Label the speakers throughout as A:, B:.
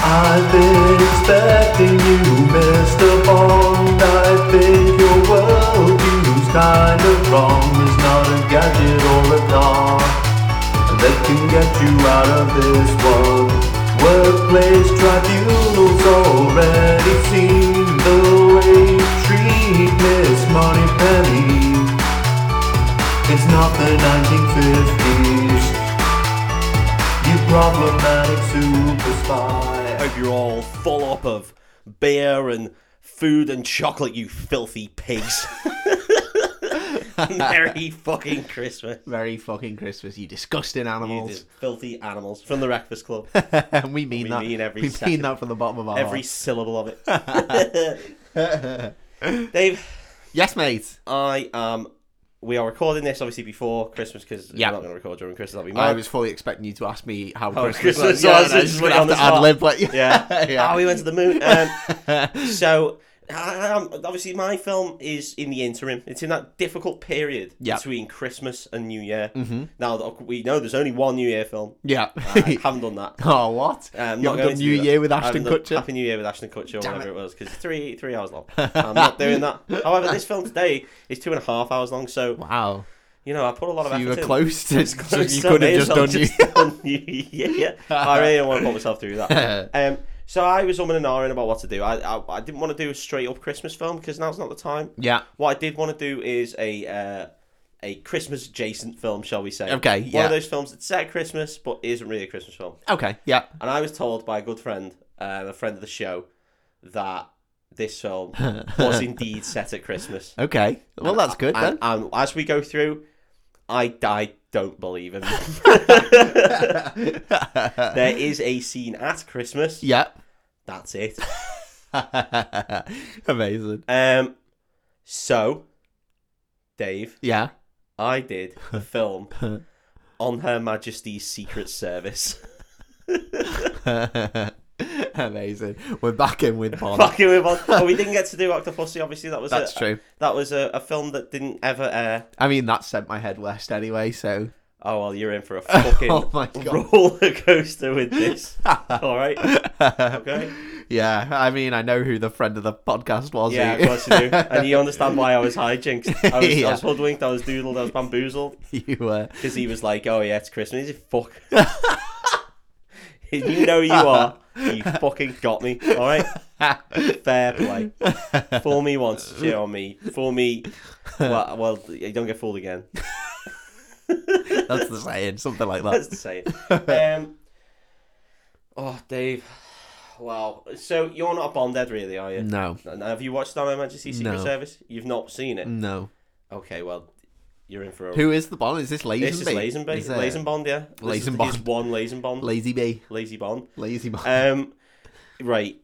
A: I've been expecting you, Mr. Bond. I think your worldview's kind of wrong. It's not a gadget or a car that can get you out of this one. Workplace tribunals already seen the way you treat Miss Money Penny. It's not the 1950s. You problematic super spy.
B: Hope you're all full up of beer and food and chocolate, you filthy pigs. Merry fucking Christmas.
C: Merry fucking Christmas, you disgusting
B: You
C: animals.
B: d- filthy animals from the Breakfast Club.
C: and we mean
B: We
C: that.
B: mean every
C: we mean
B: second.
C: that from the bottom of our
B: Every
C: heart.
B: syllable of it. Dave,
C: Yes, mate.
B: I am. We are recording this obviously before Christmas because
C: Yeah.
B: we're not going to record during Christmas. I'll be
C: I
B: mad.
C: was fully expecting you to ask me how
B: Oh,
C: Christmas
B: Christmas
C: was. Yeah,
B: was,
C: and I
B: it's
C: just
B: really
C: gonna have
B: on the
C: to ad lib. Like,
B: Yeah.
C: yeah.
B: Oh, we went to the moon. Um, so, um, obviously, my film is in the interim. It's in that difficult period
C: Yeah. Mm-hmm.
B: between Christmas and New Year. Now, that we know there's only one New Year film.
C: yeah.
B: I haven't done that.
C: oh, what?
B: Um, not
C: you haven't
B: going
C: done
B: to
C: New
B: do that.
C: Year with
B: I
C: Ashton
B: haven't done
C: Kutcher?
B: Happy New Year with Ashton Kutcher, or
C: Damn
B: whatever
C: it.
B: it, was, because it's three three hours long. I'm not doing that. However, this film today is two and a half hours long, so
C: Wow.
B: you know I put a lot of
C: So
B: effort.
C: you were
B: in.
C: close to. so
B: Close,
C: you
B: so I
C: could
B: may
C: have
B: as
C: just
B: well
C: done you.
B: done you. yeah, yeah. Oh, I really don't want to put myself through that. Um, so I was umming and ahhing about what to do. I, I, I didn't want to do a straight up Christmas film because now's not the time.
C: Yeah.
B: What I did want to do is a uh, a Christmas adjacent film, shall we say?
C: Okay,
B: One
C: yeah.
B: of those films that's set at Christmas but isn't really a Christmas film.
C: Okay. Yeah.
B: And I was told by a good friend, um, a friend of the show, that this film was indeed set at Christmas.
C: Okay. Well, that's good
B: And,
C: then.
B: and as we go through, I, I don't believe him. there is a scene at Christmas.
C: Yeah.
B: That's it.
C: Amazing.
B: Um, so, Dave,
C: Yeah.
B: I did the film on Her Majesty's Secret Service.
C: Amazing. We're back in with Bond.
B: Fucking move on. Well, we didn't get to do Octopussy, obviously. That was
C: That's
B: a,
C: true.
B: That was a, a film that didn't ever air.
C: I mean, that sent my head west anyway, so.
B: Oh well, you're in for a fucking
C: Oh my God.
B: roller coaster with this. All right, okay.
C: yeah, I mean, I know who the friend of the podcast was.
B: Yeah,
C: who-
B: of course you do. And you understand why I was hijinxed. I was, I
C: Yeah.
B: was hoodwinked, I was doodled, I was bamboozled.
C: you were.
B: Because he was like, oh yeah, it's Christmas. He's like, fuck. you know who you are. You fucking got me. All right? Fair play. Fool me once, shit on me. Fool me. Well, well, you don't get fooled again.
C: That's the saying, something like
B: That's
C: that.
B: to say it. Um, oh, Dave. Wow. So you're not a Bond head, really, are you?
C: No,
B: And Have you watched Her Majesty's Secret
C: No.
B: Service? You've not seen it.
C: no.
B: Okay, well, you're in for a.
C: Who is the Bond? Is this Lazenby?
B: This is Lazenby.
C: Is it-
B: Lazenbond, yeah. This is,
C: Lazenbond.
B: It's one Lazenbond.
C: Lazy B.
B: Lazy Bond.
C: Lazy Bond.
B: Um, right.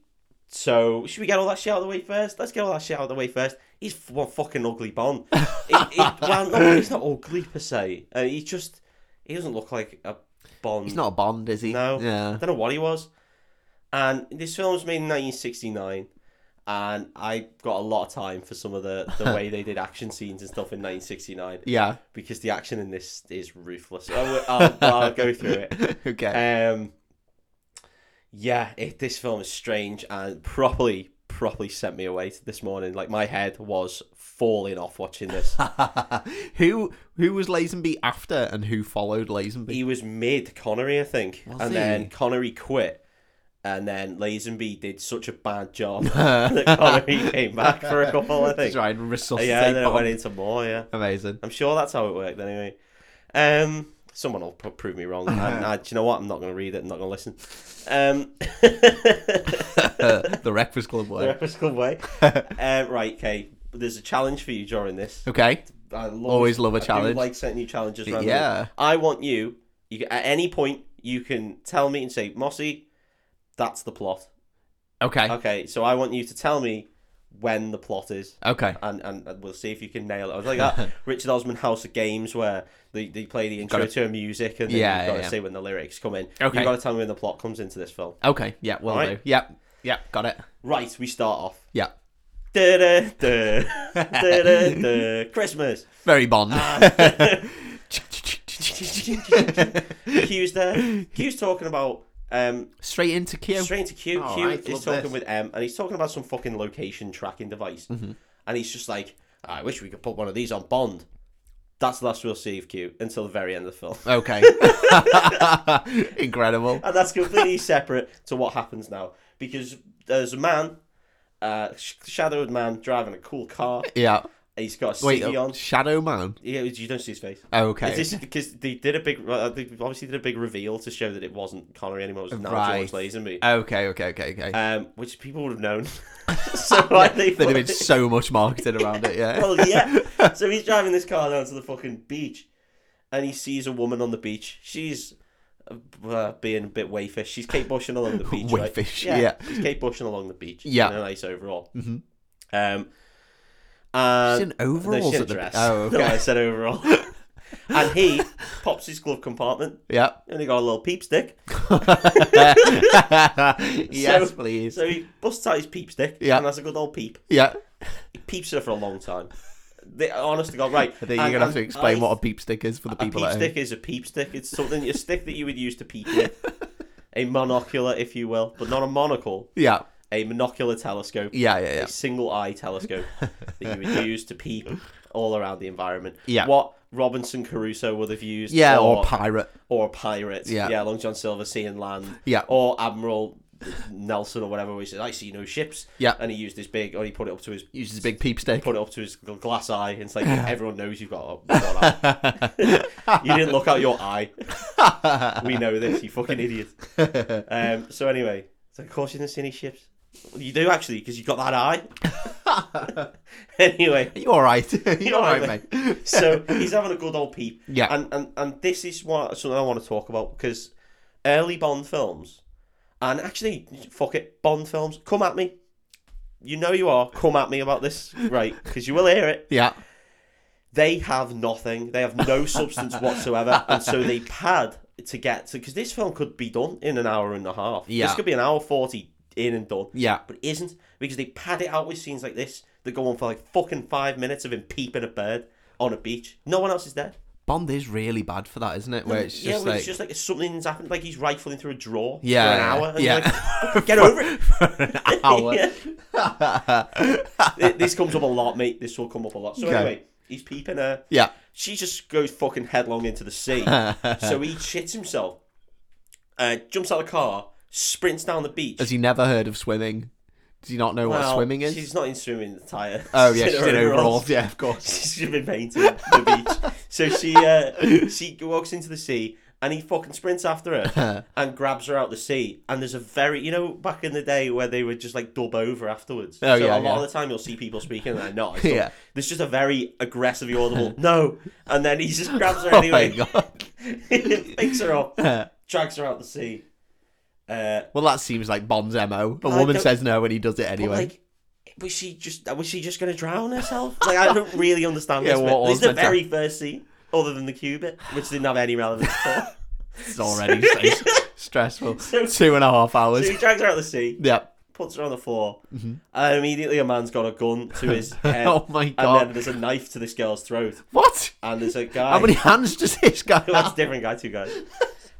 B: So, should we get all that shit out of the way first? Let's get all that shit out of the way first. He's f- one fucking ugly Bond. He- he- well, no, he's not ugly per se. Uh, he just. He doesn't look like a Bond.
C: He's not a Bond, is he?
B: No. I
C: Yeah.
B: don't know what he was. And this film was made in 1969. And I got a lot of time for some of the, the way they did action scenes and stuff in 1969
C: Yeah.
B: because the action in this is ruthless. I will- I'll, I'll go through it.
C: okay.
B: Um, yeah, it, this film is strange and properly, properly sent me away to this morning. Like my head was falling off watching this.
C: who who was Lazenby after, and who followed Lazenby?
B: he was mid Connery, I think,
C: Was
B: and
C: he?
B: then Connery quit. And then Lazenby did such a bad job that Connery came back for a couple, I think. Uh,
C: He's trying to resuscitate
B: Yeah, and then it
C: Bond.
B: went into more, yeah.
C: Amazing.
B: I'm sure that's how it worked anyway. Um, someone will pro- prove me wrong. I, I, do you know what? I'm not going to read it. I'm not going to listen. Um,
C: the Breakfast Club
B: the
C: way.
B: Breakfast Club way. Uh, right, Kay. There's a challenge for you during this.
C: Okay.
B: I love
C: Always love a
B: I do
C: challenge.
B: like setting you challenges. Randomly.
C: Yeah.
B: I want you, you. At any point, you can tell me and say, Mossy, that's the plot.
C: Okay.
B: Okay, so I want you to tell me when the plot is.
C: Okay.
B: and, and and we'll see if you can nail it. I was like that Richard Osman House of Games where they, they play the intro
C: Gotta-
B: to a music and then
C: Yeah,
B: you've got to
C: yeah, yeah.
B: say when the lyrics come in.
C: Okay.
B: You've got to tell me when the plot comes into this film.
C: Okay. Yeah. Will
B: Alright.
C: do. Yeah. Yeah. Got it.
B: Right, we start off.
C: Yeah.
B: Da-da, da, da-da, da, Christmas.
C: Very Bond.
B: Ah. Hugh's there. Hugh's talking about Um,
C: Straight into Q.
B: straight into Q.
C: All
B: Q
C: right,
B: is
C: love
B: talking
C: this.
B: with M, and he's talking about some fucking location tracking device,
C: Mm-hmm.
B: and he's just like, "I wish we could put one of these on Bond." That's the last we'll see of Q until the very end of the film,
C: Okay. Incredible.
B: and that's completely separate to what happens now because there's a man, uh, sh- shadowed man driving a cool car.
C: Yeah.
B: He's got a
C: Wait, Oh,
B: ciggy
C: uh,
B: on.
C: Shadow Man.
B: Yeah, you don't see his face.
C: Okay.
B: Is this because they did a big? Uh, they obviously did a big reveal to show that it wasn't Connery anymore. It was now
C: Right.
B: George Lazenby,
C: Okay, okay, okay, okay.
B: um, which people would have known. so like they
C: There'd
B: put-
C: have been so much marketing around it, yeah.
B: well, uh, yeah. So he's driving this car down to the fucking beach, and he sees a woman on the beach. She's uh, being a bit waifish. She's Kate Bushing along the beach. right?
C: Waifish, yeah.
B: She's Kate Bushing along the beach.
C: Yeah.
B: in a nice overall. Mm-hmm. Um, and
C: She's in
B: no,
C: overalls
B: she's in a
C: at the
B: dress.
C: Oh,
B: No,
C: okay.
B: I said overall. and he pops his glove compartment,
C: Yep.
B: and he got a little peep stick.
C: yes,
B: So-
C: please.
B: So he busts out his peep stick,
C: Yeah.
B: and that's a good old peep.
C: yeah.
B: He peeps her for a long time. They, honest to God, right.
C: I think you're gonna have to explain what a peep stick is for the
B: A
C: people
B: peep
C: at home.
B: stick is a peep stick. It's something a stick that you would use to peep with. A monocular, if you will, but not a monocle.
C: Yeah,
B: A monocular telescope.
C: yeah, yeah, yeah.
B: A single eye telescope that you would use to peep all around the environment.
C: Yeah.
B: What Robinson Crusoe would have used.
C: Yeah, or, pirate.
B: or a pirate.
C: Yeah.
B: Yeah, Long John Silver seeing land.
C: Yeah.
B: Or Admiral Nelson or whatever. He says, "I see no ships."
C: Yeah.
B: And he used this big, or he put it up to his
C: Uses a big peep stick.
B: put it up to his gl- glass eye. And it's like everyone knows you've got a one eye. you didn't look out your eye. we know this, you fucking idiot. Um, so anyway, so of course you didn't see any ships. Well, You do actually, because you got that eye. anyway,
C: Are you alright? you
B: all
C: alright,
B: right,
C: mate?
B: so he's having a good old peep.
C: Yeah.
B: And and, and this is what something I want to talk about because early Bond films, and actually fuck it, Bond films, come at me. You know you are. Come at me about this, right? Because you will hear it.
C: Yeah.
B: They have nothing. They have no substance whatsoever, and so they pad to get to. Because this film could be done in an hour and a half.
C: Yeah.
B: This could be an hour forty in and done.
C: Yeah.
B: But it isn't because they pad it out with scenes like this that go on for like fucking five minutes of him peeping a bird on a beach. No one else is there.
C: Bond is really bad for that, isn't it? Where it's
B: yeah,
C: just
B: well,
C: like
B: it's just like something's happened. Like he's rifling through a drawer
C: Yeah,
B: for an hour. And
C: yeah.
B: you're like, get over it.
C: an hour.
B: Yeah. Th- this comes up a lot, mate. This will come up a lot. So
C: Okay.
B: anyway, he's peeping her.
C: Yeah.
B: She just goes fucking headlong into the sea. so he shits himself, uh, jumps out of the car, sprints down the beach.
C: Has he never heard of swimming? Does he not know
B: Well,
C: what swimming is?
B: She's not in swimming attire.
C: Oh yeah, she's in
B: her
C: overalls. Yeah, of course.
B: she's been painting the beach. So she uh, she walks into the sea and he fucking sprints after her and grabs her out the sea. And there's a very you know back in the day where they would just like dub over afterwards.
C: Oh,
B: so a
C: yeah,
B: lot
C: yeah.
B: of the time you'll see people speaking and they're not. It's
C: Yeah.
B: not- There's just a very aggressively audible no, and then he just grabs her anyway,
C: Oh my god.
B: picks her up, drags her out the sea. Uh,
C: Well, that seems like Bond's mo. A
B: I
C: woman
B: don't-
C: says no and he does it anyway.
B: Like, was she just was she just gonna drown herself? Like, I don't really understand
C: Yeah,
B: this.
C: what
B: bit. This
C: was
B: is the
C: meant to-
B: very first scene, other than the cube bit, which didn't have any relevance. At all.
C: It's already so s- stressful.
B: So-
C: Two and a half hours.
B: so he drags her out of the sea,
C: yep.
B: puts her on the floor, and immediately a man's got a gun to his head.
C: Mm-hmm. Oh my
B: And then
C: God.
B: there's a knife to this girl's throat,
C: What?
B: and there's a guy.
C: How many hands does this guy
B: That's a
C: have?
B: different guy, two guys.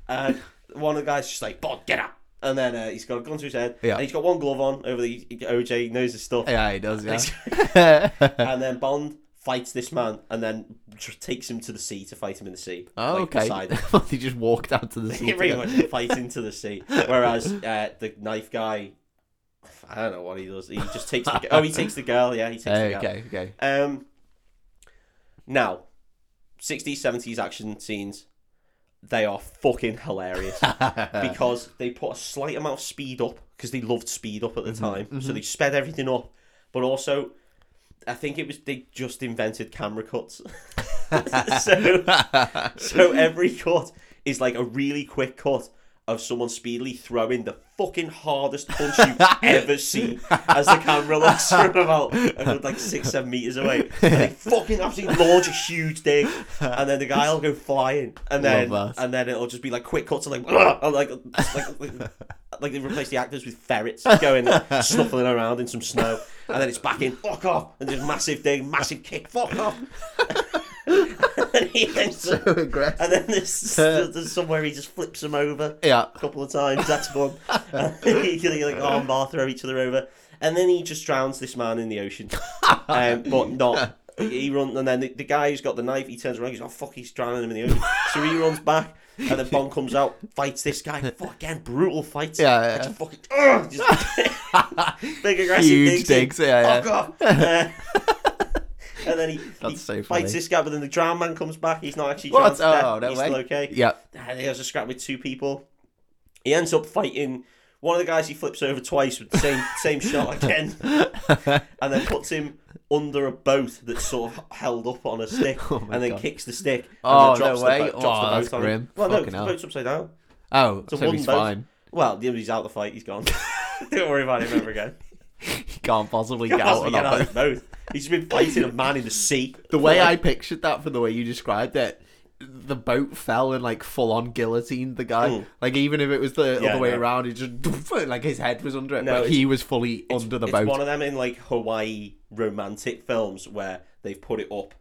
B: And one of the guys just like, "Bod, get up!" And then uh, he's got a gun to his head,
C: Yeah.
B: and he's got one glove on over the OJ he knows his stuff.
C: Yeah, he does. Yeah.
B: and then Bond fights this man and then tr- takes him to the sea to fight him in the sea.
C: oh,
B: Like,
C: okay.
B: beside him.
C: he just walked out to the
B: He
C: sea.
B: pretty
C: together.
B: much fights into the sea. Whereas uh, the knife guy, I don't know what he does. He just takes. The, oh, he takes the girl. Yeah, he takes
C: Hey,
B: the girl.
C: okay, okay.
B: Um, now, 60s, 70s action scenes. They are fucking hilarious because they put a slight amount of speed up because they loved speed up at the time. So they sped everything up, but also, I think it was they just invented camera cuts. so, so every cut is like a really quick cut of someone speedily throwing the fucking hardest punch you've ever seen as the camera looks from about a good, like six, seven meters away. And they fucking absolutely launch a huge dig, and then the guy will go flying, and then
C: Love that.
B: and then it'll just be like quick cuts of like and like like. like like they replace the actors with ferrets going snuffling around in some snow, and then it's back in fuck off, and there's massive dig, massive kick, fuck off, and he ends
C: so
B: up-
C: aggressive.
B: and then there's, there's somewhere he just flips him over
C: Yeah.
B: a couple of times. That's fun. And You're like, oh, Martha, throw each other over. And then he just drowns this man in the ocean. Um, but not. He runs, and then the, the guy who's got the knife, he turns around, he's oh, fuck, he's drowning him in the ocean. So he runs back, and then Bond comes out, fights this guy. Fuck, again, brutal fight.
C: Yeah, yeah.
B: And Just fucking, ugh, just big aggressive
C: Huge
B: digs in.
C: digs, yeah, yeah.
B: Fuck off. Uh, and then he, he
C: That's so funny.
B: fights this guy, but then the drowned man comes back. He's not actually drowned. to
C: What?
B: death.
C: Oh, no
B: he's
C: way.
B: still okay.
C: Yeah.
B: Uh, He has a scrap with two people. He ends up fighting one of the guys. He flips over twice with the same same shot again, and then puts him under a boat that's sort of held up on a stick,
C: Oh my
B: and then
C: God.
B: kicks the stick. and
C: Oh,
B: then drops
C: no
B: the
C: way.
B: boat- drops the
C: Oh, that's
B: boat on him.
C: grim.
B: Well, no,
C: Fucking
B: the
C: hell.
B: boat's upside down.
C: Oh,
B: a
C: so
B: wooden
C: he's
B: boat.
C: fine.
B: Well, he's out of the fight. He's gone. Don't worry about him ever again.
C: He can't possibly
B: Get
C: get out of that
B: out
C: boat.
B: of boat. He's been fighting a man in the sea.
C: The way I pictured that from the way you described it, the boat fell and like full on guillotined the guy.
B: Mm.
C: Like even if it was the
B: Yeah,
C: other way
B: no.
C: around, it just like his head was under it,
B: No,
C: but
B: it's-
C: he was fully under the
B: it's
C: boat.
B: one of them in like Hawaii romantic films where they've put it up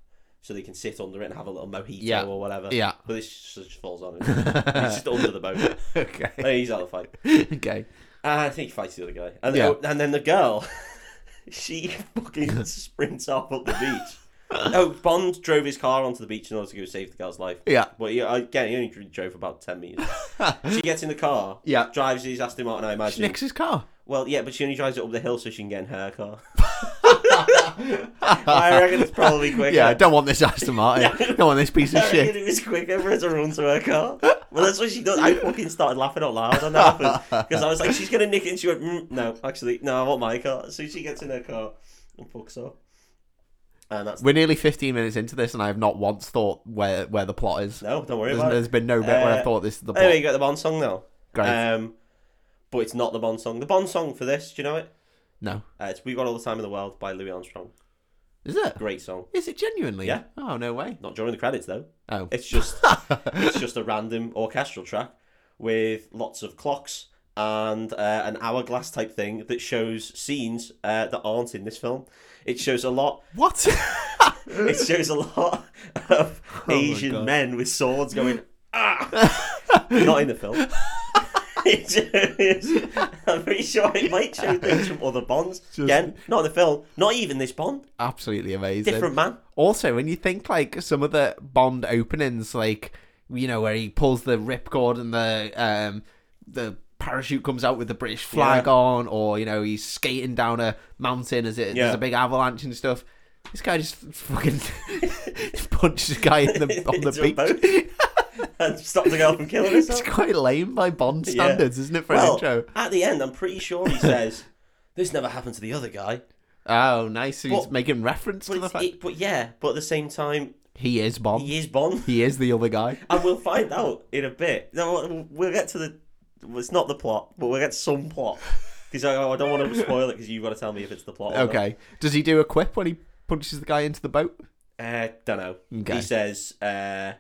B: so they can sit under it and have a little mojito
C: Yeah.
B: or whatever.
C: Yeah.
B: But this just falls on him. He's just under the boat.
C: okay.
B: And he's out of the fight.
C: okay.
B: And I think he fights the other guy. And,
C: Yeah.
B: oh, and then the girl, she fucking sprints off up the beach. Oh, Bond drove his car onto the beach in order to go save the girl's life.
C: Yeah.
B: But he, again, he only drove about 10 metres. she gets in the car,
C: Yeah.
B: drives his Aston Martin, I imagine.
C: Nicks his car.
B: Well, yeah, but she only drives it up the hill so she can get in her car. I reckon it's probably quicker.
C: Yeah, I don't want this Aston Martin. Don't want this piece of
B: I reckon
C: shit.
B: it was quicker for her to run to her car. Well, that's what she does. I fucking started laughing out loud on that because I was like, she's gonna nick it, and she went, mm, "No, actually, no, I want my car." So she gets in her car and fucks up, and that's
C: We're nearly 15 minutes into this, and I have not once thought where where the plot is.
B: no. Don't worry
C: There's,
B: about
C: there's
B: it.
C: been no bit where I
B: Uh,
C: thought this is the plot.
B: Anyway, you got the Bond song now.
C: Great.
B: Um, but it's not the Bond song. The Bond song for this, do you know it?
C: no,
B: Uh, it's "We Got All the Time in the World" by Louis Armstrong.
C: is it?
B: Great song.
C: Is it genuinely?
B: Yeah.
C: Oh no way.
B: Not during the credits though.
C: Oh.
B: It's just it's just a random orchestral track with lots of clocks and uh, an hourglass type thing that shows scenes uh, that aren't in this film. It shows a lot.
C: what?
B: It shows a lot of Asian
C: God.
B: men with swords going ah, not in the film. It shows- I'm pretty sure it might show things from other Bonds. Again, not in the film. Not even this Bond.
C: Absolutely amazing.
B: Different man.
C: Also, when you think like some of the Bond openings, like you know where he pulls the ripcord and the um the parachute comes out with the British flag
B: Yeah.
C: on, or you know he's skating down a mountain as it
B: Yeah.
C: there's a big avalanche and stuff. This guy just fucking punches a guy in the on
B: Into a
C: the
B: boat.
C: beach.
B: And stopped the girl from killing
C: it's
B: herself.
C: quite lame by Bond standards, isn't it? For an
B: well,
C: intro.
B: At the end, I'm pretty sure he says, "This never happened to the other guy."
C: Oh, nice. He's
B: But-
C: making reference
B: But,
C: to the
B: it's,
C: fact
B: it, but yeah, but at the same time,
C: he is Bond.
B: he is Bond,
C: He is the other guy.
B: and we'll find out in a bit. No, we'll- we'll get to the. well, It's not the plot, but we'll get some plot because I, I don't want to spoil it because you've got to tell me if it's the plot. Or
C: Okay. Does he do a quip when he punches the guy into the boat?
B: Not. Uh, don't know.
C: Okay.
B: He says, uh,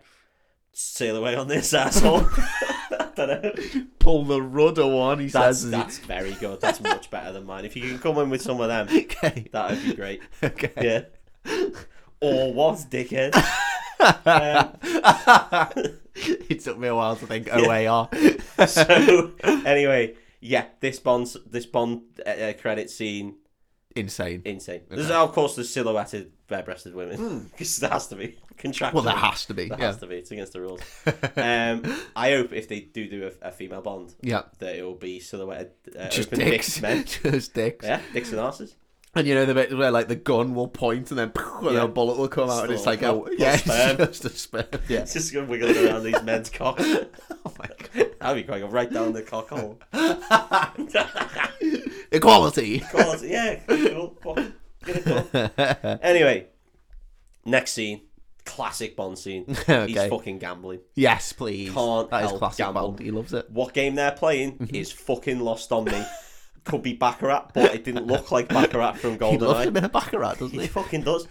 B: "Sail away on this asshole." don't know.
C: Pull the rudder one, he
B: That's,
C: says.
B: that's very good. That's much better than mine. If you can come in with some of them,
C: okay.
B: that would be great.
C: Okay.
B: Yeah. or was dickhead. um,
C: it took me a while to think OAR.
B: so anyway, yeah, this Bond this Bond uh, uh, credit scene
C: Insane.
B: insane. There's of course there's silhouetted bare-breasted women because there has to be contractual.
C: Hmm. Well, there has to be.
B: There
C: yeah.
B: has to be. It's against the rules. um, I hope if they do do a, a female Bond,
C: Yeah.
B: that it will be silhouetted uh,
C: Just
B: open
C: dicks.
B: dicks men.
C: Just dicks.
B: Yeah, dicks and asses.
C: And you know the bit where like the gun will point and then and
B: Yeah.
C: a bullet will come out
B: Still
C: and it's like
B: a-
C: oh
B: a
C: yeah, it's
B: sperm.
C: just a sperm. Yeah.
B: It's just going wiggling around these men's cocks.
C: oh my god.
B: That'd be quite good. Right down the cock hole.
C: Equality.
B: course, yeah. cool, fuck, get it done. anyway, next scene, classic Bond scene. He's
C: Okay.
B: fucking gambling.
C: Yes, please.
B: Can't
C: that is
B: help
C: classic
B: gamble.
C: Bond. He loves it.
B: What game they're
C: Mm-hmm.
B: playing is fucking lost on me. Could be Baccarat, but it didn't look like Baccarat from
C: He loves him
B: Goldeneye.
C: in a baccarat, doesn't
B: He
C: he?
B: fucking does.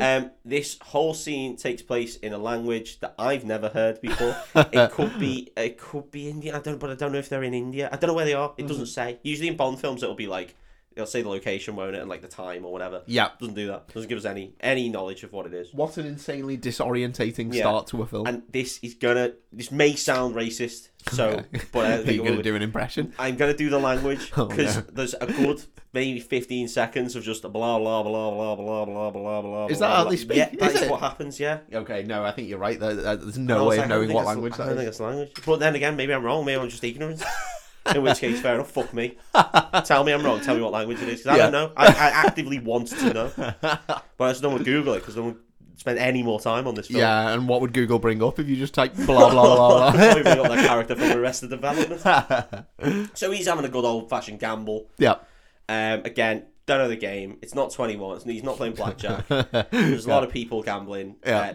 B: Um, this whole scene takes place in a language that I've never heard before. It could be, it could be India. I don't, but I don't know if they're in India. I don't know where they are. It doesn't say. Usually in Bond films, it'll be like it'll say the location, won't it, and like the time or whatever.
C: Yeah.
B: Doesn't do that. Doesn't give us any any knowledge of what it is.
C: What an insanely disorientating
B: Yeah.
C: start to a film.
B: And this is gonna. This may sound racist, so but I don't
C: Are you
B: think it
C: going to
B: will.
C: do an impression?
B: I'm gonna do the language
C: Oh,
B: because
C: no.
B: there's a good maybe 15 seconds of just blah blah blah blah blah blah blah blah.
C: Is that
B: blah,
C: how
B: blah.
C: they speak?
B: Yeah, that's
C: Is it?
B: what happens. Yeah.
C: Okay, no, I think you're right. There- there- There's
B: And I
C: no
B: was
C: way
B: like,
C: of
B: I don't
C: knowing
B: think
C: what
B: that's-
C: language
B: I
C: that
B: don't
C: is.
B: think it's language. But then again, maybe I'm wrong. Maybe I'm just ignorant. In which case, fair enough. Fuck me. Tell me I'm wrong. Tell me what language it is. 'cause I
C: Yeah.
B: don't know. I, I actively want to know, but I just don't want to Google it because I don't want to spend any more time on this film.
C: Yeah, and what would Google bring up if you just type blah blah blah blah?
B: Probably got that character from Arrested Development. So he's having a good old fashioned gamble.
C: yeah.
B: Um, again, don't know the game. It's not 21. It's, he's not playing blackjack. There's a lot of people gambling.
C: Yeah.
B: Uh,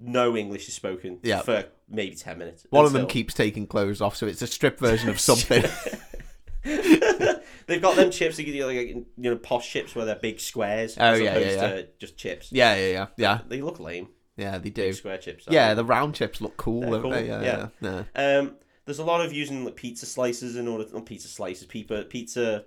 B: no English is spoken
C: Yeah.
B: for maybe 10 minutes.
C: One of them
B: until-
C: keeps taking clothes off, so it's a strip version of something.
B: They've got them chips, you know, like, you know, posh chips where they're big squares.
C: Oh,
B: as
C: yeah, yeah,
B: opposed
C: yeah.
B: to just chips.
C: yeah, yeah, yeah, yeah,
B: They look lame.
C: yeah. They do.
B: Square chips. I
C: Yeah,
B: think.
C: the round chips look cool,
B: They're
C: don't
B: cool,
C: they? Yeah,
B: yeah.
C: yeah. yeah.
B: Um, there's a lot of using like pizza slices in order, not pizza slices, pizza pizza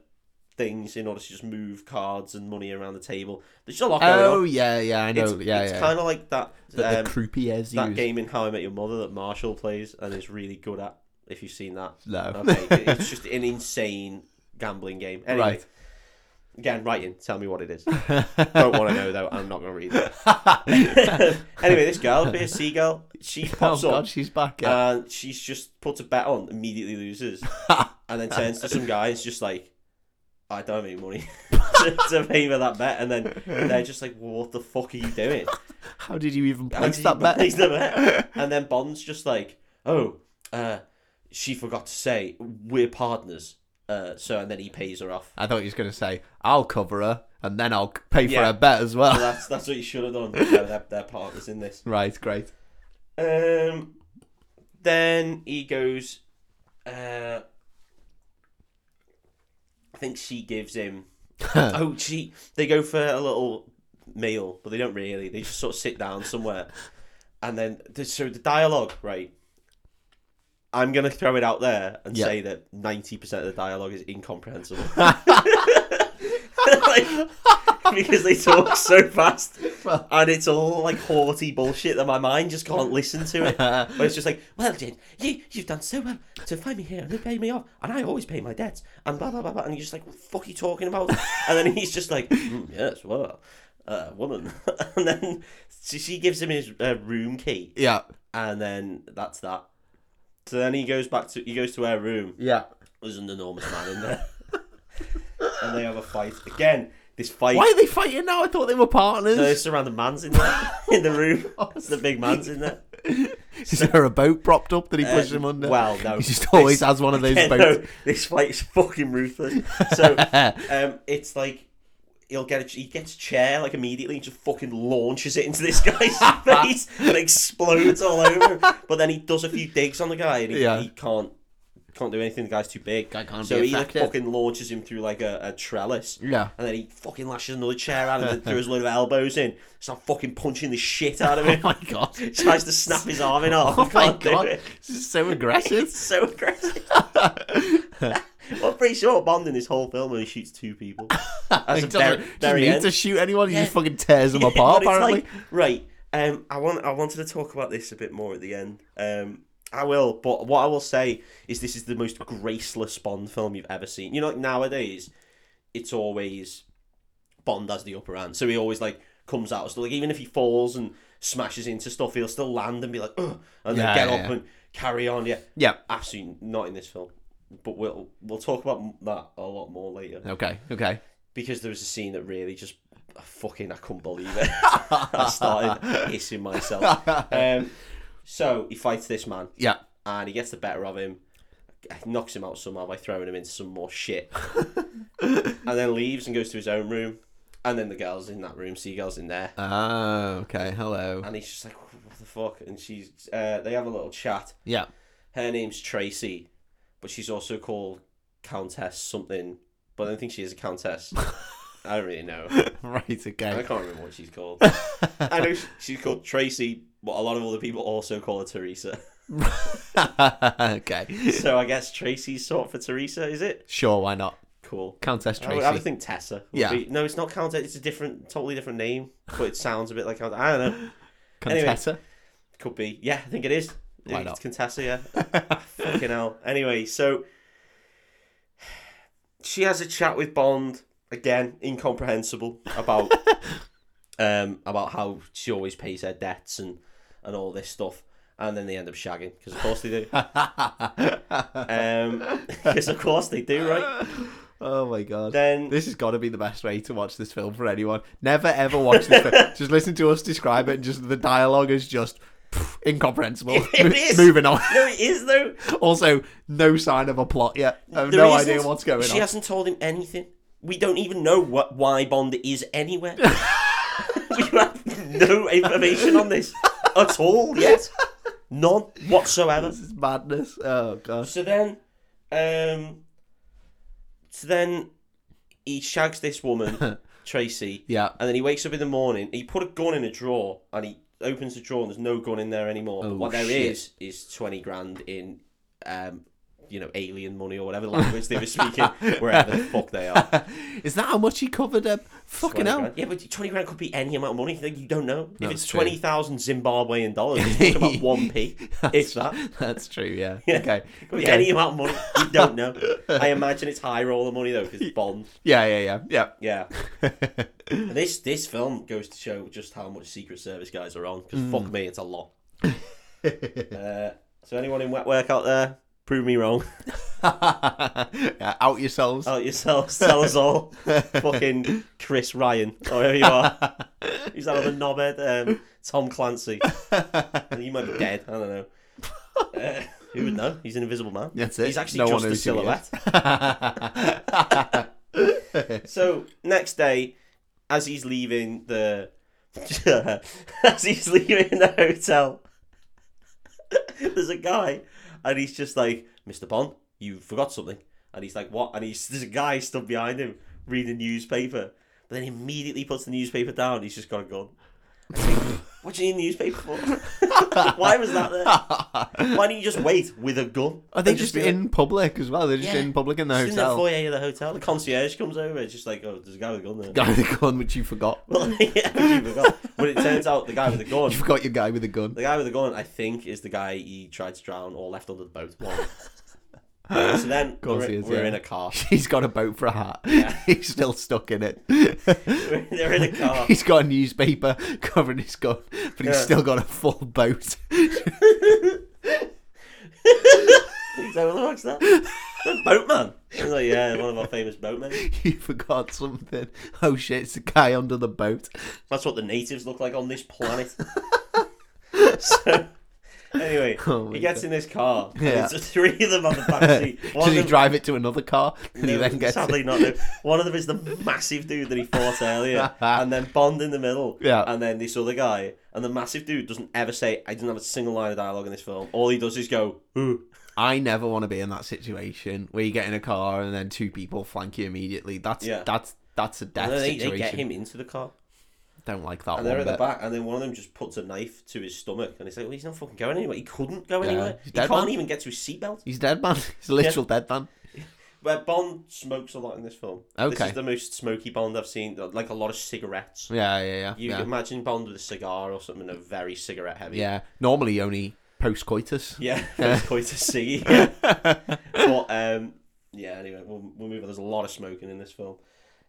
B: things in order to just move cards and money around the table. There's a lot going
C: Oh
B: on.
C: yeah, yeah, I know.
B: It's,
C: yeah,
B: it's
C: yeah.
B: kind of like that.
C: that
B: um,
C: the croupiers
B: that
C: use.
B: game in How I Met Your Mother that Marshall plays and is really good at. If you've seen that,
C: No.
B: okay, it- it's just an insane gambling game. Anyway,
C: Right.
B: again, writing. Tell me what it is. Don't want to know though. I'm not going to read it. anyway, this girl, Beer Seagull, she
C: oh
B: pops up Uh,
C: god, she's back. Yeah.
B: and she's just puts a bet on, immediately loses, and then turns to some guy and's just like, I don't have any money to, to pay for that bet, and then they're just like, well, what the fuck are you doing?
C: How did you even
B: And
C: place
B: he
C: that bet?
B: plays the bet. And then Bond's just like, oh, uh, she forgot to say we're partners. Uh, so and then he pays her off.
C: I thought he was going to say, "I'll cover her, and then I'll c- pay for
B: Yeah.
C: her bet as well."
B: So that's that's what you should have done. Yeah, they're, they're partners in this.
C: right, great.
B: Um, then he goes. Uh, I think she gives him. oh, she. They go for a little meal, but they don't really. They just sort of sit down somewhere, and then the- so the dialogue, right? I'm gonna throw it out there and
C: Yeah.
B: say that ninety percent of the dialogue is incomprehensible. Like, because they talk so fast
C: Well-
B: and it's all like haughty bullshit that my mind just can't listen to it. But it's just like, well, Jane, you you've done so well to find me here and to pay me off, and I always pay my debts and blah blah blah blah. And you're just like, what the fuck are you talking about? and then he's just like, "Mm, yes, well, uh, woman. and then she, she gives him his uh, room key,
C: Yeah,
B: and then that's that. So then he goes back to he goes to her room,
C: yeah.
B: there's an enormous man in there. and they have a fight. Again, this fight.
C: Why are they fighting now? I thought they were partners.
B: The surrounding man's in there, in the room. It's the big man's in there.
C: Is there a boat propped up that he
B: Uh,
C: pushes him under?
B: Well, no.
C: he just always
B: This-
C: has one of those
B: Yeah,
C: boats.
B: no, this fight is fucking ruthless. So, um, it's like. He'll get a, he gets a chair like immediately and just fucking launches it into this guy's face and explodes all over. him. But then he does a few digs on the guy and he,
C: Yeah.
B: he can't can't do anything. The guy's too big.
C: Guy can't
B: so
C: be
B: he like,
C: effective.
B: fucking launches him through like a, a trellis.
C: Yeah.
B: And then he fucking lashes another chair out and then throws a load of elbows in. Start fucking punching the shit out of
C: Oh
B: him.
C: my god.
B: Tries to snap his arm in half.
C: Oh my
B: Can't do
C: god.
B: it.
C: This is so
B: It's
C: aggressive.
B: so aggressive. I'm pretty sure Bond in this whole film only shoots two people. That's
C: he
B: a
C: doesn't,
B: very, very
C: doesn't
B: end.
C: need to shoot anyone. He
B: Yeah.
C: just fucking tears them
B: Yeah,
C: apart.
B: but it's
C: Apparently.
B: like- right. Um, I want. I wanted to talk about this a bit more at the end. Um, I will. But what I will say is, this is the most graceless Bond film you've ever seen. You know, like nowadays, it's always Bond has the upper hand, so he always like comes out. So like, even if he falls and smashes into stuff, he'll still land and be like, Ugh, and then
C: Yeah,
B: get
C: yeah,
B: up
C: yeah.
B: and carry on. Yeah,
C: yeah.
B: absolutely not in this film. But we'll we'll talk about that a lot more later
C: Okay. Okay.
B: because there was a scene that really just I fucking I couldn't believe it. I started hissing myself. Um, so he fights this man
C: Yeah.
B: and he gets the better of him, knocks him out somehow by throwing him into some more shit, and then leaves and goes to his own room. And then the girl's in that room, Seagull's in there,
C: Oh. Okay. Hello.
B: and he's just like, "What the fuck?" And she's uh, they have a little chat.
C: Yeah.
B: Her name's Tracy, but she's also called Countess something. But I don't think she is a countess. I don't really know.
C: Right.
B: I
C: Okay.
B: can't remember what she's called. I know sh- she's called Tracy, but a lot of other people also call her Teresa.
C: okay.
B: So I guess Tracy's sort for Teresa, is it?
C: Sure. Why not?
B: cool.
C: Countess
B: I
C: Tracy.
B: would, I would think Tessa. would
C: Yeah.
B: be- no, it's not Countess. It's a different, totally different name, but it sounds a bit like I don't know. anyway.
C: Contessa.
B: Could be. Yeah, I think it is.
C: Why
B: it's
C: not?
B: Contessa, yeah. Fucking hell. Anyway, so she has a chat with Bond again, incomprehensible about um about how she always pays her debts and and all this stuff, and then they end up shagging because of course they do. um, because of course they do, right?
C: oh my god.
B: Then
C: This has got to be the best way to watch this film for anyone. Never ever watch this film. Just listen to us describe it, and just the dialogue is just pff, incomprehensible.
B: It is.
C: Moving on.
B: no, it is though.
C: Also, no sign of a plot yet. I have
B: The
C: no
B: reasons-
C: idea what's going
B: She
C: on.
B: hasn't told him anything. We don't even know what why Bond is anywhere. we have no information on this at all yet. None whatsoever.
C: This is madness. Oh gosh.
B: So then, um, so then he shags this woman, Tracy,
C: Yeah.
B: and then he wakes up in the morning. He put a gun in a drawer and he opens the drawer and there's no gun in there anymore.
C: Oh,
B: but what there is
C: shit.
B: is twenty grand in, um, you know, alien money or whatever language they were speaking, wherever the fuck they are.
C: Is that how much he covered up? Fucking
B: 20
C: hell.
B: grand. Yeah, but twenty grand could be any amount of money. Like, You don't know.
C: No,
B: if it's
C: it's true.
B: twenty thousand Zimbabwean dollars, it's talking about one p. If that.
C: That's true, yeah.
B: Yeah.
C: Okay.
B: Could be
C: okay.
B: Any amount of money, you don't know. I imagine it's high roller money though, because Bond.
C: Yeah, yeah, yeah.
B: Yeah,
C: Yeah.
B: this this film goes to show just how much Secret Service guys are on. Because
C: Hmm.
B: fuck me, it's a lot. Uh, so anyone in wet work out there, prove me wrong.
C: Yeah, Out yourselves.
B: Out yourselves, tell us all. Fucking Chris Ryan, or whoever you are. Who's that other knobhead? Um, Tom Clancy. You might be dead. I don't know. Uh, who would know? He's an invisible man.
C: That's it.
B: He's actually
C: No one
B: just a
C: knows who he is.
B: silhouette. So next day, as he's leaving the as he's leaving the hotel, there's a guy, and he's just like, "Mr. Bond, you forgot something," and he's like, "What?" And he's there's a guy stood behind him reading the newspaper, but then he immediately puts the newspaper down. he's just got a gun. It's like, What do you need a newspaper for? Why was that there? Why didn't you just wait with a gun?
C: Are they
B: And
C: just
B: be like-
C: in public as well? They're just
B: Yeah.
C: in public in the
B: just in the
C: hotel.
B: foyer of the hotel? The concierge comes over. It's just like, oh, there's a guy with a gun there.
C: guy with a gun, which you forgot.
B: Well, yeah, Mm. you forgot. But it turns out the guy with the gun,
C: You forgot your guy with a gun.
B: the guy with the gun, I think, is the guy he tried to drown or left under the boat. One. so then
C: course
B: we're,
C: he is,
B: we're
C: yeah.
B: in a car.
C: He's got a boat for a hat. He's still stuck in it.
B: They're in a car.
C: He's got a newspaper covering his gun, but he's
B: Oh. Yeah.
C: still got a full boat.
B: He's like, what the fuck's that? The boatman. He's like, yeah, one of our famous boatmen.
C: you forgot something. Oh shit, it's the guy under the boat.
B: That's what the natives look like on this planet. so, anyway,
C: Oh my
B: he gets
C: God.
B: in this car. And
C: Yeah.
B: there's the three of them on the back seat. One
C: Does
B: of
C: he
B: them-
C: drive it to another car? And he
B: No,
C: then gets
B: sadly not. No. One of them is the massive dude that he fought earlier, and then Bond in the middle,
C: Yeah.
B: and then this other guy, and the massive dude doesn't ever say. I didn't have a single line of dialogue in this film. All he does is go, "Ooh,
C: I never want to be in that situation where you get in a car and then two people flank you immediately. That's
B: Yeah.
C: that's that's a death
B: and then they, they
C: situation.
B: get him into the car,
C: Don't like
B: and
C: that one.
B: they're at the
C: bit.
B: back, and then one of them just puts a knife to his stomach, and he's like, "Well, he's not fucking going anywhere. He couldn't go
C: Yeah.
B: anywhere.
C: He's
B: He
C: dead,
B: can't
C: man.
B: even get to his seatbelt."
C: He's dead man. He's a literal dead man.
B: But Bond smokes a lot in this film. this
C: Okay.
B: is the most smoky Bond I've seen. Like a lot of cigarettes.
C: Yeah, yeah, yeah.
B: You
C: yeah.
B: imagine Bond with a cigar or something, a very cigarette heavy.
C: yeah. Normally only post coitus.
B: Yeah, it's going to see. Yeah. but um, yeah. Anyway, we'll, we'll move on. There's a lot of smoking in this film.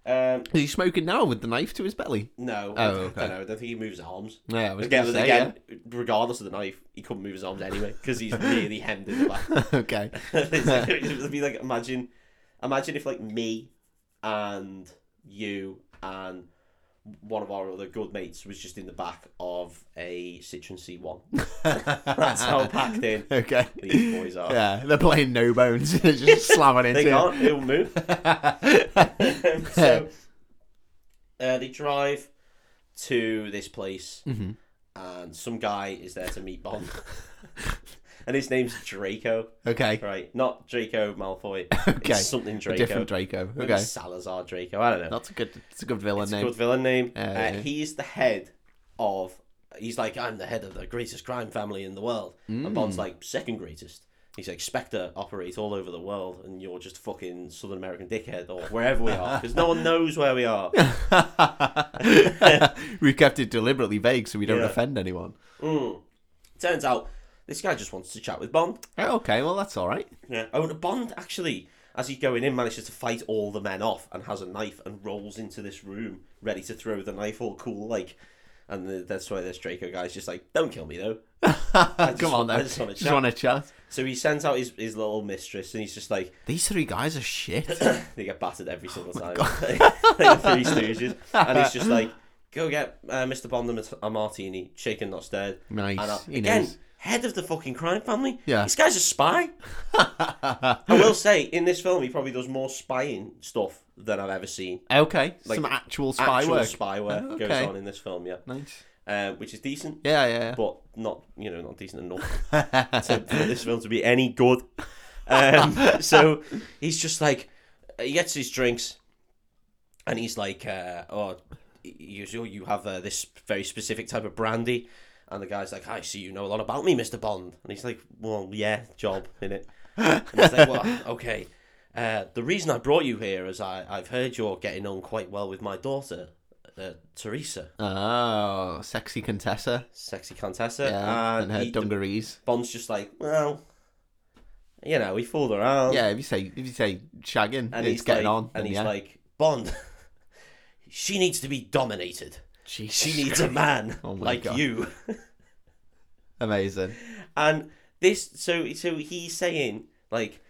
B: Um,
C: Is he smoking now with the knife to his belly?
B: no, I
C: Oh,
B: don't
C: okay.
B: know. I don't think he moves his arms.
C: Yeah, I was
B: Again,
C: gonna say,
B: again regardless of the knife, he couldn't move his arms anyway because he's really hemmed in the back.
C: yeah. okay.
B: It's like- It'd be like imagine, imagine if like me and you and one of our other good mates was just in the back of a Citroen C1. That's how packed in
C: Okay.
B: these boys are.
C: Yeah, they're playing no bones. They're just slamming into
B: They
C: it.
B: can't. He'll move. Um, so uh, they drive to this place,
C: Mm-hmm.
B: and some guy is there to meet Bond, and his name's Draco.
C: Okay.
B: Right, not Draco Malfoy.
C: Okay.
B: It's something Draco.
C: Different Draco.
B: Maybe
C: Okay.
B: Salazar Draco. I don't know.
C: That's a good it's a good villain
B: it's a
C: name.
B: good villain name. Uh,
C: yeah.
B: He's the head
C: Mm.
B: of. He's like, I'm the head of the greatest crime family in the world, and Bond's like second greatest. he's like Spectre operates all over the world, and you're just fucking Southern American dickhead or wherever we are because no one knows where we are.
C: We've kept it deliberately vague so we don't
B: Yeah.
C: offend anyone.
B: Mm. Turns out this guy just wants to chat with Bond.
C: Oh, okay, well that's all right.
B: Yeah. Oh, and Bond actually, as he's going in, manages to fight all the men off and has a knife and rolls into this room ready to throw the knife, all cool like. And the, that's why this Draco guy's just like, "Don't kill me though." just
C: Come on,
B: wa- I
C: then.
B: just wanna
C: Just want to chat.
B: So he sends out his, his little mistress, and he's just like,
C: These three guys are shit.
B: they get battered every
C: Oh
B: single time, like the Three Stooges, and he's just like, "Go get uh, Mr. Bond a mat- a martini, shaken not stirred."
C: Nice.
B: And, uh,
C: He
B: again,
C: knows.
B: head of the fucking crime family.
C: Yeah.
B: This guy's a spy. I will say, in this film, he probably does more spying stuff than I've ever seen.
C: Okay,
B: Like,
C: some actual spy
B: Actual
C: work.
B: spyware
C: Oh,
B: goes
C: okay.
B: on in this film, yeah,
C: Nice.
B: uh, which is decent,
C: Yeah, yeah.
B: but not you know not decent enough to, for this film to be any good. Um, so he's just like he gets his drinks, and he's like, uh, "Oh, you you have uh, this very specific type of brandy." And the guy's like, "I see you know a lot about me, Mister Bond." And he's like, "Well, yeah, job in it." And he's like, "Well, okay." Uh, the reason I brought you here is I, I've heard you're getting on quite well with my daughter, uh, Teresa,
C: Oh, sexy Contessa.
B: sexy Contessa.
C: Yeah, and her
B: Uh, he-
C: dungarees.
B: Bond's just like, well, you know, he fooled around.
C: Yeah, if you say if you say shagging,
B: and
C: it's
B: he's
C: getting
B: like,
C: on.
B: And
C: then
B: he's
C: yeah.
B: like, Bond, she needs to be dominated.
C: Jeez.
B: She needs a man
C: Oh my
B: like
C: God.
B: you.
C: amazing.
B: And this, so so he's saying like,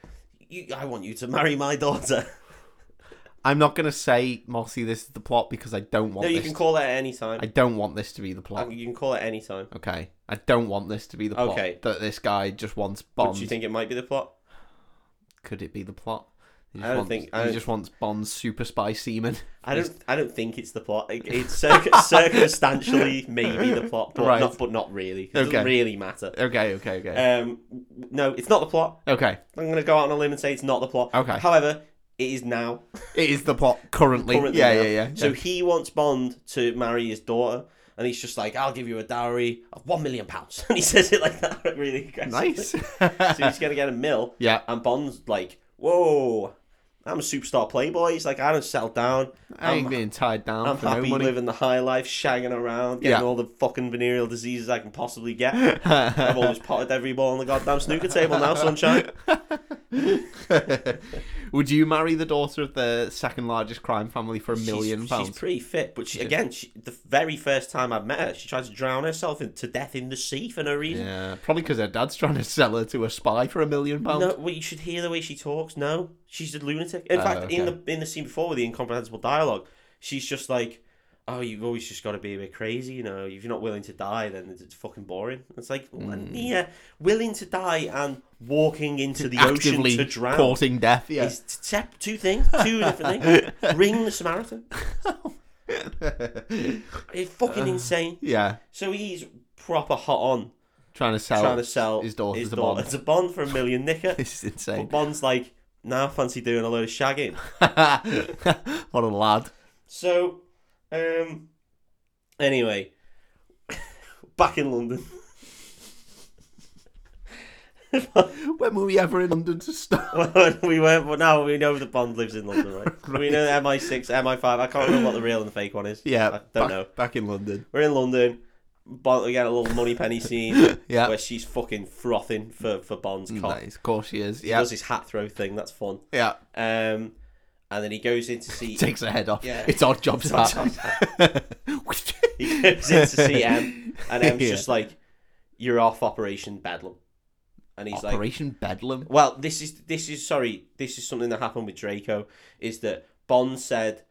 B: you, I want you to marry my daughter.
C: I'm not gonna say Mossy. This is the plot because I don't want.
B: no, you
C: this
B: can call it at any time.
C: I don't want this to be the plot.
B: you can call it at any time.
C: Okay, I don't want this to be the plot.
B: Okay.
C: That this guy just wants
B: But
C: Bond.
B: do you think it might be the plot?
C: Could it be the plot? He just
B: I don't
C: wants,
B: think- I
C: he
B: don't-
C: just wants Bond's super spy semen.
B: I don't. I don't think it's the plot. It- It's circ- circumstantially maybe the plot, but
C: Right.
B: not. But not really. It
C: Okay.
B: doesn't really matter.
C: Okay, okay, okay,
B: Um, no, it's not the plot.
C: okay.
B: I'm gonna go out on a limb and say it's not the plot.
C: Okay.
B: However, it is now.
C: It is the plot currently.
B: currently
C: yeah,
B: now.
C: yeah, yeah,
B: So he wants Bond to marry his daughter, and he's just like, "I'll give you a dowry of one million pounds," and he says it like that, really aggressively.
C: nice.
B: so he's gonna get a mill,
C: yeah.
B: and Bond's like, "Whoa, I'm a superstar playboy." He's like, "I don't settle down.
C: I ain't
B: I'm,
C: being tied down
B: I'm
C: for no
B: happy
C: money.
B: living the high life, shagging around, getting
C: Yeah.
B: all the fucking venereal diseases I can possibly get. I've always potted every ball on the goddamn snooker table now, sunshine."
C: Would you marry the daughter of the second largest crime family for a million
B: she's, She's
C: pounds?
B: pretty fit, but she, again, she, the very first time I met her, she tried to drown herself in, to death in the sea for no reason.
C: Yeah, probably because her dad's trying to sell her to a spy for a million pounds.
B: No, well, you should hear the way she talks. No, she's a lunatic. In
C: Oh,
B: fact, in
C: okay.
B: the in the scene before with the incomprehensible dialogue, she's just like, "Oh, you've always just got to be a bit crazy, you know. If you're not willing to die, then it's, it's fucking boring." It's like, well,
C: Hmm.
B: yeah, willing to die and walking into the ocean
C: Actively
B: to drown.
C: courting death. Yeah.
B: Is t- sep- two things, two different things. Ring the Samaritan. It's fucking insane.
C: yeah,
B: So he's proper hot on
C: trying to sell.
B: trying to sell
C: his daughter to
B: daughter
C: Bond.
B: to Bond for a million nicker.
C: This is
B: but
C: insane.
B: Bond's like, nah, fancy doing a load of shagging. Oh.
C: what a lad.
B: So, um, anyway, back in London.
C: When were we ever in London to start?
B: we weren't, but now we know that Bond lives in London, right? We know that MI6, MI5. I can't remember what the real and the fake one is.
C: Yeah,
B: I don't
C: back,
B: know.
C: Back in London.
B: We're in London. Bond, we get a little money penny scene
C: Yeah.
B: where she's fucking frothing for, for Bond's cock.
C: Nice. Of course she is.
B: He
C: Yeah.
B: does his hat throw thing. That's fun.
C: Yeah.
B: Um, and then he goes in to see.
C: Takes her head off.
B: Yeah.
C: It's odd job
B: Odd
C: that.
B: Jobs he goes in to see M, and M's just like, "You're off Operation Bedlam," and he's like,
C: Operation Bedlam.
B: "Well, this is this is sorry, this is something that happened with Draco. Is that Bond said."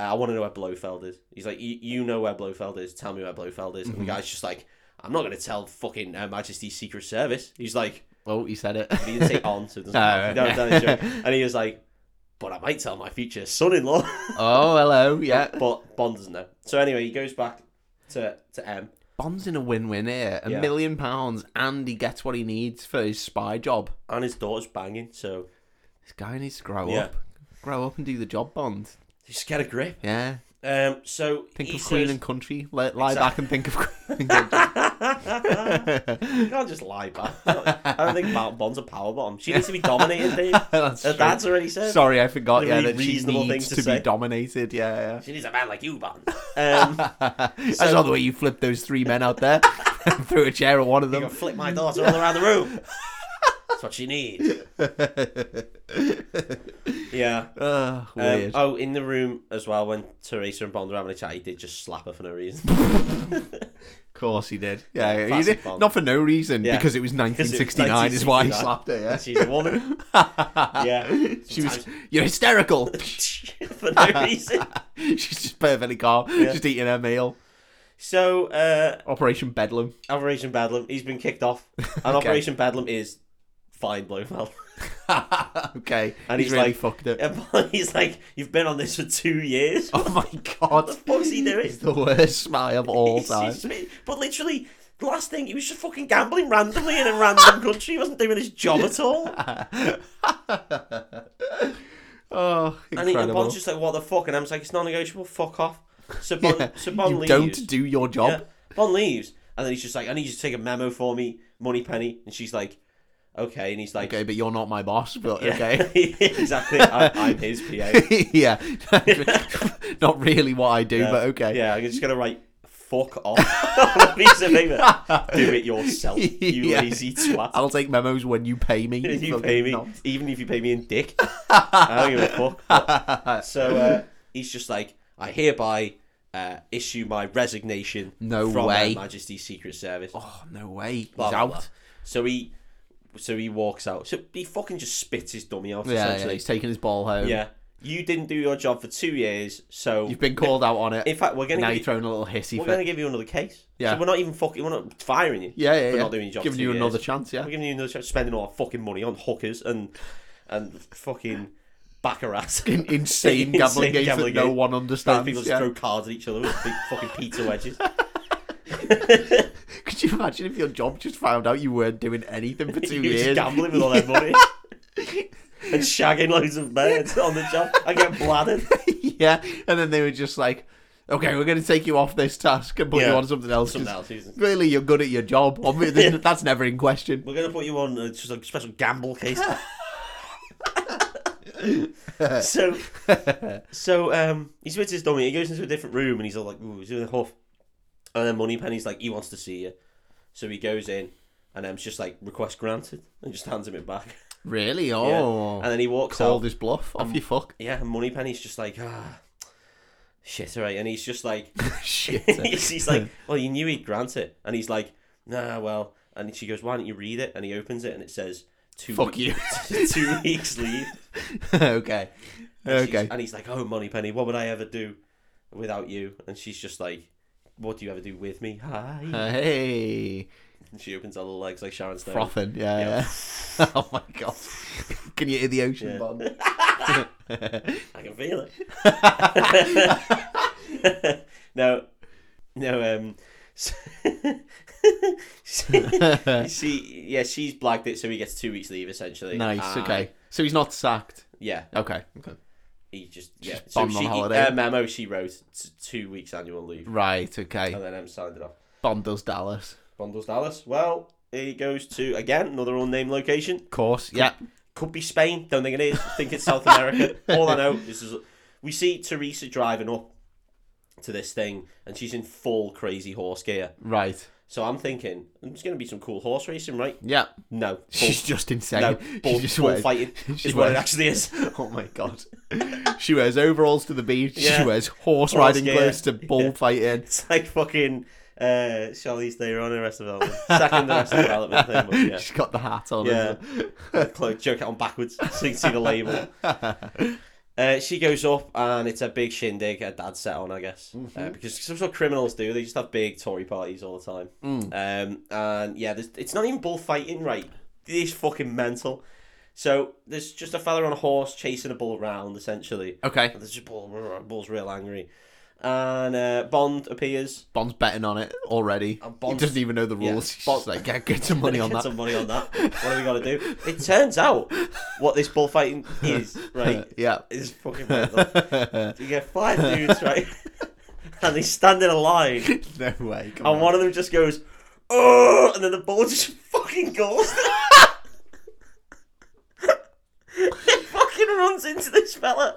B: "Uh, I want to know where Blofeld is. He's like, you, you know where Blofeld is. Tell me where Blofeld is.
C: Mm-hmm.
B: And the guy's just like, I'm not going to tell fucking Her Majesty's Secret Service. He's like,
C: Oh, you said it.
B: But he didn't say on, so it doesn't
C: Oh,
B: matter. You know,
C: right.
B: that is true. And he was like, but I might tell my future son-in-law.
C: oh, hello. Yeah.
B: but Bond doesn't know. So anyway, he goes back to, to M.
C: Bond's in a win-win here. A
B: Yeah.
C: million pounds, and he gets what he needs for his spy job.
B: And his daughter's banging, so
C: This guy needs to grow
B: Yeah.
C: up. Grow up and do the job, Bond.
B: just get a grip.
C: Yeah.
B: Um, so
C: Think
B: he
C: of Queen
B: says-
C: and Country. Li- lie back and think of Queen and Country.
B: you can't just lie back. I don't think Bo- Bond's a power bomb. She needs to be dominated, Dave.
C: That's
B: Uh,
C: true.
B: That's already said.
C: Sorry, I forgot.
B: a
C: Yeah,
B: really
C: that she
B: reasonable thing
C: needs
B: to
C: to, be
B: say.
C: dominated. Yeah,
B: She needs a man like you, Bond. Um,
C: yeah. I
B: So-
C: saw the way you flipped those three men out there, threw a chair at one of
B: you
C: them.
B: can flip my daughter all around the room. That's what she needs. Yeah.
C: Ugh,
B: Um,
C: weird.
B: oh, in the room as well, when Teresa and Bond were having a chat, he did just slap her for no reason.
C: of course he did. Yeah, he
B: classic
C: did.
B: Bond.
C: not for no reason
B: Yeah.
C: because it was
B: it was
C: 1969, is why he slapped her. Yeah,
B: She's a woman. Yeah.
C: she was. You're hysterical.
B: for no reason.
C: She's just perfectly calm, just eating her meal.
B: So, uh,
C: Operation Bedlam.
B: Operation Bedlam, he's been kicked off. And
C: Okay.
B: Operation Bedlam is fine, Blofeld.
C: okay,
B: And
C: he's,
B: he's
C: really
B: like-
C: fucked it.
B: And he's like, You've been on this for two years.
C: Oh my god,
B: What the fuck's he doing?
C: It's the worst smile of all
B: He's-
C: time.
B: he's- but literally, the last thing, he was just fucking gambling randomly in a random country. He wasn't doing his job at all.
C: oh,
B: And, he, and
C: incredible!
B: Bond's just like, What the fuck? And I'm like, It's non negotiable. Fuck off. So Bond,
C: Yeah,
B: so Bond
C: you
B: leaves.
C: don't do your job.
B: Yeah. Bond leaves, and then he's just like, "I need you to take a memo for me, Money Penny," and she's like, "Okay," and he's like,
C: Okay, but you're not my boss. But
B: "Yeah."
C: okay,
B: exactly. I, I'm his PA.
C: yeah, not really what I do,
B: Yeah.
C: but okay.
B: Yeah, I'm just gonna write "fuck off" on a piece of paper. Do it yourself, you
C: Yeah.
B: lazy twat.
C: I'll take memos when you pay me.
B: if you
C: fucking
B: pay me,
C: knob.
B: even if you pay me in dick, I don't give a fuck. So uh, he's just like, I hereby uh, issue my resignation
C: No
B: from
C: way.
B: Her Majesty's Secret Service.
C: Oh no way! He's
B: blah, blah,
C: out.
B: blah. So he, so he walks out. So he fucking just spits his dummy out.
C: Yeah, yeah,
B: essentially.
C: he's taking his ball home.
B: yeah. You didn't do your job for two years, so
C: You've been called out on it.
B: In fact, we're gonna
C: now
B: give,
C: you're throwing a little hissy
B: we're
C: fit.
B: gonna give you another case.
C: Yeah.
B: So we're not even fucking. We're not firing you.
C: Yeah, yeah,
B: For
C: yeah.
B: not doing your job.
C: Giving
B: for
C: you
B: two
C: another
B: years.
C: chance. Yeah.
B: We're giving you another chance. Spending all our fucking money on hookers and and fucking baccarat.
C: In- insane
B: Insane
C: gambling games
B: gambling
C: that no
B: game.
C: one
B: Those
C: understands.
B: people just
C: yeah.
B: throw cards at each other with big fucking pizza wedges.
C: Could you imagine if your job just found out you weren't doing anything for two
B: you were just
C: years?
B: gambling with all their money and shagging loads of men on the job. I get bladdered.
C: yeah, and then they were just like, "Okay, we're going to take you off this task and put you
B: Yeah.
C: on something else."
B: Something
C: 'cause
B: else, isn't it?
C: Really, you're good at your job. Obviously,
B: Yeah.
C: that's never in question.
B: We're gonna put you on a, just a special gamble case. so, so um, he switches his dummy. He goes into a different room and he's all like, "Ooh, he's doing a huff." And then Moneypenny's like, "He wants to see you," so he goes in and um, it's just like, "Request granted," and just hands him it back.
C: Really?
B: Yeah.
C: Oh,
B: and then he walks
C: call
B: out. Um,
C: this bluff. Off you fuck.
B: Yeah, and Moneypenny's just like, "Ah, shit, alright," and he's just like,
C: Shit.
B: he's, he's like, well, you knew he'd grant it, and he's like, nah, well, and she goes, why don't you read it? And he opens it, and it says, two
C: Fuck you.
B: two weeks leave.
C: okay.
B: And she's-
C: Okay.
B: and he's like, oh, money penny, what would I ever do without you? And she's just like, what do you ever do with me? Hi.
C: Uh, hey,
B: And she opens her little legs like Sharon Stone.
C: frothing. Yeah. yeah. oh my god. Can you hear the ocean
B: Yeah.
C: bomb?
B: I can feel it. no, no. Um, so- she, yeah, she's blagged it, so he gets two weeks leave essentially.
C: nice.
B: Uh,
C: Okay. So he's not sacked.
B: Yeah,
C: Okay. Okay.
B: he just yeah.
C: Just
B: So
C: bombed on
B: she,
C: holiday.
B: her memo she wrote t- two weeks annual leave,
C: Right. Okay.
B: and then um, signed it off.
C: Bond does Dallas.
B: Bundles Dallas. Well, he goes to again another unnamed location.
C: Of course. Yeah.
B: Could be Spain. Don't think it is. think it's South America. All I know is is we see Teresa driving up to this thing, and she's in full crazy horse gear.
C: Right.
B: So I'm thinking there's going to be some cool horse racing, right?
C: Yeah.
B: No, bull-
C: She's just insane.
B: no, bull,
C: she just
B: bull
C: wears,
B: fighting
C: she
B: is what it
C: wears-
B: actually is.
C: Oh my god. she wears overalls to the beach. She
B: Yeah.
C: wears horse,
B: Horse
C: riding
B: gear.
C: clothes to bullfighting.
B: It's like fucking uh, Charlize Theron in Arrested Development. Second Arrested Development thing, but yeah.
C: She's got the hat on.
B: Yeah.
C: isn't it?
B: Cloak, joke it on backwards so you can see the label. Uh, she goes up and it's a big shindig her dad set on, I guess. Uh, because that's what criminals do. They just have big Tory parties all the time. Um, and yeah, there's, it's not even bullfighting, right? It's fucking mental. So there's just a fella on a horse chasing a bull around, essentially.
C: Okay.
B: And there's just bull, bull's real angry. And uh, Bond appears.
C: Bond's betting on it already.
B: And
C: He
B: Uh, Bond's-
C: doesn't even know the
B: yeah,
C: rules. He's
B: Bond-
C: just like, yeah, get some money on
B: Get
C: that.
B: some money on that. What have we got to do? It turns out what this bullfighting is, right?
C: yeah.
B: It's fucking mental. you get five dudes, right? and they stand in a line,
C: No way. Come
B: and
C: on.
B: one of them just goes, oh, and then the ball just fucking goes. He fucking runs into this fella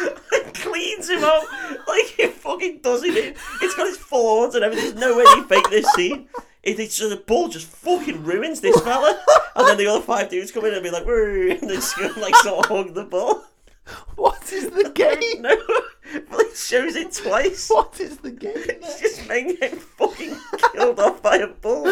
B: and cleans him up like he fucking does it. in. It's got his full horns and everything. There's no way he faked this scene. It, it's just the ball just fucking ruins this fella, and then the other five dudes come in and be like, "Woo!" and they just go and, like sort of hug the ball.
C: What is the game?
B: No, but it shows it twice.
C: What is the game?
B: It's just men getting fucking killed off by a bull.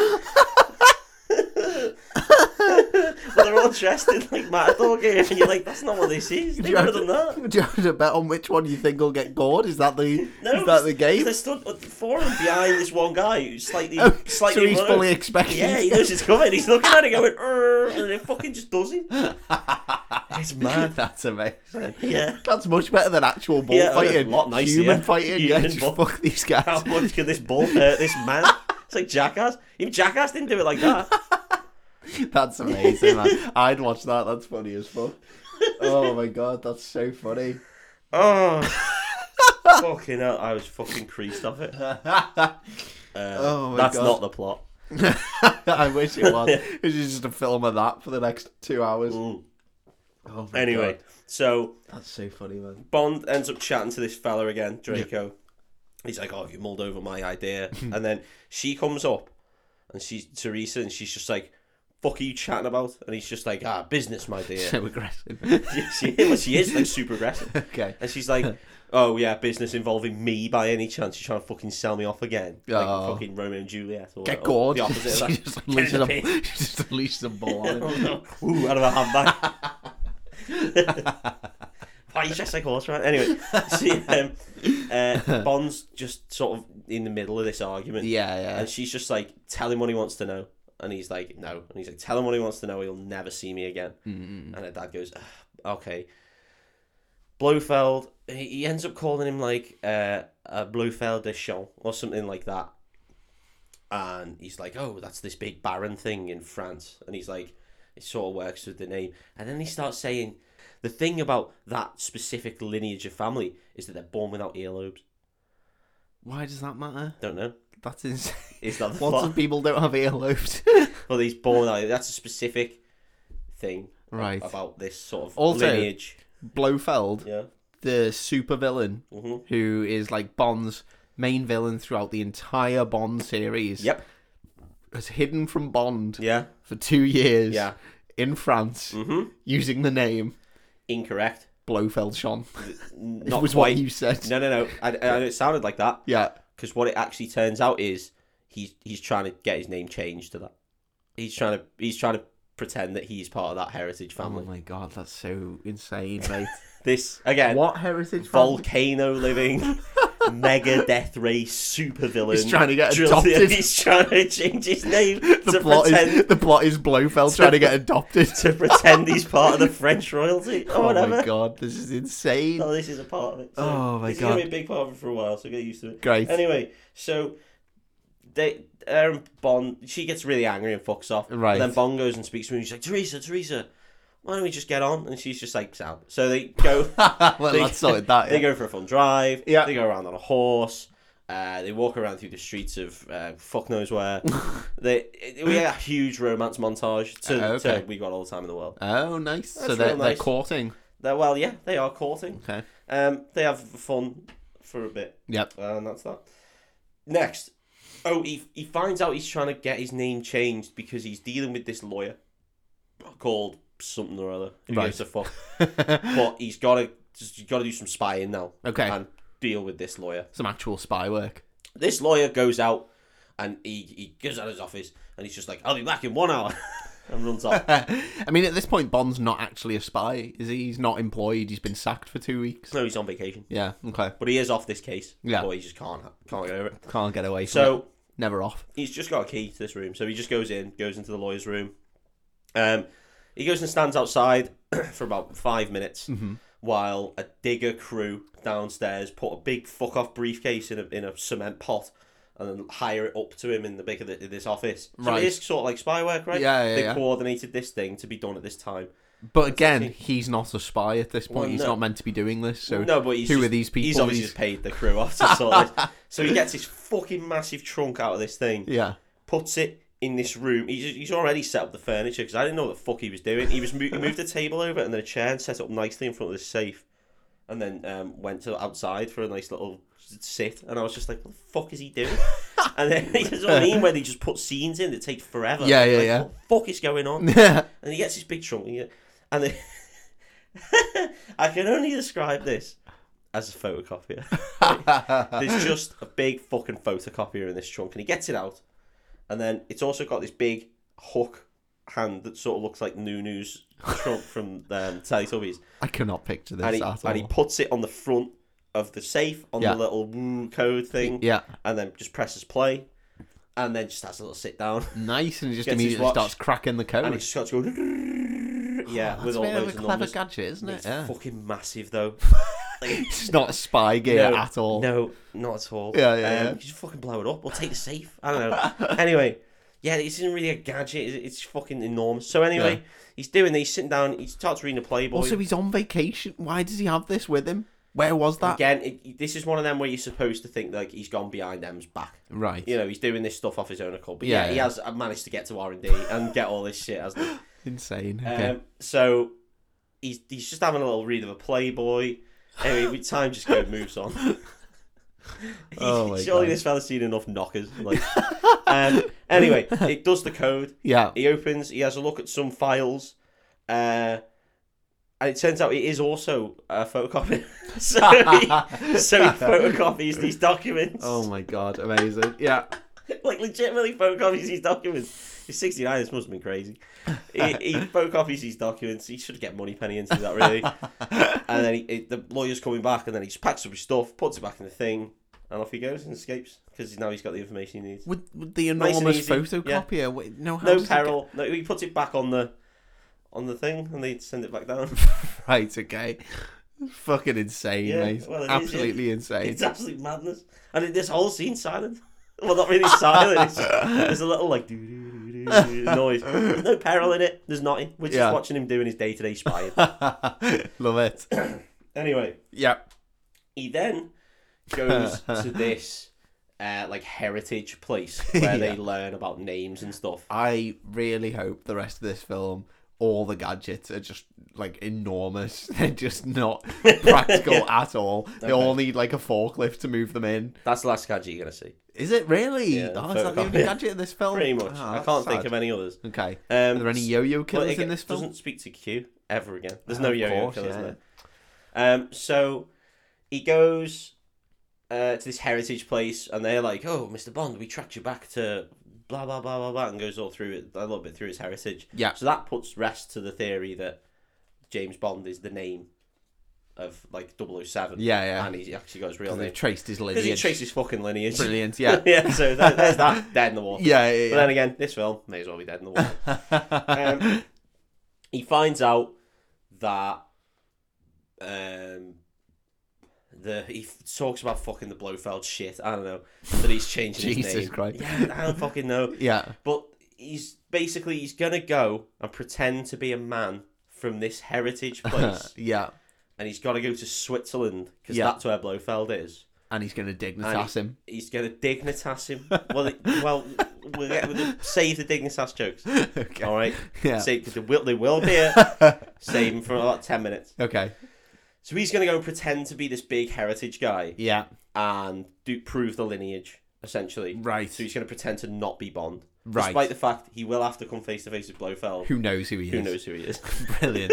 B: but they're all dressed in like matador gear, and you're like, that's not what this is. They
C: you
B: never done
C: have
B: that.
C: Do you have to bet on which one you think will get gored? Is that the is that the game?
B: They stood uh, four of them behind this one guy who's slightly,
C: Oh,
B: slightly.
C: so he's
B: running.
C: fully expecting.
B: Yeah, he knows it's coming. He's looking at it, going, "Err," and it fucking just does it. It's mad.
C: That's amazing.
B: Yeah.
C: That's much better than actual bull
B: Yeah, that's a
C: fighting.
B: lot nicer,
C: Human
B: yeah.
C: fighting.
B: Human
C: yeah, just
B: bull-
C: fuck these
B: How
C: guys.
B: much can this bull hurt this man? It's like Jackass. Even Jackass didn't do it like that.
C: That's amazing, man. I'd watch that. That's funny as fuck. Oh my god, that's so funny.
B: Oh, fucking hell! I was fucking creased off it. Uh,
C: Oh my
B: that's
C: God.
B: not the plot.
C: I wish it was. It's just a film of that for the next two hours.
B: Mm.
C: Oh my
B: Anyway,
C: God,
B: so
C: that's so funny, man.
B: Bond ends up chatting to this fella again, Draco. He's like, "Oh, have you mulled over my idea?" and then she comes up, and she's Teresa, and she's just like, "Fuck are you chatting about?" And he's just like, "Ah, business, my dear."
C: So aggressive.
B: she, well, she is like super aggressive,
C: okay.
B: and she's like. Oh yeah, business involving me by any chance? You're trying to fucking sell me off again, like
C: Oh.
B: fucking Romeo and Juliet, or,
C: Get
B: or
C: gored.
B: the opposite of
C: She
B: that.
C: just
B: Get in
C: unleashes
B: the
C: a,
B: pit.
C: she just unleashes a ball on him.
B: Ooh, out of a handbag. Why are you dressed like horse, right? Anyway, she, um, uh, Bond's just sort of in the middle of this argument.
C: Yeah, yeah.
B: And she's just like, tell him what he wants to know. And he's like, no. And he's like, tell him what he wants to know. He'll never see me again. And her dad goes, "Ah, okay. Blofeld, he he ends up calling him like uh, a Blofeld de Champ or something like that. And he's like, oh, that's this big baron thing in France. And he's like, it sort of works with the name. And then he starts saying, the thing about that specific lineage of family is that they're born without earlobes.
C: Why does that matter?
B: Don't know.
C: That's insane.
B: Is that the
C: Lots
B: plot?
C: of people don't have earlobes.
B: Well, he's born out. That's a specific thing
C: right.
B: about this sort of
C: Also-
B: lineage.
C: Blofeld,
B: Yeah. mm-hmm.
C: the super villain, who is like Bond's main villain throughout the entire Bond series,
B: Yep.
C: was hidden from Bond
B: Yeah.
C: for two years
B: Yeah. Mm.
C: in France using the name
B: Incorrect.
C: Blofeld Sean.
B: Not
C: was
B: quite.
C: what you said.
B: No, no, no. I, I, it sounded like that
C: Yeah.
B: because what it actually turns out is he's he's trying to get his name changed to that. He's trying to he's trying to pretend that he's part of that heritage
C: Oh
B: family.
C: my god, that's so insane, mate.
B: This again,
C: Mm. what heritage? family?
B: volcano living, mega death race super villain.
C: He's trying to get
B: drilled in-
C: adopted.
B: He's trying to change his name
C: The
B: to
C: plot
B: pretend
C: is the plot is Blofeld trying to get adopted.
B: to pretend he's part of the French royalty or
C: Oh
B: whatever.
C: my god, this is insane.
B: No, this is a part of it. So
C: Oh my
B: this is gonna be
C: God.
B: a big part of it for a while, so get used to it.
C: Great.
B: Anyway, so they Aaron Bond she gets really angry and fucks off.
C: Right.
B: And then Bond goes and speaks to her and she's like, Teresa, Teresa, why don't we just get on? And she's just like, Sound. So they go
C: well,
B: They-
C: that's sorted that.
B: They
C: yeah.
B: go for a fun drive.
C: Yeah.
B: They go around on a horse. Uh, they walk around through the streets of uh, fuck knows where. they we had a huge romance montage to,
C: Uh, okay.
B: to we got all the time in the world.
C: Oh, nice. so
B: That's
C: they're,
B: real
C: they're
B: nice.
C: courting.
B: They're, well, yeah, they are courting.
C: Okay.
B: Um, they have fun for a bit,
C: Yep.
B: and that's that. Next, oh, he he finds out he's trying to get his name changed because he's dealing with this lawyer called something or other. Who
C: Right.
B: gives a fuck? but he's got to just got to do some spying now.
C: Okay.
B: and deal with this lawyer.
C: Some actual spy work.
B: This lawyer goes out and he he goes out of his office and he's just like, "I'll be back in one hour," and runs off.
C: I mean, at this point, Bond's not actually a spy, is he? He's not employed. He's been sacked for two weeks.
B: no, he's on vacation,
C: Yeah. Okay.
B: but he is off this case.
C: Yeah.
B: but he just can't can't get over it.
C: Can't get away. From
B: So.
C: it. never off.
B: he's just got a key to this room, so he just goes in, goes into the lawyer's room. Um, he goes and stands outside for about five minutes
C: Mm-hmm.
B: while a digger crew downstairs put a big fuck off briefcase in a in a cement pot and then hire it up to him in the big of the, this office. So
C: Right.
B: it is sort of like spy work, right?
C: Yeah, yeah,
B: They
C: yeah.
B: coordinated this thing to be done at this time.
C: But again, he's not a spy at this point.
B: Well,
C: he's
B: no.
C: not meant to be doing this. So
B: No, but he's
C: who
B: just-
C: are these people?
B: He's obviously just paid the crew off to sort this. So he gets his fucking massive trunk out of this thing,
C: yeah.
B: puts it in this room. He's, he's already set up the furniture because I didn't know what the fuck he was doing. He was mo- he moved a table over and then a chair and set it up nicely in front of the safe, and then um, went to outside for a nice little sit. And I was just like, what the fuck is he doing? and then he doesn't mean when they just put scenes in that take forever.
C: Yeah, yeah,
B: Like,
C: yeah.
B: What the fuck is going on?
C: yeah.
B: and he gets his big trunk and, he, and then I can only describe this as a photocopier. There's just a big fucking photocopier in this trunk and he gets it out and then it's also got this big hook hand that sort of looks like Nunu's trunk from um, Teletubbies
C: I cannot picture this
B: and he,
C: at all.
B: and he puts it on the front of the safe on
C: Yeah.
B: the little woo code thing
C: yeah,
B: and then just presses play and then just has a little sit down
C: nice, and he just
B: Gets his
C: immediately
B: watch.
C: starts cracking the
B: and it
C: code.
B: just starts going yeah
C: Oh, That's
B: with
C: a
B: all
C: bit of a
B: those
C: clever
B: numbers
C: gadget, isn't it?
B: It's
C: Yeah.
B: fucking massive though. Like,
C: It's not a spy gear
B: no,
C: at all.
B: No, not at all. Um,
C: Yeah, yeah, yeah.
B: You just fucking blow it up or take the safe. I don't know. anyway, yeah, this isn't really a gadget. It's it's fucking enormous. So anyway,
C: Yeah.
B: he's doing this, sitting down. He starts reading the Playboy.
C: Also, he's on vacation. Why does he have this with him? Where was that?
B: Again, it, this is one of them where you're supposed to think like he's gone behind M's back.
C: Right.
B: You know, he's doing this stuff off his own accord. But
C: Yeah,
B: yeah, he
C: yeah.
B: has managed to get to R and D and get all this shit, hasn't he?
C: Insane. Okay.
B: Um, so he's he's just having a little read of a Playboy. Anyway, with time just go moves on.
C: Oh my
B: Surely
C: God.
B: this fella's seen enough knockers. Like, um, anyway, it does the code.
C: yeah.
B: He opens. He has a look at some files, uh, and it turns out it is also a photocopy. so, he, so he photocopies these documents.
C: Oh my god, amazing. Yeah.
B: like legitimately photocopies these documents. He's 69, this must have been crazy. He, he photocopies these documents. He should get money penny into that, really. and then he, he- the lawyer's coming back, and then he just packs up his stuff, puts it back in the thing, and off he goes and escapes because now he's got the information he needs.
C: With, with the
B: Nice and
C: enormous
B: easy, yeah.
C: photocopier. Wait, no, how
B: No
C: does it get-
B: peril. No, he puts it back on the on the thing, and they send it back down.
C: Right, okay. Fucking insane,
B: Yeah,
C: mate.
B: well, it is, yeah.
C: Absolutely insane.
B: it's absolute madness. And this whole scene silent. Well, not really silent. It's just, there's a little like doo-doo-doo-doo noise. There's no peril in it. There's nothing. We're just
C: Yeah.
B: watching him doing his day to day spying.
C: Love it.
B: anyway,
C: Yeah.
B: he then goes to this uh, like heritage place where
C: Yeah.
B: they learn about names and stuff.
C: I really hope the rest of this film, all the gadgets are just like enormous. They're just not practical at all. They all need like a forklift to move them in.
B: That's the last gadget you're gonna see,
C: Is it really?
B: Yeah,
C: oh, is that the
B: photocopy.
C: only gadget in this film?
B: pretty much.
C: Ah,
B: I
C: that's
B: can't
C: sad.
B: think of any others.
C: Okay.
B: Um,
C: Are there any
B: s-
C: yo-yo killers
B: well, it
C: in this film?
B: Doesn't speak to Q ever again. There's
C: Ah,
B: no
C: of
B: yo-yo
C: course,
B: killers
C: yeah.
B: there. Um, so he goes uh, to this heritage place, and they're like, "Oh, Mr. Bond, we tracked you back to blah blah blah blah blah," and goes all through it a little bit through his heritage.
C: Yeah.
B: So that puts rest to the theory that James Bond is the name of like 007.
C: Yeah, yeah.
B: and he actually got his real
C: Because
B: name
C: they've traced his
B: because he
C: lineage.
B: traced his fucking lineage.
C: Brilliant, yeah.
B: yeah. So there, there's that dead in the water.
C: yeah, yeah,
B: But
C: yeah.
B: then again, this film may as well be dead in the water. um, he finds out that um, the he f- talks about fucking the Blofeld shit. I don't know that he's changing his
C: Jesus
B: name.
C: Christ.
B: Yeah, I don't fucking know.
C: yeah.
B: But he's basically he's gonna go and pretend to be a man from this heritage place,
C: yeah.
B: and he's got to go to Switzerland because
C: Yeah.
B: that's where Blofeld is.
C: And he's going to dignitas him.
B: He's gonna dignitas him. Well, it- well, we'll, get, we'll save the dignitas jokes.
C: okay.
B: All right.
C: Yeah.
B: Save because they will they will be here. Save him for about ten minutes.
C: Okay.
B: So he's gonna go and pretend to be this big heritage guy
C: Yeah.
B: and do prove the lineage essentially.
C: Right.
B: So he's gonna pretend to not be Bond,
C: Right.
B: despite the fact he will have to come face to face with Blofeld.
C: Who knows who he is?
B: Who knows who he is?
C: Brilliant.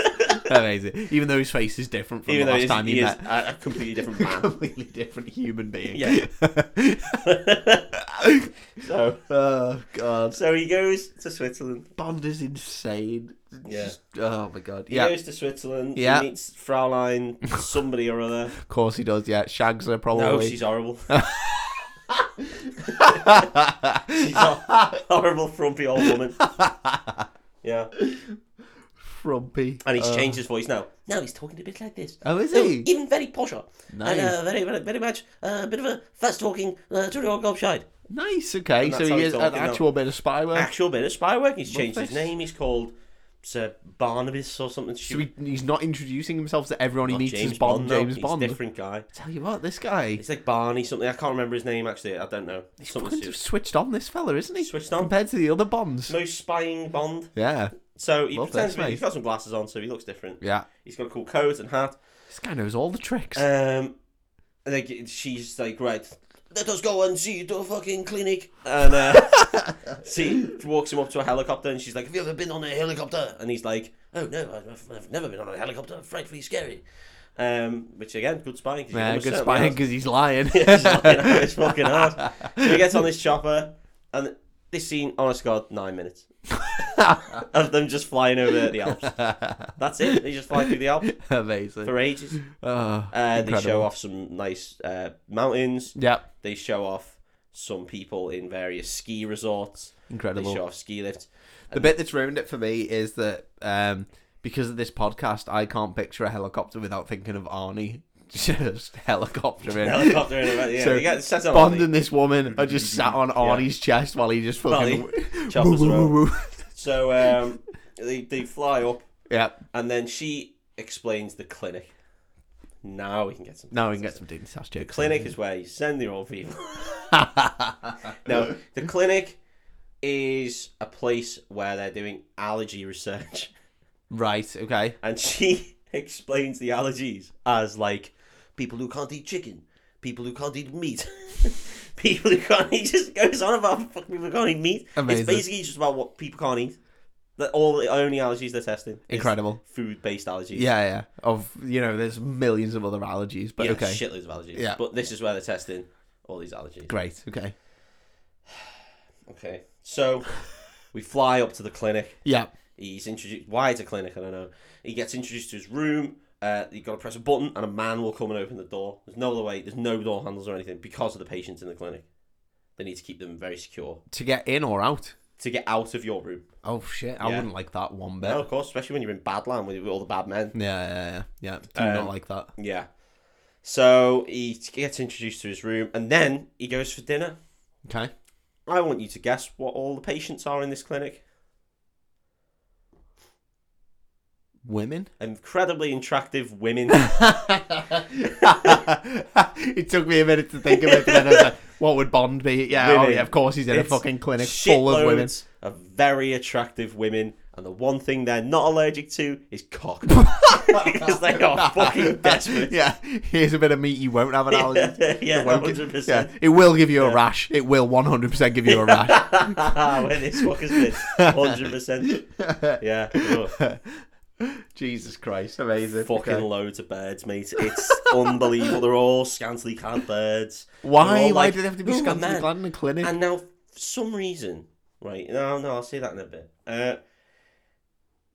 C: Amazing. Even though his face is different from
B: Even
C: the
B: though
C: last
B: he is,
C: time
B: he
C: you
B: is
C: met.
B: a, a completely different man.
C: Completely different human being.
B: Yeah. so
C: oh God.
B: so he goes to Switzerland.
C: Bond is insane.
B: Yeah.
C: Just- oh my God.
B: He
C: Yeah.
B: goes to Switzerland.
C: Yeah.
B: He meets Fraulein somebody or other.
C: Of course he does. Yeah. Shags are probably.
B: No, she's horrible. she's a horrible, frumpy old woman. Yeah.
C: frumpy.
B: And he's
C: Uh,
B: changed his voice now. Now he's talking a bit like this.
C: Oh, is
B: No,
C: he?
B: even very posher.
C: Nice.
B: And uh, very, very, very much uh, a bit of a fast talking, uh, to your gobshite.
C: Nice. Okay.
B: And
C: So
B: that's how
C: he
B: he's
C: is an
B: talking now.
C: actual bit of spy work.
B: Actual bit of spy work. He's changed his
C: Ruthless.
B: name. He's called Sir Barnabas or something.
C: So he, he's not introducing himself to everyone he
B: Not
C: meets as Bond.
B: though.
C: James
B: He's
C: Bond.
B: a different guy.
C: Tell you what, this guy
B: It's like Barney something. I can't remember his name actually. I don't know.
C: he's
B: Something
C: fucking
B: stupid.
C: switched on. This fella, isn't he?
B: Switched on.
C: compared to the other Bonds.
B: No spying Bond.
C: Yeah,
B: So he
C: Love
B: pretends
C: this,
B: to be.
C: mate.
B: He's got some glasses on, so he looks different.
C: yeah.
B: He's got a cool coat and hat.
C: This guy knows all the tricks.
B: Um, like she's like, right, let us go and see the fucking clinic. And uh, she walks him up to a helicopter, and she's like, "Have you ever been on a helicopter?" And he's like, "Oh no, I've, I've never been on a helicopter. Frightfully scary." Um, which again, good spying. 'cause you
C: yeah,
B: almost
C: good
B: certainly
C: spying
B: has.
C: because he's lying.
B: It's fucking hard, it's fucking hard. So he gets on this chopper, and this scene, honest to God, nine minutes of them just flying over the Alps. That's it. They just fly through the Alps
C: Amazing.
B: for ages.
C: Oh,
B: Uh, they
C: incredible.
B: show off some nice uh, mountains.
C: Yep,
B: They show off some people in various ski resorts. They
C: incredible.
B: show off ski lifts.
C: The bit that's ruined it for me is that um, because of this podcast, I can't picture a helicopter without thinking of Arnie just helicoptering.
B: Helicopter in a yeah.
C: So,
B: they get set up
C: Bond
B: on
C: and this woman are just sat on Arnie's chest while he just fucking
B: the
C: woo,
B: choppers
C: woo,
B: around.
C: woo, woo.
B: So um, they they fly up,
C: Yep.
B: and then she explains the clinic. Now we can get some.
C: Now we can get some dignity sass jokes.
B: clinic is where you send the old people. no, the clinic is a place where they're doing allergy research.
C: Right, okay.
B: And she explains the allergies as like people who can't eat chicken, people who can't eat meat, people who can't. He just goes on about fuck people who can't eat meat.
C: Amazing.
B: It's basically just about what people can't eat. That all the only allergies they're testing. is
C: Incredible.
B: Food-based allergies.
C: Yeah, yeah. Of you know, there's millions of other allergies, but
B: Yeah,
C: okay.
B: Shitloads of allergies.
C: Yeah.
B: But this is where they're testing all these allergies.
C: Great, okay.
B: Okay. So we fly up to the clinic.
C: Yeah.
B: He's introduced. Why it's a clinic, I don't know. He gets introduced to his room. Uh, you got to press a button, and a man will come and open the door. There's no other way. There's no door handles or anything because of the patients in the clinic. They need to keep them very secure
C: To get in or out.
B: to get out of your room.
C: Oh shit. I
B: Yeah.
C: wouldn't like that one bit.
B: No, of course, especially when you're in Badland with, with all the bad men.
C: Yeah, yeah, yeah. yeah. Do
B: Um,
C: not like that.
B: Yeah. So he gets introduced to his room, and then he goes for dinner.
C: Okay.
B: I want you to guess what all the patients are in this clinic.
C: Women.
B: Incredibly attractive women.
C: it took me a minute to think of it, but then I was like, what would Bond be? Yeah, oh
B: Women.
C: yeah, of course he's in
B: It's
C: a fucking clinic full of women.
B: shitloads of very attractive women, and the one thing they're not allergic to is cock. because they are Oh, fucking desperate.
C: yeah, here's a bit of meat you won't have an allergy. to.
B: yeah,
C: It won't gi-
B: 100%.
C: yeah, it will give you a rash. It will 100% give you a rash.
B: Where this fucker's been. 100%. Yeah. ugh.
C: Jesus Christ, amazing.
B: Fucking
C: Okay.
B: loads of birds, mate. It's unbelievable. They're all scantily clad birds. They're all
C: Why? Why
B: like,
C: do they have to be
B: "Ooh, a
C: scantily
B: man."
C: clad in a clinic?
B: And now, for some reason, right? No, no, I'll say that in a bit. Uh,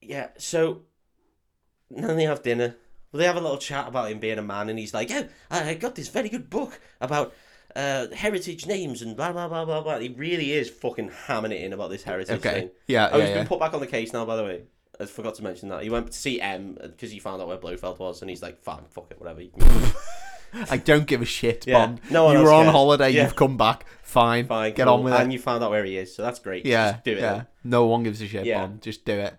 B: yeah. So then they have dinner. Well, they have a little chat about him being a man, and he's like, "Oh, I I got this very good book about uh, heritage names and blah blah blah blah blah." He really is fucking hamming it in about this heritage
C: okay.
B: thing.
C: Yeah,
B: Oh,
C: yeah,
B: he's
C: yeah.
B: been put back on the case now, by the way. I forgot to mention that. He went to see M because he found out where Blofeld was, and he's like, fine, fuck it, whatever. You can-
C: I don't give a shit,
B: Yeah,
C: Bond.
B: no one
C: you
B: else
C: were on
B: cares.
C: holiday,
B: Yeah.
C: you've come back. Fine.
B: Fine,
C: Get
B: cool.
C: on with it.
B: And you found out where he is, so that's great.
C: Yeah.
B: Just do it.
C: yeah.
B: then.
C: No one gives a shit,
B: Yeah.
C: Bond. Just do it.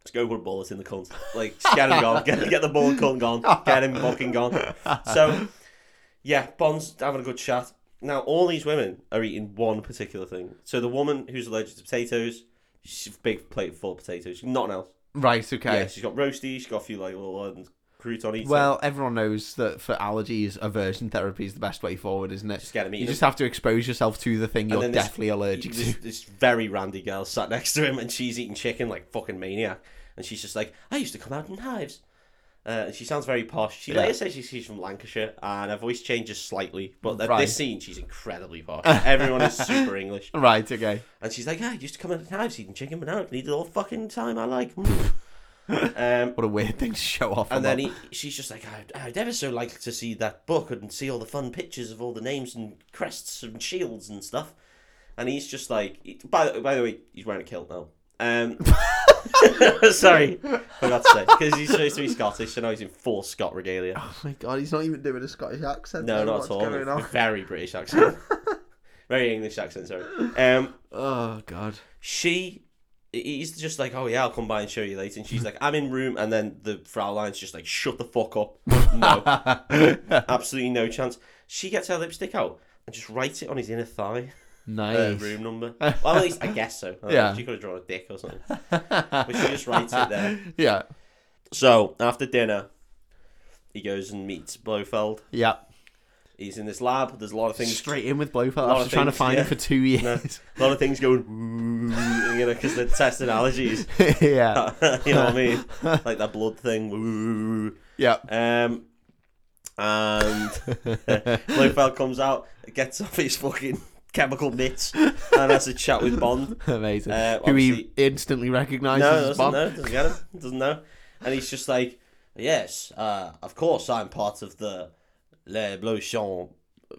B: Let's go put a bullet in the cunt. Like, just get him gone. Get, get the bullet cunt gone. Get him fucking gone. So, yeah, Bond's having a good chat. Now, all these women are eating one particular thing. So, the woman who's allergic to potatoes, she's a big plate full of potatoes. Nothing else.
C: Right, okay.
B: Yeah, she's got roasties. She's got a few, like, little um, crouton eating.
C: Well, everyone knows that for allergies, aversion therapy is the best way forward, isn't it?
B: Just get 'em
C: you
B: eaten.
C: just have to expose yourself to the thing you're
B: then this-
C: definitely allergic
B: this,
C: to.
B: this very randy girl sat next to him and she's eating chicken like fucking maniac and she's just like i used to come out in hives uh, and she sounds very posh she later says she's, she's from lancashire and her voice changes slightly but at
C: Right.
B: this scene she's incredibly posh everyone is super english
C: Right, okay.
B: and she's like "Ah, i used to come out in hives eating chicken but now i can eat it all fucking time i like Mm. um,
C: What a weird thing to show off.
B: and
C: about.
B: then he, she's just like I'd, I'd ever so like to see that book and see all the fun pictures of all the names and crests and shields and stuff and he's just like he- by, the- by the way he's wearing a kilt now um sorry forgot to say because he's supposed to be scottish so now he's in full scot regalia
C: Oh my god, he's not even doing a Scottish accent.
B: no
C: there.
B: not
C: What's
B: at all
C: going on?
B: very british accent very english accent sorry um
C: Oh god.
B: she he's just like, oh yeah, I'll come by and show you later. And she's like, I'm in room. And then the Frauline's just like, shut the fuck up. No, absolutely no chance. She gets her lipstick out and just writes it on his inner thigh. Uh,
C: nice.
B: room number. Well, at least I guess so. I don't know,
C: Yeah.
B: She could have drawn a dick or something. but she just writes it there.
C: yeah.
B: So after dinner, he goes and meets Blofeld.
C: Yeah.
B: He's in this lab. There's a lot of things.
C: Straight in with Blofeld.
B: lot
C: I was
B: of
C: trying to
B: things,
C: find
B: yeah.
C: it for two years.
B: A lot of things going, you know, because they're testing allergies.
C: yeah.
B: you know what I mean? Like that blood thing.
C: Yeah.
B: Um, and Blofeld comes out, gets off his fucking chemical mitts, and has a chat with Bond.
C: Amazing.
B: Uh,
C: Who he
B: obviously-
C: instantly recognises
B: no,
C: as
B: doesn't
C: Bob.
B: know, doesn't get him, doesn't know, and he's just like, yes, uh, of course I'm part of the Le Blochon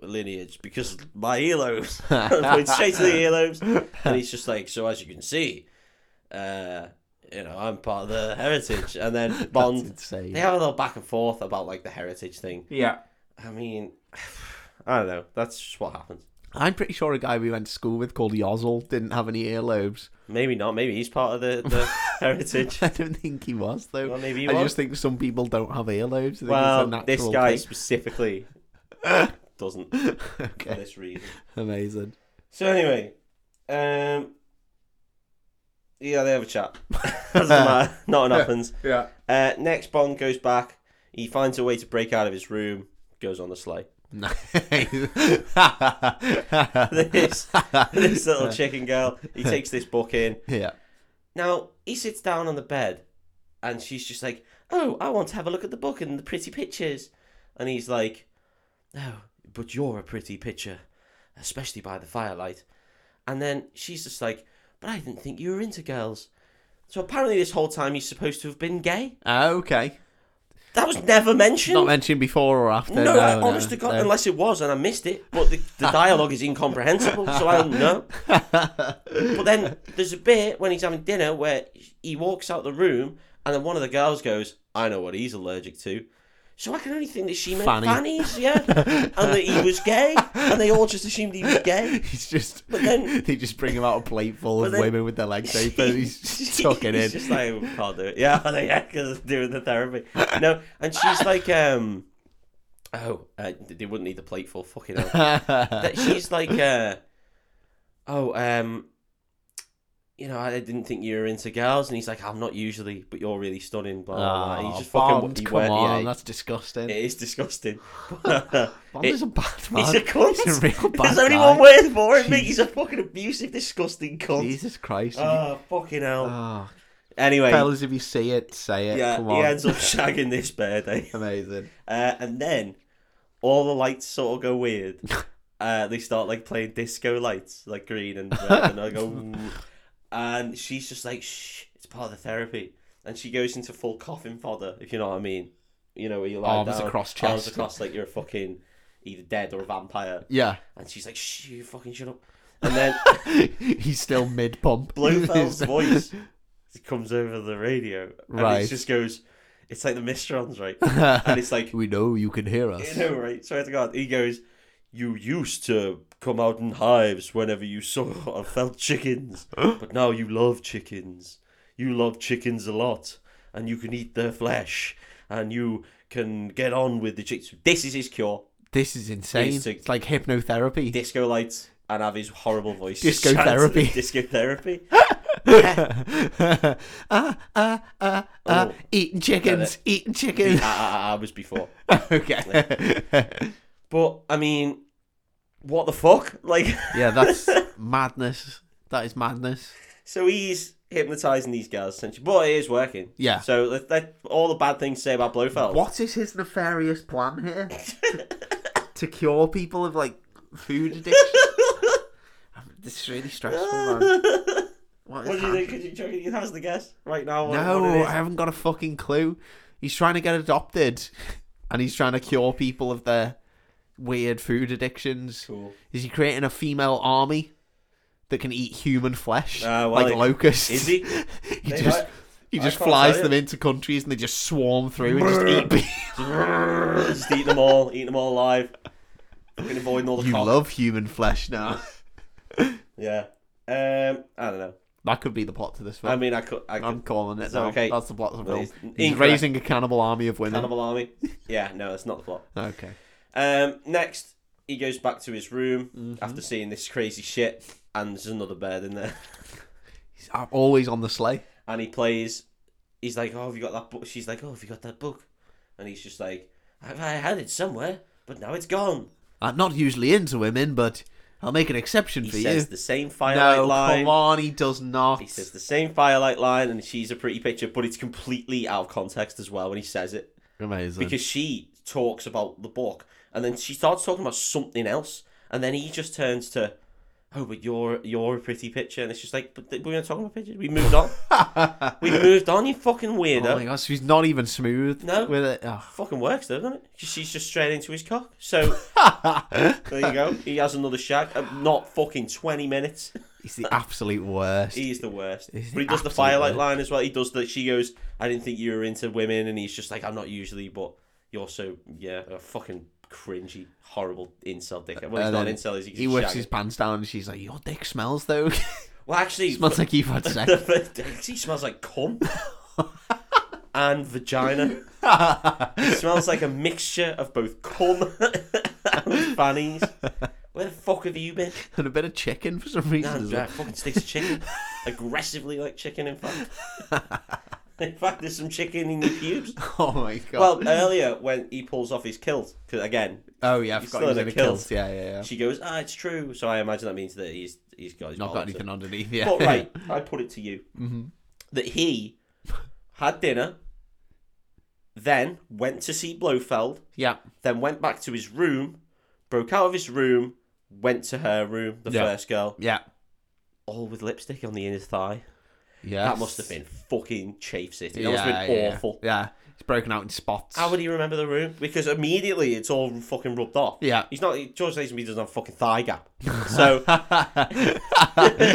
B: lineage because my earlobes went straight to the earlobes, and he's just like, so as you can see, uh, you know, I'm part of the heritage, and then
C: That's
B: Bond.
C: insane.
B: They have a little back and forth about like the heritage thing.
C: Yeah.
B: I mean, I don't know. That's just what happens.
C: I'm pretty sure a guy we went to school with called Yozel didn't have any earlobes.
B: Maybe not. Maybe he's part of the, the heritage.
C: I don't think he was though.
B: Well, maybe he
C: I
B: was.
C: just think some people don't have earlobes. I think
B: Well,
C: it's a
B: this
C: natural
B: guy
C: thing.
B: specifically doesn't for
C: Okay.
B: this reason.
C: Amazing.
B: So anyway, um, yeah, they have a chat. Doesn't matter. Not enough happens.
C: Yeah.
B: Uh, next, Bond goes back. He finds a way to break out of his room. Goes on the sleigh. This this little chicken girl. He takes this book in.
C: yeah.
B: Now he sits down on the bed, and she's just like, "Oh, I want to have a look at the book and the pretty pictures," and he's like, "No, but you're a pretty picture, especially by the firelight." And then she's just like, "But I didn't think you were into girls." So apparently, this whole time he's supposed to have been gay.
C: Ah, okay.
B: That was never mentioned.
C: Not mentioned before or after.
B: no,
C: No,
B: I,
C: no,
B: honest to God,
C: no.
B: unless it was and I missed it. But the, the dialogue is incomprehensible, so I don't know. But then there's a bit when he's having dinner where he walks out the room, and then one of the girls goes, "I know what he's allergic to." So I can only think that she meant
C: Fanny.
B: fannies, yeah, and that he was gay, and they all just assumed he was gay.
C: He's just.
B: But then-
C: they just bring him out a plate full
B: But
C: of
B: then-
C: women with their legs open. He's just tucking
B: He's
C: in.
B: just like, "We can't do it. Yeah, yeah, because doing the therapy. No, and she's like, um, oh, uh, they wouldn't need the plate for fucking hell. that she's like, uh, oh, um, you know, I didn't think you were into girls, and he's like, I'm not usually, but you're really stunning. Blah blah. blah.
C: Oh,
B: He's just
C: Bond,
B: fucking. he
C: come
B: went-
C: on,
B: yeah,
C: that's disgusting.
B: it is disgusting.
C: Bond
B: it-
C: is a bad man.
B: he's a cunt.
C: He's a real bad
B: There's only
C: guy.
B: one word for it, mate. He's a fucking abusive, disgusting cunt.
C: Jesus Christ.
B: Oh, fucking hell.
C: Oh,
B: anyway,
C: fellas, if you see it, say it.
B: yeah,
C: Come
B: he
C: on.
B: ends up shagging this bear, eh?
C: Amazing.
B: Uh, and then all the lights sort of go weird. uh, they start like playing disco lights, like green and red, and I go, "Ooh." and she's just like, "Shh, it's part of the therapy." And she goes into full coffin fodder, if you know what I mean. You know where you lie
C: Arms
B: down,
C: across
B: arms
C: chest.
B: across, like you're a fucking either dead or a vampire.
C: Yeah.
B: And she's like, "Shh, you fucking shut up." And then
C: He's still mid pump.
B: Blofeld's voice comes over the radio, and it
C: Right.
B: just goes, "It's like the Mistrons, right?"
C: we
B: And it's like,
C: know you can hear us.
B: You know, right? Swear to God. He goes, You used to come out in hives whenever you saw or felt chickens, but now you love chickens. You love chickens a lot, and you can eat their flesh, and you can get on with the chicks. This is his cure.
C: This is insane.
B: It's a-
C: It's like hypnotherapy.
B: Disco lights and have his horrible voice.
C: Disco
B: Shout out to the
C: therapy.
B: Disco therapy.
C: ah, ah, ah, ah,
B: Oh. Ah.
C: eating chickens, eating
B: I,
C: chickens.
B: I, I was before.
C: okay.
B: But, I mean, what the fuck? Like,
C: yeah, that's madness. That is madness.
B: So he's hypnotizing these girls essentially, but it is working.
C: Yeah.
B: So that, that all the bad things to say about Blofeld.
C: What is his nefarious plan here? to cure people of like food addiction? Um, this is really stressful, man. What
B: What
C: is
B: do you
C: happening?
B: think? Could you, do you reckon you can have us the guess right now? What,
C: No,
B: what it is?
C: I haven't got a fucking clue. He's trying to get adopted, and he's trying to cure people of their weird food addictions.
B: Cool.
C: Is he creating a female army that can eat human flesh
B: Uh, well,
C: like
B: he-
C: locusts?
B: Is he?
C: he
B: They
C: just
B: might-
C: he
B: I
C: just
B: can't
C: flies
B: tell
C: them into countries and they just swarm through and just eat people.
B: just eating them all, eating them all alive. Fucking avoiding all the
C: You
B: cock.
C: love human flesh now.
B: Yeah. Um, I don't know.
C: That could be the plot to this film.
B: I mean, I could. I
C: I'm
B: could
C: calling it
B: So,
C: now.
B: okay.
C: That's the plot of the
B: Well,
C: film.
B: he's
C: He's
B: incorrect.
C: raising a cannibal army of women.
B: Cannibal Army. Yeah, no, that's not the plot.
C: Okay.
B: Um, next, he goes back to his room
C: Mhm.
B: after seeing this crazy shit, and there's another bird in there.
C: He's uh, always on the sleigh.
B: And he plays. He's like, "Oh, have you got that book?" She's like, "Oh, have you got that book?" And he's just like, "I, I had it somewhere, but now it's gone."
C: I'm Uh, not usually into women, but I'll make an exception
B: He
C: for
B: says
C: you.
B: the same firelight
C: No,
B: line.
C: come on, he does not.
B: He says the same firelight line, and she's a pretty picture, but it's completely out of context as well when he says it.
C: Amazing.
B: because she talks about the book and then she starts talking about something else and then he just turns to oh but you're you're a pretty picture and it's just like but th- we weren't talking about pictures we moved on we moved on you fucking
C: Oh
B: weirdo
C: my gosh, she's not even smooth
B: No.
C: with it. Oh.
B: fucking works though doesn't it 'Cause she's just straight into his cock so there you go he has another shag uh, not fucking 20 minutes
C: He's the absolute worst.
B: He's the worst.
C: He's
B: but
C: the
B: he does the
C: absolute
B: firelight
C: worst.
B: line as well. He does the. She goes, "I didn't think you were into women," and he's just like, "I'm not usually, but you're so yeah, a fucking cringy, horrible incel dickhead." Well, he's
C: And
B: not an
C: then
B: incel. He's, he's
C: he
B: a
C: whips
B: shagger.
C: his pants down and she's like, Your dick smells though.
B: Well, actually,
C: smells like you've had sex.
B: the first- he smells like cum and vagina. He smells like a mixture of both cum and fannies. Where the fuck have you been?
C: and a bit of chicken for some reason.
B: No,
C: as
B: yeah,
C: well.
B: fucking sticks of chicken. Aggressively like chicken, in fact. in fact, there's some chicken in your pubes.
C: Oh my god.
B: Well, earlier when he pulls off his kilt, because again,
C: oh yeah, I
B: he's
C: forgot
B: still
C: he was
B: in
C: in
B: a
C: a
B: kilt.
C: kilt. Yeah, yeah, yeah.
B: she goes, ah, it's true. So I imagine that means that he's he's got his
C: Not
B: bollocks
C: got
B: in.
C: anything underneath. Yeah.
B: But right, I put it to you
C: Mhm.
B: that he had dinner, then went to see Blofeld,
C: Yeah.
B: then went back to his room, broke out of his room, went to her room, the
C: Yeah.
B: first girl,
C: Yeah.
B: all with lipstick on the inner thigh.
C: Yeah.
B: That must have been fucking Chafe City. That must have been
C: yeah,
B: awful.
C: Yeah. It's broken out in spots.
B: How would he remember the room? Because immediately it's all fucking rubbed off.
C: Yeah.
B: He's not George Lazenby doesn't have a fucking thigh gap. So,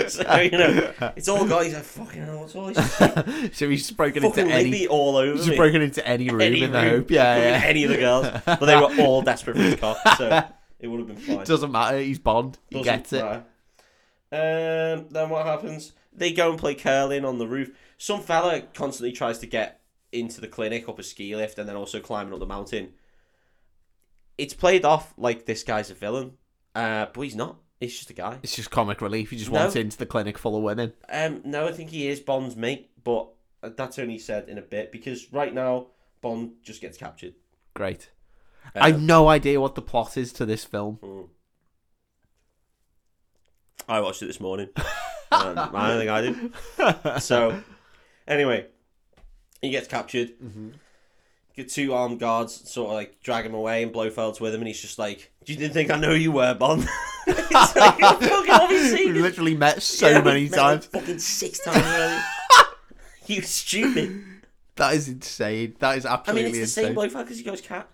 B: so, you know, it's all got he's like fucking hell, it's all he's
C: so he's broken into
B: fucking
C: any
B: lady all over.
C: he's
B: me.
C: broken into any room
B: Any
C: in the
B: room,
C: hope. Yeah,
B: including
C: yeah.
B: Any of the girls. But they were all desperate for his cock, so it would have been fine.
C: Doesn't matter, he's Bond. He
B: Doesn't
C: gets it.
B: matter. Um, then what happens? They go and play curling on the roof. Some fella constantly tries to get into the clinic up a ski lift and then also climbing up the mountain. It's played off like this guy's a villain, uh, but he's not. He's just a guy.
C: It's just comic relief. He just
B: No.
C: wants into the clinic full of women.
B: Um, no, I think he is Bond's mate, but that's only said in a bit because right now Bond just gets captured.
C: Great.
B: Um,
C: I've no idea what the plot is to this film.
B: Mm. I watched it this morning. um, I don't think I did. So, anyway, he gets captured.
C: Mm-hmm.
B: Get two armed guards sort of like drag him away, and Blofeld's with him, and he's just like, "You didn't think I know you were Bond?" it's like, fucking obviously,
C: We've literally met so
B: Yeah, we
C: many
B: met, like,
C: times.
B: fucking six times already. you stupid.
C: That is insane. That is
B: I
C: absolutely
B: mean, it's the
C: insane.
B: same Blofeld because he goes cat.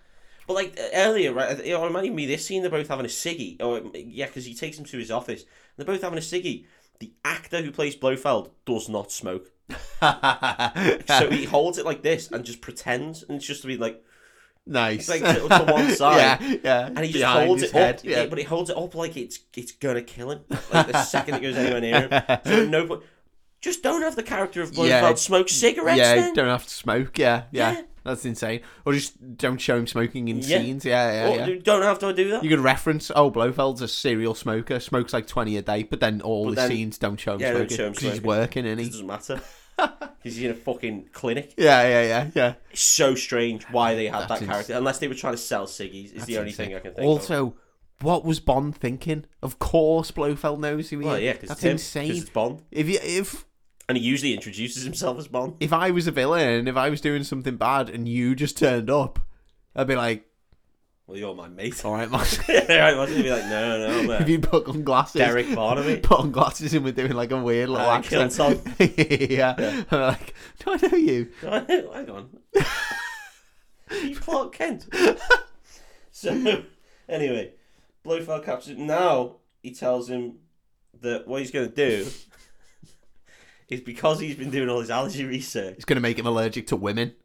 B: But like uh, earlier, right? It reminded me of this scene. They're both having a ciggy. Or yeah, because he takes him to his office. And they're both having a ciggy. The actor who plays Blofeld does not smoke, so he holds it like this and just pretends, and it's just to be like,
C: nice.
B: like, to- to one side.
C: Yeah, yeah.
B: and he just
C: Behind
B: holds
C: his
B: it
C: head.
B: up,
C: Yeah.
B: but he holds it up like it's it's gonna kill him. Like the second it goes anywhere near him, so at no point. Just don't have the character of Blofeld
C: Yeah.
B: smoke cigarettes.
C: yeah,
B: then.
C: don't have to smoke. Yeah, yeah,
B: Yeah.
C: That's insane. Or just don't show him smoking in
B: Yeah.
C: scenes. Yeah, yeah,
B: Or
C: yeah.
B: you don't have to do that.
C: You could reference, oh, Blofeld's a serial smoker, smokes like 20 a day, but then all his
B: then-
C: scenes don't show him
B: yeah, don't
C: smoking.
B: show him
C: 'cause he's
B: smoking.
C: working, is
B: it doesn't matter because he's in a fucking clinic.
C: Yeah, yeah, yeah, yeah.
B: so strange why they had
C: That's
B: that
C: ins-
B: character, unless they were trying to sell ciggies. Is the
C: That's
B: only
C: insane.
B: thing I can think of.
C: Also, what was Bond thinking? Of course, Blofeld knows who he
B: Well,
C: is.
B: Oh, yeah, because
C: That's
B: it's him, 'cause
C: insane.
B: it's Bond,
C: If you, if
B: and he usually introduces himself as Bond.
C: if I was a villain and if I was doing something bad and you just turned up, I'd be like,
B: Well, you're my mate.
C: all right, man.
B: I was gonna be like, no, no, no,
C: if
B: man.
C: you put on glasses,
B: Derek Barnaby.
C: put on glasses and we're doing like a weird little
B: Uh,
C: accent.
B: Kilton.
C: yeah. And we're like, do I know you?
B: Hang on. you Clark Kent. so, anyway, Blofeld captures him. Now he tells him that what he's going to do is because he's been doing all his allergy research.
C: It's gonna make him allergic to women.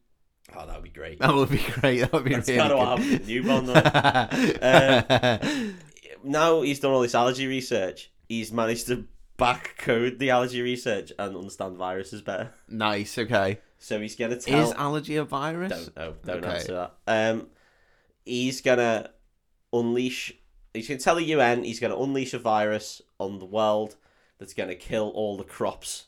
B: Oh, that would be great.
C: That would be great. That would be
B: That's
C: really
B: kind of what
C: good.
B: happened to the new Bond. though. now he's done all this allergy research, he's managed to back code the allergy research and understand viruses better.
C: Nice. Okay.
B: So he's gonna tell.
C: Is allergy a virus?
B: don't know. Don't
C: Okay.
B: answer that. Um, he's gonna unleash. He's gonna tell the UN he's gonna unleash a virus on the world that's gonna kill all the crops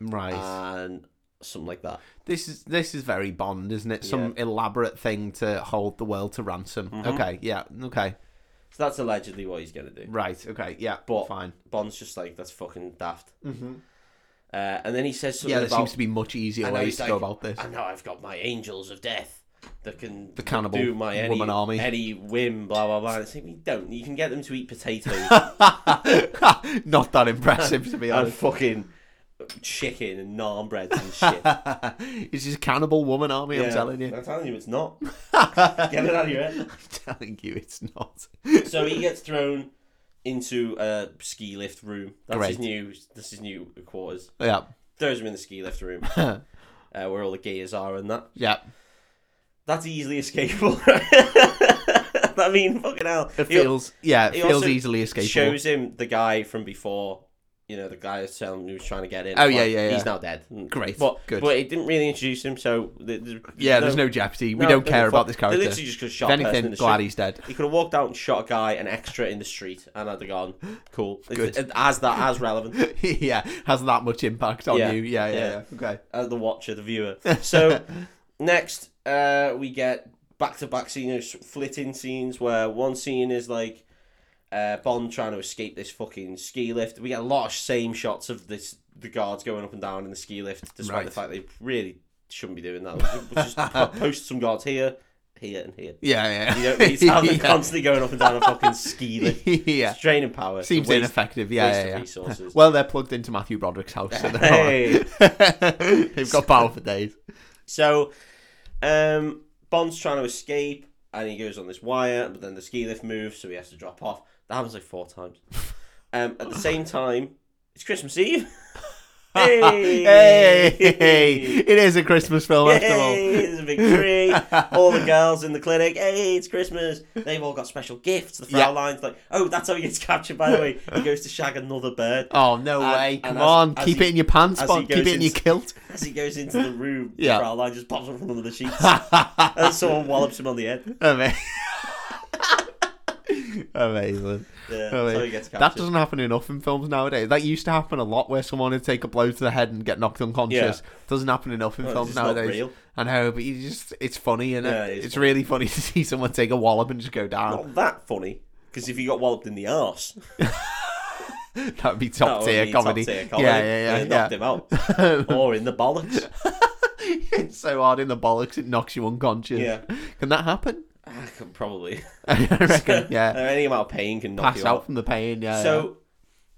C: Right.
B: Uh, and something like that.
C: this is this is very Bond, isn't it? Some elaborate thing to hold the world to ransom.
B: Mm-hmm.
C: Okay. Yeah. Okay.
B: So that's allegedly what he's gonna do.
C: Right. Okay. Yeah.
B: But-
C: fine.
B: Bond's just like that's fucking daft. Uh, and then he says something
C: Mm-hmm. Yeah, there
B: about.
C: seems to be much easier
B: I know
C: ways
B: he's
C: to
B: like,
C: go about this.
B: And now I've got my angels of death that can
C: The cannibal
B: do my any,
C: woman army.
B: any whim, blah blah blah. And It's like we don't. You can get them to eat potatoes
C: Not that impressive, to be
B: and
C: honest.
B: fucking chicken and naan breads and shit.
C: it's just cannibal woman army. I'm telling you.
B: I'm telling you, it's not. Get it out of your head.
C: I'm telling you, it's not.
B: So he gets thrown into a ski lift room. That's his
C: Great.
B: new. This is new quarters.
C: yeah.
B: Throws him in the ski lift room, uh, where all the gears are and that.
C: Yeah.
B: That's easily escapable. I mean, fucking hell.
C: It
B: He-
C: feels. Yeah. It
B: he
C: feels
B: also
C: easily escapable.
B: shows him the guy from before. You know, the guy that's telling who was trying to get in.
C: Oh, yeah, yeah, yeah.
B: He's now dead. Mm.
C: Great,
B: But,
C: good.
B: But it didn't really introduce him, so th- th-
C: yeah. there's no jeopardy. We
B: no,
C: don't
B: they
C: care
B: fuck-
C: about this character.
B: They literally just could have
C: if
B: shot a person in
C: anything,
B: the
C: glad
B: street.
C: he's dead.
B: He could have walked out and shot a guy, an extra in the street, and I'd have gone, cool.
C: Good.
B: It's- As that, as relevant.
C: yeah, has that much impact on
B: Yeah,
C: you. Yeah, yeah, yeah.
B: yeah.
C: Okay.
B: As uh, the watcher, the viewer. So, next, uh, we get back to back scenes, flitting scenes, where one scene is like uh, Bond trying to escape this fucking ski lift. We get a lot of same shots of this the guards going up and down in the ski lift, despite
C: Right.
B: the fact they really shouldn't be doing that. We'll just po- post some guards here, here, and here.
C: Yeah, yeah.
B: You don't need to have them
C: yeah.
B: constantly going up and down a fucking ski lift.
C: yeah.
B: It's draining power. It's a
C: Seems
B: waste-
C: ineffective. Yeah,
B: waste of
C: yeah, yeah.
B: resources.
C: Well, they're plugged into Matthew Broderick's house, so they're
B: Hey.
C: alright. They've got power for days.
B: So, um, Bond's trying to escape, and he goes on this wire, but then the ski lift moves, so he has to drop off. That happens like four times. Um, at the same time, it's Christmas Eve. hey!
C: Hey, it is a Christmas film after all.
B: Hey, there's a big tree. all the girls in the clinic. Hey, it's Christmas. They've all got special gifts. The
C: Yeah.
B: Fräulein's like, oh, that's how he gets captured. By the way, he goes to shag another bird.
C: Oh no
B: And-
C: way!
B: and
C: Come
B: as-
C: on,
B: as
C: keep
B: he-
C: it in your pants,
B: as he
C: Bond. Keep it
B: goes
C: in your
B: into-
C: kilt.
B: As he goes into the room,
C: Yeah.
B: the Fraulein just pops up from under the sheets. and someone wallops him on the head.
C: Ama- Amazing.
B: Yeah,
C: Oh,
B: so
C: wait.
B: he gets captured.
C: That doesn't happen enough in films nowadays. That used to happen a lot where someone would take a blow to the head and get knocked unconscious. Doesn't happen enough in
B: Well,
C: films
B: it's just not
C: nowadays.
B: real.
C: I know, but you just it's funny and
B: Yeah,
C: it?
B: it
C: it's,
B: is
C: really funny to see someone take a wallop and just go down.
B: Not that funny, because if you got walloped in the arse,
C: That would be
B: that
C: top
B: would
C: tier
B: be
C: comedy.
B: top-tier
C: Yeah, yeah,
B: They
C: yeah.
B: knocked
C: yeah.
B: him out, or in the bollocks.
C: it's so hard in the bollocks it knocks you unconscious.
B: Yeah.
C: Can that happen?
B: Ah, could probably.
C: I reckon. Yeah.
B: Uh, Any amount of pain can knock
C: Pass
B: you
C: out from the pain. Yeah.
B: So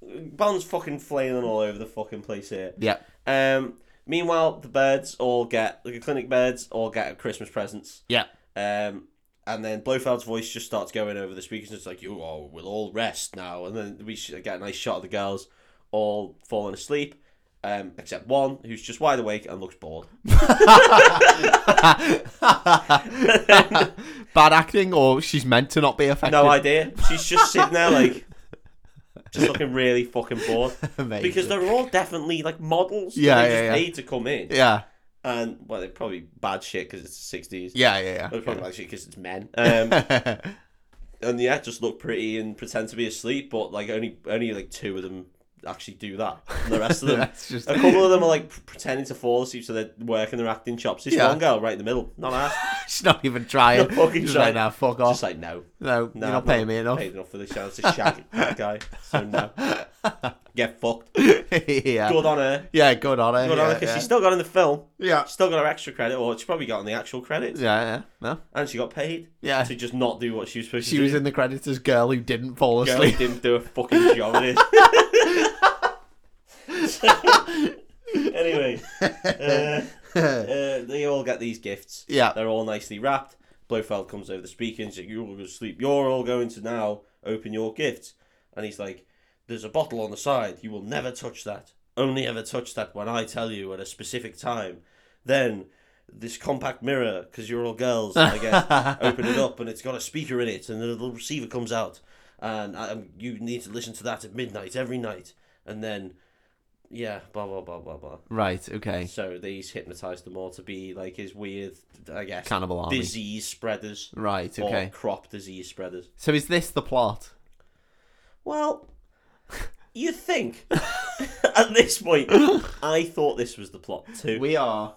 B: Bond's fucking flailing all over the fucking place here.
C: yeah.
B: Um. Meanwhile, the birds all get the clinic birds all get Christmas presents.
C: Yeah.
B: Um, and then Blofeld's voice just starts going over the speakers. And it's like, you all will all rest now. And then we sh- get a nice shot of the girls all falling asleep, um, except one who's just wide awake and looks bored.
C: yeah. Bad acting, or she's meant to not be affected.
B: No idea. She's just sitting there, like, just looking really fucking bored.
C: Amazing.
B: Because they're all definitely like models.
C: Yeah,
B: they
C: yeah,
B: just
C: yeah.
B: paid to come in.
C: Yeah.
B: And, well, they're probably bad shit because it's the 60s.
C: Yeah. Yeah.
B: They're
C: Yeah.
B: probably bad shit because it's men. Um,
C: yeah.
B: and yeah, just look pretty and pretend to be asleep, but like only only like two of them actually do that. And the rest of them,
C: That's just
B: a couple of them are like p- pretending to fall asleep, so they're working their acting chops. This
C: Yeah.
B: one girl right in the middle, not asked,
C: she's not even trying.
B: Not fucking
C: She's
B: trying.
C: like, nah, fuck off.
B: just like no, no,
C: no, you're not
B: I'm
C: paying me enough.
B: Paid enough for this chance to shag that guy, so no, get fucked.
C: yeah.
B: Good on her.
C: Yeah, good on her.
B: Good
C: yeah,
B: on her because
C: yeah.
B: she still got in the film.
C: yeah.
B: She still got her extra credit, or she probably got on the actual credits,
C: Yeah, yeah. No.
B: and she got paid
C: Yeah.
B: to just not do what she was supposed
C: She
B: to
C: was
B: do.
C: in the credits as girl who didn't fall
B: Girl who
C: asleep.
B: didn't do a fucking job in it. anyway, uh, uh, they all get these gifts.
C: Yeah.
B: They're all nicely wrapped. Blofeld comes over the speaker and says, You're all going to sleep. You're all going to now open your gifts. And he's like, There's a bottle on the side. You will never touch that. Only ever touch that when I tell you at a specific time. Then this compact mirror, because you're all girls, I guess, open it up and it's got a speaker in it and the little receiver comes out. And um, you need to listen to that at midnight every night. and then yeah, blah blah blah blah blah.
C: Right. Okay.
B: So these hypnotized them all to be like his weird, I guess,
C: Cannibal army.
B: disease spreaders
C: Right.
B: or
C: Okay.
B: crop disease spreaders.
C: So is this the plot?
B: Well, you think at this point, I thought this was the plot too.
C: We are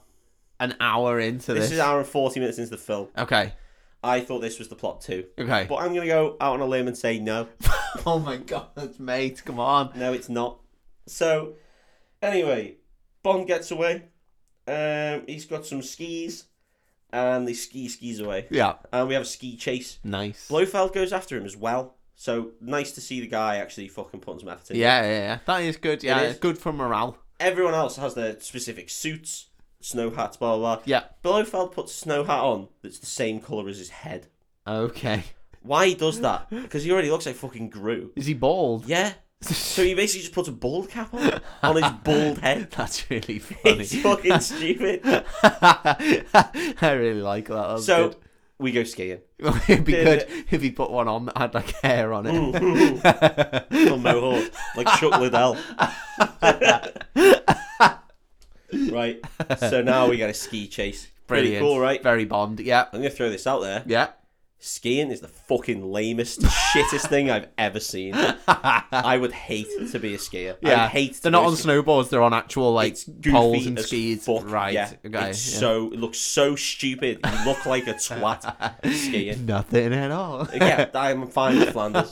C: an hour into
B: this
C: this.
B: is hour and forty minutes into the film.
C: Okay.
B: I thought this was the plot too,
C: Okay.
B: but I'm gonna go out on a limb and say no.
C: oh my god, mate! Come on.
B: No, it's not. So, anyway, Bond gets away. Um, he's got some skis, and they ski skis away.
C: Yeah.
B: And we have a ski chase.
C: Nice.
B: Blofeld goes after him as well. So nice to see the guy actually fucking putting some effort in.
C: Yeah, yeah, yeah. That is good. Yeah,
B: is.
C: it's good for morale.
B: Everyone else has their specific suits, snow hats, blah blah. blah.
C: Yeah.
B: Blofeld puts a snow hat on that's the same color as his head.
C: Okay.
B: Why he does that? Because he already looks like fucking Gru.
C: Is he bald?
B: Yeah. So he basically just puts a bald cap on on his bald head.
C: That's really funny.
B: It's fucking stupid.
C: I really like that. That's
B: So
C: good.
B: we go skiing.
C: it'd be
B: did
C: good
B: it.
C: if he put one on that had like hair on it.
B: Little mohawk, like Chuck Liddell. right. So now we got a ski chase. Pretty
C: Brilliant.
B: cool, right?
C: Very Bond. Yeah.
B: I'm gonna throw this out there.
C: Yeah.
B: Skiing is the fucking lamest, shittest thing I've ever seen. I would hate to be a skier.
C: Yeah.
B: I hate. to
C: They're not
B: be a
C: on
B: skier.
C: snowboards. They're on actual like
B: It's goofy
C: poles and
B: as
C: skis.
B: fuck,
C: Right.
B: Yeah.
C: Okay.
B: It's
C: yeah.
B: so it looks so stupid. You look like a twat skiing.
C: Nothing at all.
B: yeah, I'm fine with Flanders.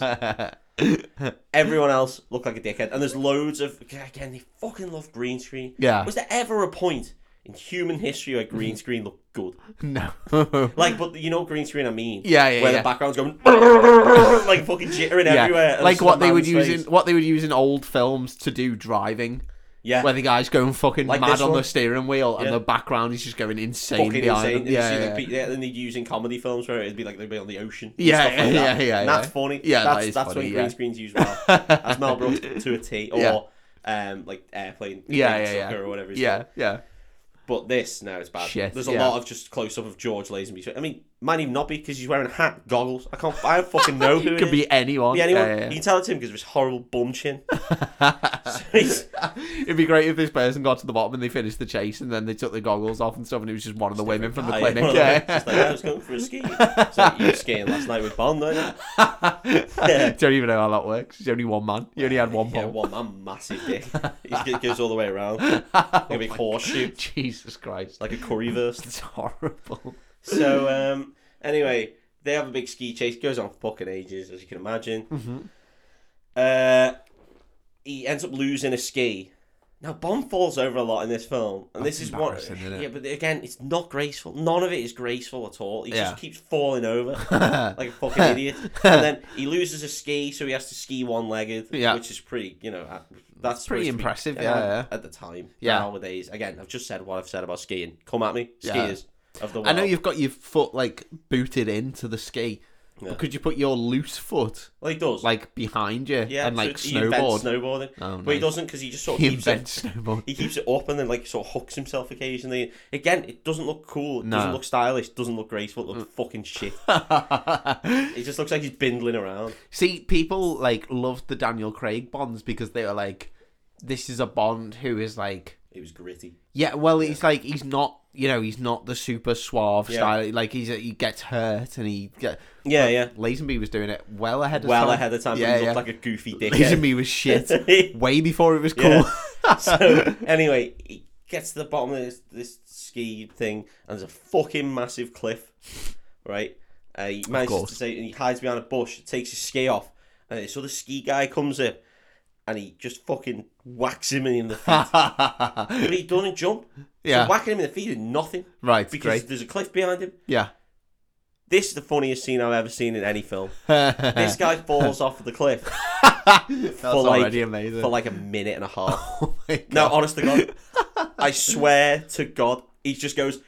B: Everyone else looked like a dickhead, and there's loads of again they fucking love green screen.
C: Yeah. Mm-hmm.
B: was there ever a point in human history where green screen looked good?
C: no.
B: Like, but you know what green screen I mean?
C: Yeah, yeah,
B: Where
C: yeah.
B: the background's going like fucking jittering everywhere, and
C: Like
B: it's
C: what
B: a
C: they would
B: man's
C: use
B: face.
C: in what they would use in old films to do driving.
B: yeah,
C: where the guy's going fucking
B: Like
C: mad
B: this
C: on
B: one?
C: the steering wheel
B: Yeah.
C: and the background is just going insane
B: fucking
C: behind
B: insane. Yeah,
C: him.
B: you see,
C: Yeah,
B: like,
C: yeah,
B: pe- yeah, then they'd use in comedy films where it'd be like they'd be on the ocean. and
C: Yeah,
B: stuff like
C: yeah,
B: that.
C: yeah,
B: And
C: yeah.
B: that's funny.
C: Yeah, that
B: that's
C: is
B: that's
C: funny,
B: when
C: yeah.
B: green screens used well. that's Mel Brooks to a T, or
C: Yeah.
B: um, like airplane,
C: Yeah,
B: plane
C: yeah, yeah.
B: sucker or whatever. It's
C: yeah,
B: called.
C: yeah.
B: But this now it's bad.
C: Shit,
B: There's a
C: yeah.
B: lot of just close up of George Lazenby. I mean, might even not be because he's wearing a hat, goggles. I can't. I don't fucking know who it
C: It could
B: is.
C: be anyone.
B: Be anyone.
C: Yeah, yeah,
B: You
C: yeah.
B: can tell it's him because of his horrible bum chin. so he's,
C: It'd be great if this person got to the bottom and they finished the chase and then they took the goggles off and stuff and it was just one of the women from the
B: I-
C: clinic.
B: It's
C: Yeah.
B: just like, I was going for a ski. It's like, you were skiing last night with Bond, don't you? Yeah.
C: Don't even know how that works. He's only one man. He only had one
B: Yeah,
C: pole.
B: one man, massive dick. He g- goes all the way around. Like
C: Oh
B: a big horseshoe,
C: Jesus Christ.
B: like a curry verse.
C: It's horrible.
B: So, um, anyway, they have a big ski chase. Goes on for fucking ages, as you can imagine.
C: Mm-hmm.
B: Uh, he ends up losing a ski. Now, Bond falls over a lot in this film, and this
C: That's
B: is what.
C: embarrassing, isn't it?
B: Yeah, but again, it's not graceful. None of it is graceful at all. He
C: Yeah.
B: just keeps falling over. like a fucking idiot. And then he loses a ski, so he has to ski one legged,
C: Yeah.
B: which is pretty, you know, uh, that's supposed to
C: Pretty
B: be-
C: impressive,
B: uh,
C: yeah, yeah.
B: At the time,
C: Yeah.
B: Nowadays, again, I've just said what I've said about skiing. Come at me,
C: Yeah.
B: skiers of the world.
C: I know you've got your foot like booted into the ski.
B: Yeah.
C: But could you put your loose foot
B: Well, he does.
C: like behind you
B: yeah,
C: and
B: so
C: like
B: he
C: snowboard?
B: invents snowboarding,
C: Oh,
B: but he
C: nice.
B: doesn't because he just sort of
C: He
B: keeps it.
C: invents snowboard.
B: He keeps it up and then like sort of hooks himself occasionally. Again, it doesn't look cool. It
C: No. Mm.
B: doesn't look stylish. Doesn't look graceful. It looks fucking shit. it just looks like he's bindling around.
C: See, people like loved the Daniel Craig Bonds because they were like, this is a Bond who is like,
B: It was gritty.
C: yeah, well, he's like, he's not, you know, he's not the super suave
B: Yeah.
C: style. Like he's he gets hurt and he get.
B: Yeah, yeah.
C: Lazenby was doing it well ahead of
B: Well
C: time.
B: ahead of time. but
C: Yeah,
B: he
C: yeah.
B: looked like a goofy dickhead.
C: Lazenby was shit way before it was cool.
B: Yeah. so anyway, he gets to the bottom of this, this ski thing, and there's a fucking massive cliff, right? Uh, he manages
C: course.
B: to say, and he hides behind a bush, takes his ski off, and this other ski guy comes in, and he just fucking whacks him in the feet. but he doesn't jump.
C: Yeah.
B: So whacking him in the feet is nothing
C: right,
B: because
C: great.
B: there's a cliff behind him.
C: Yeah.
B: This is the funniest scene I've ever seen in any film. This guy falls off the cliff
C: That's
B: for like-
C: already amazing.
B: for like a minute and a half.
C: oh my God.
B: No, honest to God. I swear to God, he just goes,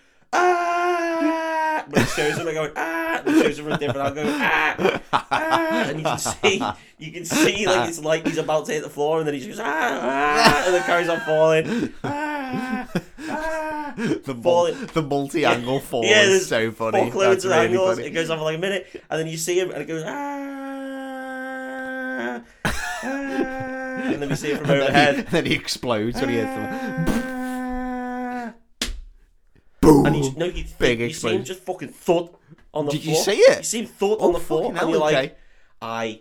B: ah! But it shows him like going, ah! And it shows him from a different angle, going, ah! Ah! And you can see, you can see, like, it's like he's about to hit the floor, and then he just goes, ah! ah and then carries on falling. Ah! Ah!
C: the, mul-
B: Falling.
C: the multi-angle fall
B: Yeah,
C: is
B: there's
C: Oh, so funny.
B: Fuck loads
C: That's
B: of
C: really
B: angles.
C: funny.
B: It goes on for like a minute, and then you see him, and it goes, ah! ah, and then we see it from
C: And then, he,
B: overhead.
C: then he explodes when he hits them.
B: And he's, no, you, Big
C: Big
B: you see him
C: explosion.
B: just fucking thud on the
C: Did you
B: floor.
C: see it?
B: You see him thud
C: Oh,
B: on the floor,
C: fucking
B: and
C: hell,
B: you're
C: okay.
B: like, I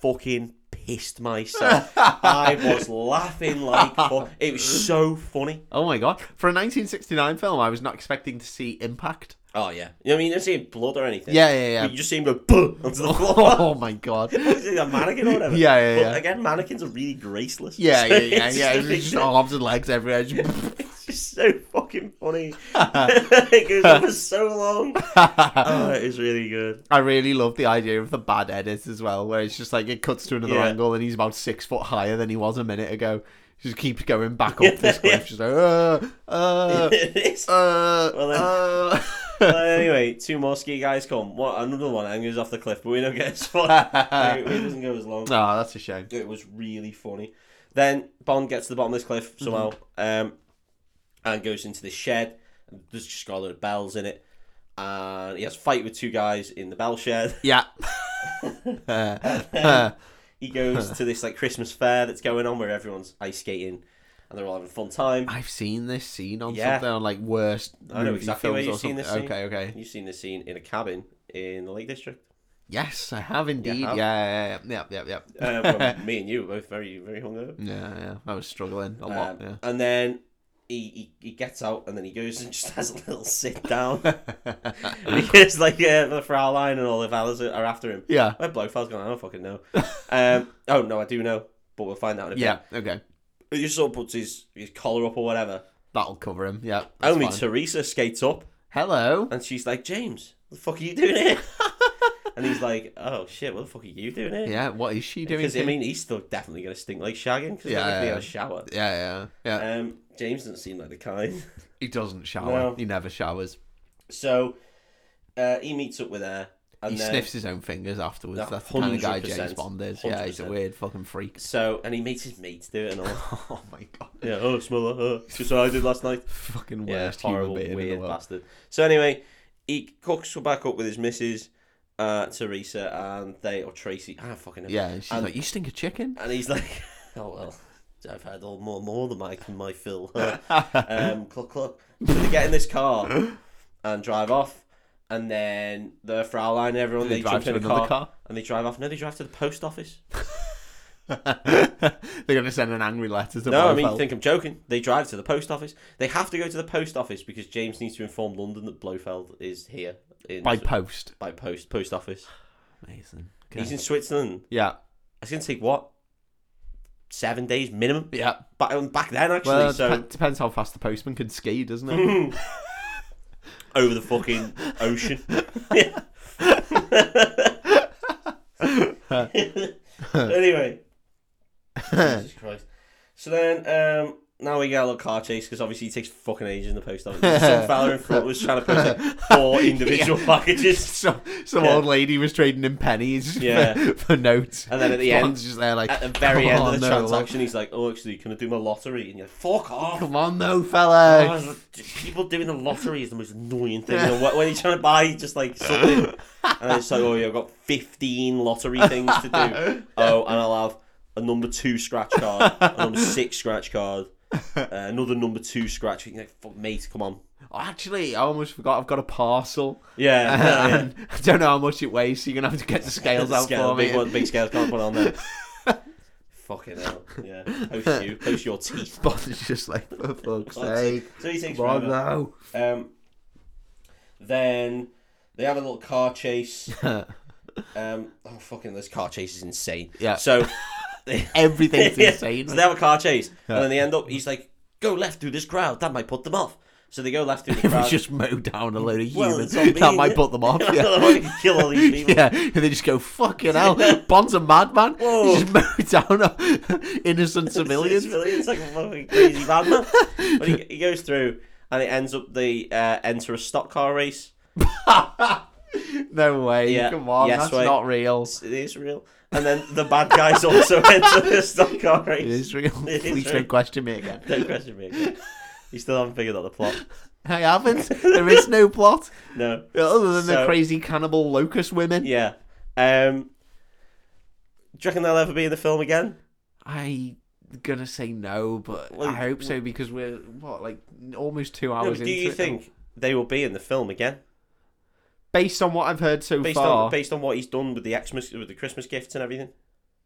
B: fucking pissed myself. I was laughing like fuck. It was so funny.
C: Oh my god! For a 1969 film, I was not expecting to see impact.
B: Oh, yeah. You know, what I mean, you don't see him blood or anything.
C: Yeah, yeah, yeah.
B: But You just see him go "Buh," onto the floor.
C: Oh my god!
B: It's like a mannequin or whatever.
C: Yeah, yeah,
B: But
C: yeah.
B: again, mannequins are really graceless.
C: Yeah,
B: So
C: yeah, yeah,
B: it's
C: yeah.
B: just-
C: It's just arms and legs everywhere. Just-
B: It's just so fucking funny. it goes on for so long. Oh, it was really good.
C: I really love the idea of the bad edit as well, where it's just like it cuts to another
B: Yeah.
C: angle and he's about six foot higher than he was a minute ago. He just keeps going back up this cliff, just like uh, uh,
B: It's-
C: uh,
B: Well then-
C: uh.
B: well, anyway, two more ski guys come. What another one angles off the cliff, but we don't get as far. it it doesn't go as long.
C: Ah, that's a shame.
B: It was really funny. Then Bond gets to the bottom of this cliff
C: Mm-hmm.
B: somehow, um, and goes into the shed. There's just got a lot of bells in it, and he has a fight with two guys in the bell shed.
C: Yeah. Uh,
B: He goes to this like Christmas fair that's going on where everyone's ice skating, and they're all having a fun time.
C: I've seen this scene on
B: Yeah.
C: something on like worst
B: I know
C: movie
B: exactly where
C: films or
B: you've seen this
C: something.
B: scene.
C: Okay, okay.
B: You've seen this scene in a cabin in the Lake District.
C: Yes, I have indeed. Yeah,
B: have.
C: yeah, yeah, yeah, yeah, yeah.
B: Uh, well, me and you were both very, very hungover.
C: yeah, yeah. I was struggling a
B: Um,
C: lot. Yeah.
B: And then he, he he gets out and then he goes and just has a little sit down because like uh, the Fraulein and all the fellas are, are after him.
C: Yeah.
B: Where Blofeld's gone, I don't fucking know. Um, oh no, I do know, but we'll find out in a
C: Yeah. Okay.
B: bit. He just sort of puts his, his collar up or whatever.
C: That'll cover him. Yeah. that's
B: Only
C: fine.
B: Teresa skates up
C: Hello.
B: and she's like, James, what the fuck are you doing here? and he's like, Oh shit, what the fuck are you doing here?
C: Yeah. What is she doing?
B: Because I
C: here?
B: mean, he's still definitely gonna stink like shagging because yeah,
C: Yeah, yeah,
B: he's
C: yeah.
B: a shower.
C: yeah, yeah, yeah.
B: Um, James doesn't seem like the kind.
C: He doesn't shower.
B: no.
C: He never showers.
B: So uh, he meets up with her, and
C: He
B: then,
C: sniffs his own fingers afterwards.
B: Yeah,
C: That's the kind of guy James
B: 100%.
C: Bond is. Yeah, he's a
B: 100%.
C: weird fucking freak.
B: So and he meets his mates do it and all.
C: Oh my god.
B: yeah, oh smell that, oh, just what I did last night.
C: Fucking
B: Yeah,
C: worst
B: horrible,
C: human being in the
B: weird
C: world.
B: bastard. So anyway, he cooks back up with his missus, uh, Teresa, and they or Tracy. I don't fucking know.
C: Yeah, and she's
B: And-
C: like, you stink of chicken.
B: And he's like, oh well, I've had all more more than my my fill. um, cluck cluck. So they get in this car and drive off. And then the Fraulein and everyone
C: They
B: they,
C: drive
B: jump in
C: to
B: a
C: another
B: car,
C: car?
B: and they drive off. No, they drive to the post office.
C: They're gonna send an angry letter to
B: No, I mean
C: Blofeld.
B: you think I'm joking. They drive to the post office. They have to go to the post office because James needs to inform London that Blofeld is here in,
C: by
B: by,
C: post.
B: post post office.
C: Amazing.
B: He's in Switzerland.
C: Yeah,
B: It's gonna take what seven days minimum.
C: yeah.
B: Back um, back then actually.
C: Well, it
B: so
C: dep- depends how fast the postman can ski, doesn't it?
B: over the fucking ocean. anyway, Jesus Christ. So then, um, now we get a little car chase because obviously he takes fucking ages in the post office. Some fella in front was trying to push like four individual packages.
C: some some
B: Yeah.
C: old lady was trading in pennies
B: Yeah.
C: for, for notes,
B: And then at the
C: Bond's just there like
B: At the very
C: "Come
B: end
C: on,
B: of the
C: Oh, no,
B: transaction, he's like, "Oh, actually, can I do my lottery?" And you're like, "Fuck
C: look-
B: off!"
C: Come on, no fella.
B: Oh, people doing the lottery is the most annoying thing. You know, when you're trying to buy just like something, and it's like, oh, yeah, I've got 15 lottery things to do. Oh, and I'll have a number two scratch card, a number six scratch card, uh, another number two scratch. You're like, fuck, mate, come on.
C: Oh, actually, I almost forgot. I've got a parcel.
B: Yeah, yeah, yeah.
C: and I don't know how much it weighs, so you're gonna have to get the scales out
B: Scale,
C: for
B: big,
C: me.
B: one, big scales can't put on there. Fucking hell. Yeah. Post you, post your teeth.
C: Bond's just like, for fuck's sake,
B: So he takes
C: come on
B: forever.
C: now.
B: Um, then they have a little car chase. um, oh fucking, this car chase is insane.
C: Yeah.
B: So
C: Everything's
B: yeah,
C: insane.
B: so they have a car chase, and then they end up. He's like, "Go left through this crowd. That might put them off." So they go left through the
C: If we
B: crowd.
C: just mow down a load of
B: Well,
C: humans,
B: it's on me,
C: that might
B: innit?
C: put them off. Yeah.
B: Fucking kill all these people.
C: Yeah, and they just go fucking hell. Bond's a madman.
B: Whoa.
C: He just mowed down a- innocent
B: It's
C: civilians.
B: Civilians, like a fucking crazy madman. But he, he goes through, and it ends up they uh, enter a stock car race.
C: No way.
B: Yeah,
C: Come on,
B: yes
C: that's
B: way.
C: not real.
B: It is real. And then the bad guys also enter the stock car race.
C: It is real.
B: It is
C: Please
B: real.
C: don't question me again.
B: Don't question me again. You still haven't figured out the plot.
C: I haven't. There is no plot
B: No.
C: other than the
B: So-
C: crazy cannibal locust women.
B: Yeah. Um, do you reckon they'll ever be in the film again?
C: I gonna say no, but
B: Well,
C: I hope so because we're what like almost two
B: No,
C: hours
B: but do
C: into
B: you
C: it now.
B: think they will be in the film again?
C: based on what I've heard so
B: Based
C: far,
B: on based on what he's done with the Xmas with the Christmas gifts and everything?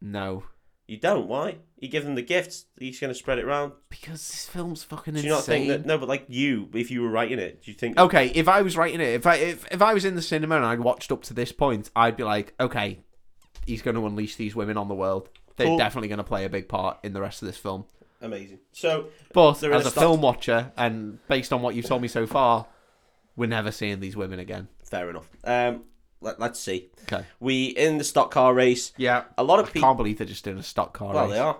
C: no,
B: You don't, why? You give them the gifts, he's gonna spread it around.
C: because this film's fucking
B: Do you
C: insane. Oh.
B: not think that no, but like you, if you were writing it, do you think
C: Okay, if I was writing it, if I if, if I was in the cinema and I watched up to this point, I'd be like, okay, he's going to unleash these women on the world. They're
B: Cool.
C: definitely going to play a big part in the rest of this film.
B: amazing. So
C: But
B: They're in
C: as
B: a
C: a
B: stop-
C: film watcher, and based on what you've told me so far, we're never seeing these women again.
B: fair enough. Um let, let's see.
C: Okay.
B: We in the stock car race.
C: Yeah.
B: A lot of
C: I
B: people
C: can't believe they're just doing a stock car
B: Well
C: race.
B: they are.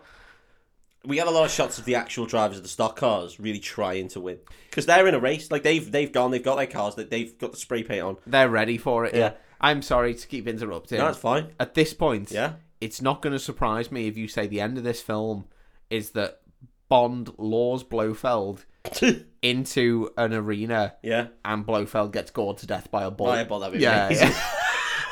B: We had a lot of shots of the actual drivers of the stock cars really trying to win because they're in a race. Like they've they've gone, they've got their cars, that they've got the spray paint on.
C: They're ready for it. Yeah.
B: Yeah.
C: I'm sorry to keep interrupting.
B: No, that's fine.
C: At this point,
B: Yeah.
C: it's not going to surprise me if you say the end of this film is that Bond laws Blofeld into an arena
B: yeah.
C: and Blofeld gets gored to death by a ball.
B: Oh, yeah, but that'd be
C: Yeah,
B: amazing.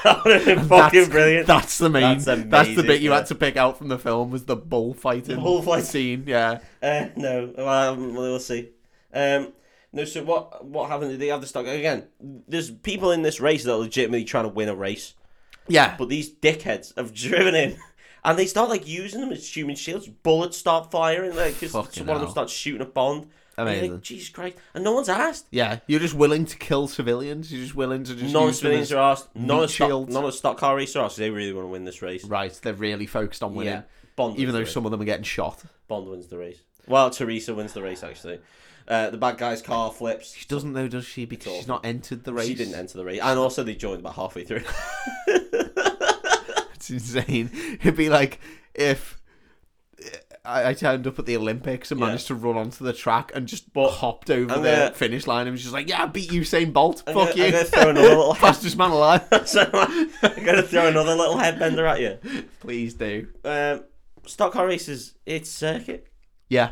B: that would have been fucking brilliant.
C: That's the main. That's,
B: That's amazing,
C: the bit you
B: yeah.
C: had to pick out from the film was the bullfighting
B: bullfight.
C: scene. Yeah,
B: Uh, no, well, um, we'll we'll see. Um, no, so what what happened? Did they have the stock again? There's people in this race that are legitimately trying to win a race,
C: yeah.
B: but these dickheads have driven in, and they start like using them as human shields. Bullets start firing, like 'cause
C: Fucking
B: one of them
C: hell.
B: starts shooting at Bond. And you're
C: Amazing.
B: Like, Jesus Christ! And no one's asked.
C: yeah, you're just willing to kill civilians. You're just willing to just
B: None of
C: use them
B: civilians
C: as-
B: are asked. None of
C: meat
B: stock,
C: shields.
B: none of stock car race are asked. 'cause They really want to win this race.
C: right. They're really focused on winning,
B: Yeah, Bond. wins
C: even though
B: the race.
C: some of them are getting shot.
B: Bond wins the race. Well, Teresa wins the race actually. Uh, the bad guy's car flips.
C: She doesn't though, does she? Because she's
B: awful.
C: not entered the race.
B: She didn't enter the race, and also they joined about halfway through.
C: It's insane. It'd be like if I, I turned up at the Olympics and
B: Yeah.
C: managed to run onto the track and just hopped over
B: I'm
C: the
B: gonna-
C: finish line and was just like, "Yeah, I beat Usain Bolt.
B: I'm
C: Fuck
B: gonna- I'm
C: you,
B: gonna throw another little
C: fastest man alive."
B: so I'm gonna throw another little headbender at you.
C: Please do.
B: Um, stock car races, it's circuit.
C: Yeah,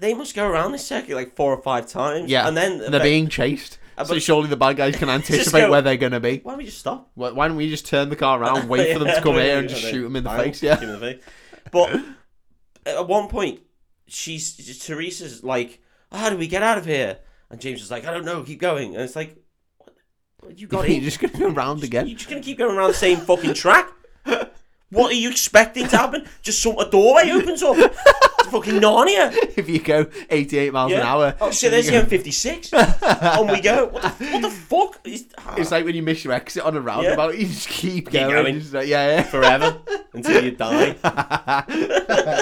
B: They must go around this circuit like four or five times.
C: yeah.
B: and then Uh,
C: they're being chased. So
B: but-
C: surely the bad guys can anticipate
B: go-
C: where they're gonna be.
B: Why don't we just stop?
C: Why why don't we just turn the car around, wait for them
B: Yeah,
C: to come
B: wait,
C: here, and
B: wait,
C: just
B: wait.
C: shoot them in the
B: Bang,
C: face? Yeah,
B: shoot 'em in the face. But at one point, she's Teresa's like, "How do we get out of here?" And James is like, "I don't know. Keep going." And it's like, "What? You got
C: you're
B: it.
C: just gonna go round again.
B: You're just gonna keep going around the same fucking track. What are you expecting to happen? Just some a doorway opens up. It's fucking Narnia.
C: If you go 88 miles an
B: Yeah.
C: hour,
B: Oh shit, there's the M56. On we go. What the, what the fuck? Is,
C: it's like when you miss your exit on a roundabout, you just keep, going.
B: going.
C: Just like, yeah, yeah.
B: forever until you die.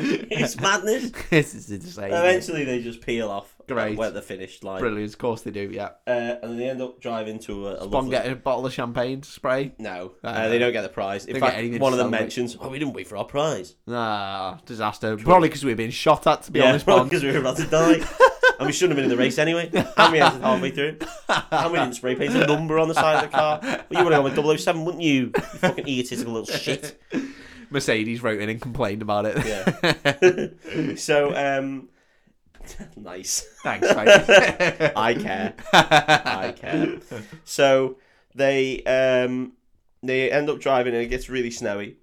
B: it's madness.
C: this is insane.
B: Eventually, they just peel off
C: Great.
B: where the finished line, uh,
C: Brilliant. Of course they do. Yeah.
B: and they end up driving to a, a
C: One
B: lovely.
C: get a bottle of champagne to spray.
B: no, uh,
C: Ah.
B: they don't get the prize. In
C: They get
B: fact,
C: anything
B: one
C: to
B: of them
C: celebrate.
B: mentions, "Oh, we didn't wait for our prize."
C: Ah, disaster. Probably because we've been shot at. To be
B: Yeah,
C: honest, Bond.
B: because we were about to die, and we shouldn't have been in the race anyway. And we entered halfway through, and we didn't spray paint a number on the side of the car. Well, you would have gone with 007, wouldn't you? You fucking egotistical little shit.
C: Mercedes wrote in and complained about it.
B: Yeah. so, um, nice.
C: Thanks, mate.
B: I care. I care. So they um they end up driving and it gets really snowy,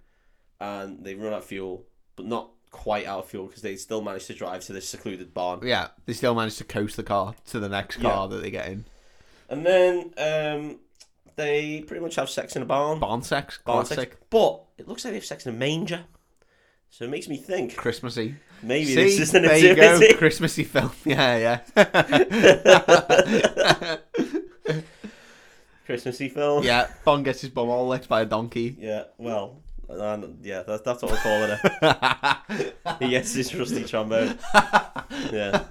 B: and they run out of fuel, but not quite out of fuel because they still manage to drive to this secluded barn.
C: yeah, they still managed to coast the car to the next car that they get in.
B: And then um they pretty much have sex in a barn.
C: Barn sex,
B: Barn
C: classic,
B: sex. But it looks like they have sex in a manger. So it makes me think
C: Christmassy.
B: maybe
C: See,
B: this is an
C: there you go,
B: activity.
C: Christmassy film. Yeah, yeah,
B: Christmassy film.
C: yeah. Bond gets his bum all licked by a donkey.
B: Yeah, well, and yeah, that's that's what we're calling it. he gets his rusty trombone. Yeah.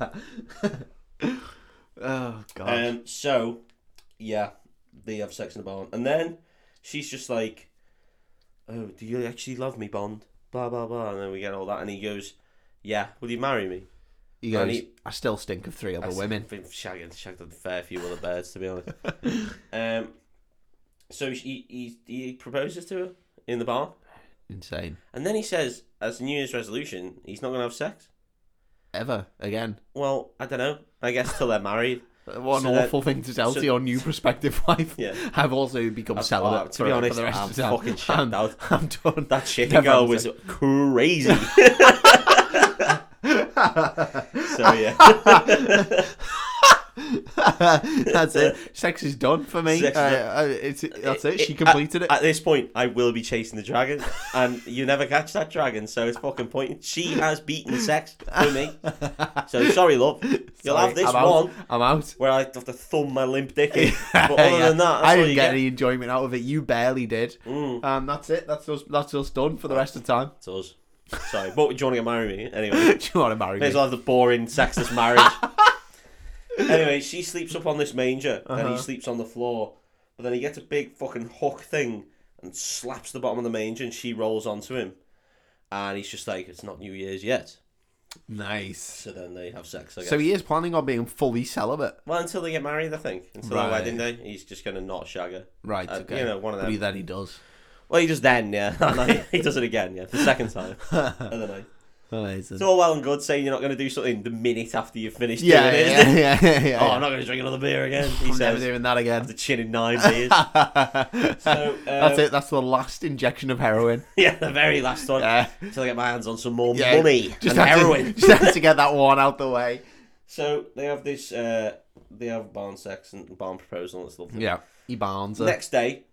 C: Oh god.
B: Um. So, yeah, they have sex in the barn, and then she's just like, "Oh, do you actually love me, Bond?" Blah blah blah, and then we get all that, and he goes, "Yeah, will you marry me?"
C: he goes.
B: and he-
C: I still stink of three other
B: That's-
C: women.
B: I've been shagged, shagged a fair few other birds, to be honest. um. So he, he he proposes to her in the barn,
C: Insane.
B: and then he says, as New Year's resolution, he's not gonna have sex.
C: Ever again.
B: Well, I don't know. I guess till they're married.
C: What an
B: So that-
C: awful thing to tell
B: so-
C: to your new prospective wife.
B: Yeah.
C: I've also become celibate.
B: to
C: for,
B: be
C: for
B: honest,
C: the rest
B: I'm
C: of the time.
B: fucking shut
C: I'm,
B: out.
C: I'm done.
B: That chicken
C: Never
B: girl was
C: answer.
B: crazy. so yeah,
C: that's it. Sex is done for me.
B: Sex is
C: Uh,
B: done.
C: uh, it's, that's it. She
B: At-
C: completed it.
B: At, this point, I will be chasing the dragon, and you never catch that dragon, so it's fucking pointing. She has beaten sex for me. So sorry, love. You'll
C: Sorry,
B: have this
C: I'm
B: one
C: Out. I'm out.
B: where I have to thumb my limp dick in. But other
C: Yeah.
B: than that, that's
C: I
B: all
C: didn't
B: you
C: get,
B: get.
C: any enjoyment out of it. You barely did.
B: Mm.
C: Um, that's it. That's us. That's us done for the rest of the time.
B: It's us. Sorry, but do you want to get married me
C: Do
B: anyway?
C: you want to marry
B: May
C: me?
B: as well have the boring sexless marriage. anyway, she sleeps up on this manger and
C: Uh-huh.
B: he sleeps on the floor. But then he gets a big fucking hook thing and slaps the bottom of the manger and she rolls onto him. And he's just like, it's not New Year's yet.
C: Nice.
B: So then they have sex, I guess.
C: So he is planning on being fully celibate.
B: well, until they get married, I think. Until
C: Right.
B: their wedding day, he's just going to not shag her.
C: Right.
B: Uh,
C: okay.
B: You know, one of
C: But he,
B: them.
C: then he does.
B: Well, he just then, yeah. And then he does it again, yeah. The second time. I don't know.
C: Amazing.
B: It's all well and good saying you're not going to do something the minute after you've finished
C: yeah,
B: doing it.
C: yeah,
B: isn't it?
C: yeah, yeah, yeah.
B: Oh, I'm not going to drink another beer again. He
C: I'm never
B: says.
C: doing that again.
B: the chin in nine beers. So,
C: That's
B: uh,
C: it. That's the last injection of heroin.
B: yeah, the very last one.
C: Yeah.
B: Until I get my hands on some more
C: Yeah.
B: money
C: Just
B: and
C: had
B: heroin.
C: To, just had to get that one out the way.
B: So they have this. Uh, they have barn sex and barn proposal. It's lovely.
C: Yeah. He bounds her.
B: Next day,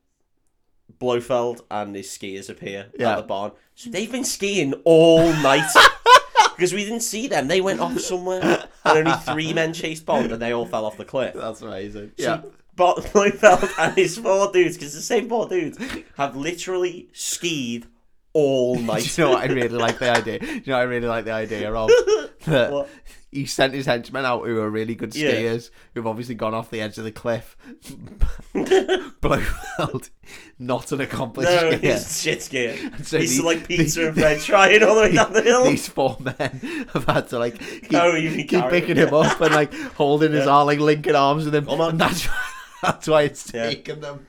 B: Blofeld and his skiers appear
C: Yeah.
B: at the barn. So they've been skiing all night. Because we didn't see them. They went off somewhere. And only three men chased Bond and they all fell off the cliff.
C: That's amazing.
B: So
C: Yeah.
B: Bo- Blofeld and his four dudes, because the same four dudes have literally skied all
C: Do
B: night.
C: you know what I really like the idea? Do you know what I really like the idea of? That
B: What?
C: he sent his henchmen out who are really good
B: Yeah.
C: skiers who've obviously gone off the edge of the cliff. Blofeld, not an accomplished
B: No,
C: skier.
B: he's shit scared.
C: So
B: he's
C: the-
B: like pizza
C: the-
B: and french frying all the way down the hill.
C: These four men have had to like keep,
B: Oh, you mean
C: keep
B: carry
C: picking him up and like holding his arm, like linking arms with him.
B: Come on.
C: And that's, that's why it's
B: Yeah.
C: taken them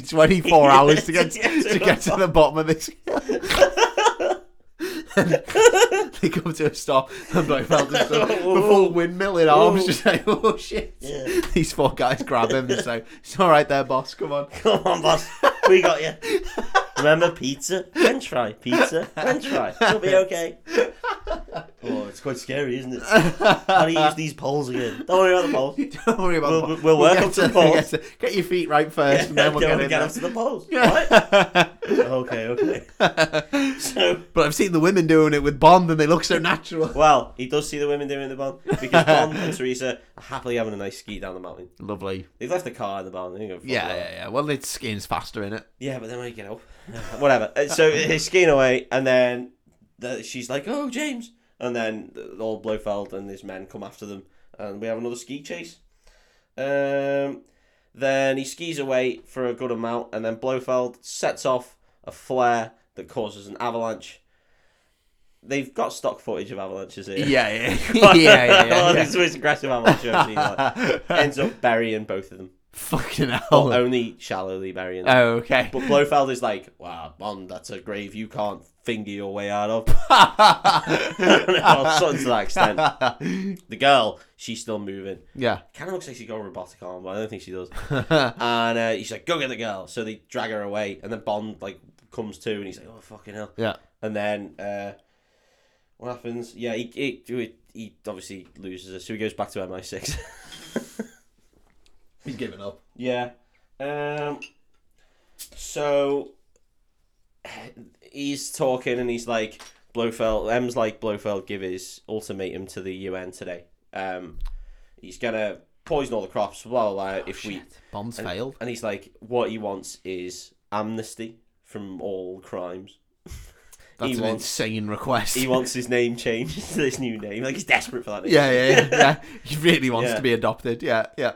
C: 24 hours to get
B: To get to
C: to, get to the bottom of this. And they come to a stop and Blofeld just sort of, the full windmill in arms
B: Ooh.
C: just like, oh shit.
B: Yeah.
C: These four guys grab him and say, it's all right there, boss, come on.
B: Come on, boss. We got you. Remember pizza, french fry, pizza, french fry. It'll be okay. Oh, it's quite scary, isn't it? How do you use these poles again? Don't worry about the poles.
C: Don't worry about
B: We'll-
C: the-
B: we'll- we'll work
C: get
B: up to the
C: we'll
B: balls.
C: get to- Get your feet right first, and then we'll
B: Get
C: get,
B: on-
C: in
B: get
C: there.
B: up to the poles. Right? Okay, okay. So,
C: But I've seen the women doing it with Bond, and they look so natural.
B: well, he does see the women doing the bomb because Bond and Teresa are happily having a nice ski down the mountain.
C: Lovely.
B: They've left the car in the barn. They
C: Yeah, yeah, yeah. Well, it skins faster in it.
B: Yeah, but then when you get up, whatever. Uh, So he's skiing away, and then the, she's like, "Oh, James!" And then the- old Blofeld and his men come after them, and we have another ski chase. Um, then he skis away for a good amount, and then Blofeld sets off a flare that causes an avalanche. They've got stock footage of avalanches here.
C: Yeah, yeah, Oh, yeah, yeah.
B: Well,
C: yeah,
B: it's the most aggressive avalanche I've seen. like. Ends up burying both of them,
C: Fucking hell.
B: but only shallowly burying
C: Uh,
B: them.
C: okay.
B: But Blofeld is like, wow, Bond, that's a grave you can't finger your way out of.
C: oh.
B: Well, something to that extent. The girl, she's still moving.
C: yeah.
B: Kind of looks like she's got a robotic arm, but I don't think she does. and uh, he's like, go get the girl. So they drag her away, and then Bond like comes to, and he's like, oh fucking hell.
C: Yeah.
B: And then uh, what happens? Yeah, he he, he he obviously loses her, so he goes back to MI6.
C: He's giving up.
B: Yeah. Um. So he's talking and he's like Blofeld. M's like Blofeld give his ultimatum to the UN today. Um, he's gonna poison all the crops. Blah blah. blah if we
C: Bombs failed.
B: and he's like, what he wants is amnesty from all crimes.
C: That's
B: he
C: an
B: wants
C: insane request.
B: he wants his name changed to this new name. Like he's desperate for that. Name.
C: yeah, yeah, yeah, yeah. He really wants
B: Yeah.
C: to be adopted. Yeah, yeah.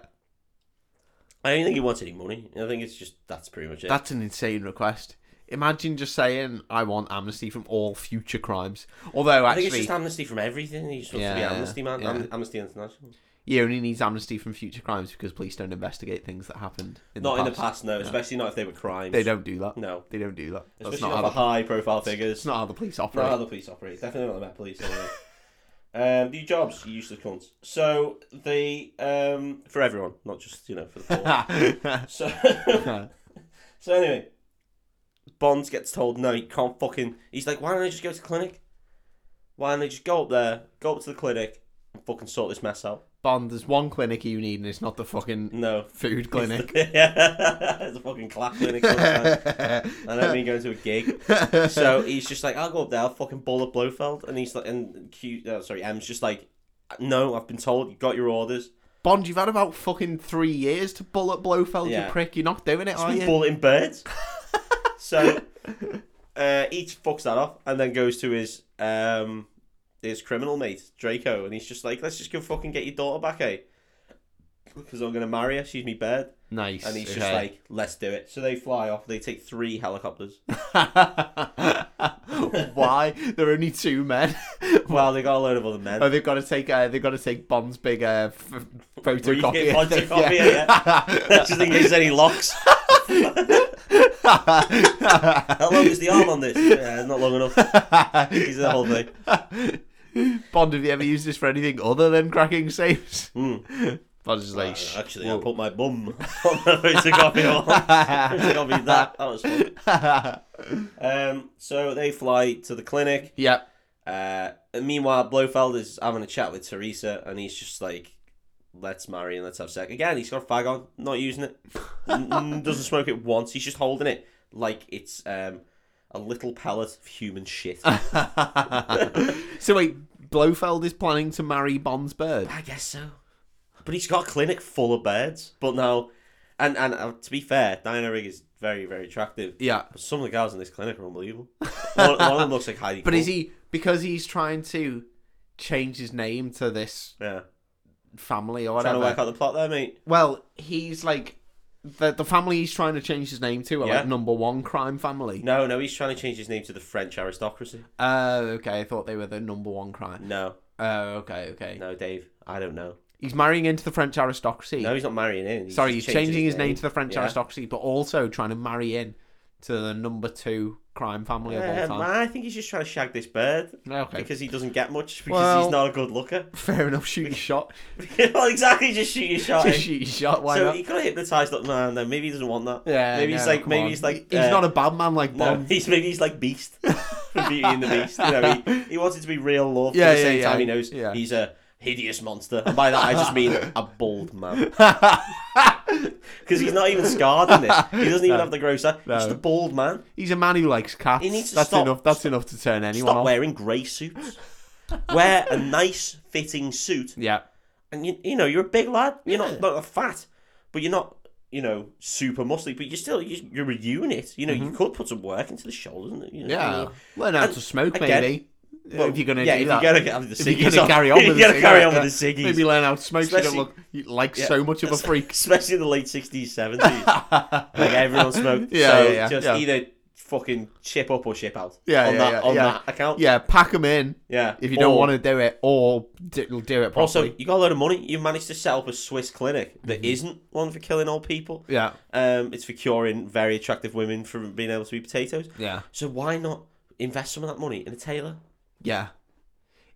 B: I don't think he wants any money. I think it's just that's pretty much it.
C: That's an insane request. Imagine just saying, "I want amnesty from all future crimes." Although,
B: I think it's
C: actually,
B: just amnesty from everything. He's supposed to be
C: Yeah,
B: amnesty man,
C: yeah.
B: Am- amnesty international.
C: he only needs amnesty from future crimes because police don't investigate things that happened. In
B: Not
C: the
B: in
C: past.
B: the past, no. Especially not if they were crimes.
C: They don't do that.
B: No.
C: They don't do that. That's
B: Especially
C: not
B: not,
C: how
B: for
C: the,
B: high profile figures.
C: it's not how the police
B: Not
C: operate.
B: how the police operate. Definitely not the Met Police. Anyway. Um, new jobs, you useless cunts. So they um, for everyone, not just you know for the poor. so So anyway, Bonds gets told no, he can't fucking. He's like, why don't I just go to clinic? Why don't I just go up there, go up to the clinic, and fucking sort this mess out?
C: Bond, there's one clinic you need, and it's not the fucking
B: No.
C: food clinic.
B: it's a fucking clap clinic. sometimes. I don't mean going to a gig. So he's just like, I'll go up there, I'll fucking ball at Blofeld, and he's like, and Q, uh, sorry, M's just like, no, I've been told you got your orders.
C: Bond, you've had about fucking three years to bullet Blofeld,
B: Yeah.
C: you prick. You're not doing it, are
B: Just
C: you?
B: bulleting birds. so uh, he fucks that off and then goes to his um, his criminal mate Draco, and he's just like, "Let's just go fucking get your daughter back, eh? Because I'm gonna marry her. She's me bird."
C: nice.
B: And he's just like, "Let's do it." So they fly off. They take three helicopters.
C: like, why? There are only two men.
B: well, they got a load of other
C: Oh,
B: men.
C: they've got to take. Uh, they've got to take Bond's big uh, f- photocopy.
B: photocopy, just in case any locks. How long is the arm on this? Yeah, not long enough. He's the whole thing.
C: Bond, have you ever used this for anything other than cracking safes?
B: Hmm.
C: Bond's just like,
B: Uh,
C: "Shh,
B: Actually, I
C: whoa."
B: put my bum on the photocopy wall. Photocopy that. That was fun. Um, so they fly to the clinic.
C: yeah,
B: Uh, and meanwhile, Blofeld is having a chat with Teresa, and he's just like, "Let's marry and let's have sex." Again, he's got a fag on, not using it. N- n- doesn't smoke it once. He's just holding it like it's um, a little pellet of human shit.
C: so wait, Blofeld is planning to marry Bond's bird.
B: I guess so. But he's got a clinic full of birds. But now, and and uh, to be fair, Diana Rigg is very very attractive.
C: Yeah,
B: But some of the girls in this clinic are unbelievable. one, one of them looks like Heidi.
C: but is
B: Klum.
C: he because he's trying to change his name to this
B: Yeah.
C: family or
B: Trying to work
C: whatever?
B: out the plot there, mate.
C: Well, he's like the the family he's trying to change his name to are
B: Yeah.
C: like number one crime family.
B: No, no, he's trying to change his name to the French aristocracy.
C: Oh, okay. I thought they were the number one crime.
B: No,
C: Oh, okay, okay.
B: no, Dave. I don't know.
C: He's marrying into the French aristocracy.
B: No, he's not marrying in. He's
C: Sorry, he's
B: just
C: changing his name. to the French
B: Yeah.
C: aristocracy, but also trying to marry in to the number two crime family
B: Yeah,
C: of all time.
B: man, I think he's just trying to shag this bird
C: Okay,
B: because he doesn't get much because
C: Well-
B: he's not a good looker.
C: fair enough. Shoot your shot.
B: well, exactly, just shoot your shot. eh?
C: Just shoot your shot. Why
B: so
C: not?
B: he could have hypnotized that man. Then maybe he doesn't want that.
C: Yeah,
B: maybe he's
C: no,
B: like,
C: come
B: maybe
C: on.
B: he's like,
C: He- he's
B: uh,
C: not a bad man like
B: No,
C: Bond.
B: he's maybe he's like Beast from Beauty and the Beast. You know, he, he wants it to be real love. Yeah,
C: Yeah,
B: at the
C: yeah,
B: same
C: yeah.
B: time, he knows
C: Yeah.
B: he's a hideous monster. And by that, I just mean a bald man. Because he's not even scarred in this. He doesn't even have the gross. hair. He's just a bald man.
C: He's a man who likes cats.
B: He needs to
C: that's
B: stop-
C: enough. That's enough to turn anyone
B: Stop
C: off.
B: wearing grey suits. Wear a nice fitting suit,
C: Yeah,
B: and you, you know you're a big lad. You're not not fat, but you're not you know super muscly. But you're still you- you're a unit. You know you could put some work into the shoulders. And, you know,
C: Mm-hmm. yeah. Learn how
B: And
C: to smoke,
B: again-
C: maybe. Uh, if you're gonna
B: yeah,
C: do
B: if
C: that,
B: you're gonna have the
C: if
B: ciggies
C: you're gonna
B: on-
C: carry on
B: if
C: with
B: you're
C: the
B: gonna carry on
C: cigarette,
B: with the ciggies.
C: maybe learn how to smoke. so You don't
B: Especially-
C: look you- like
B: Yeah.
C: so much of a freak.
B: especially in the late sixties, seventies. like everyone smoked.
C: Yeah,
B: so
C: yeah, yeah,
B: just
C: yeah.
B: either fucking chip up or ship out.
C: Yeah,
B: on
C: yeah,
B: that
C: yeah,
B: on
C: yeah.
B: that account.
C: yeah, pack them in
B: yeah.
C: if you don't
B: Or-
C: want to do it, or d- do it properly.
B: Also, you got a load of money. You managed to set up a Swiss clinic that not one for killing old people.
C: Mm-hmm. yeah,
B: Um, it's for curing very attractive women from being able to eat potatoes.
C: yeah,
B: So why not invest some of that money in a tailor?
C: yeah.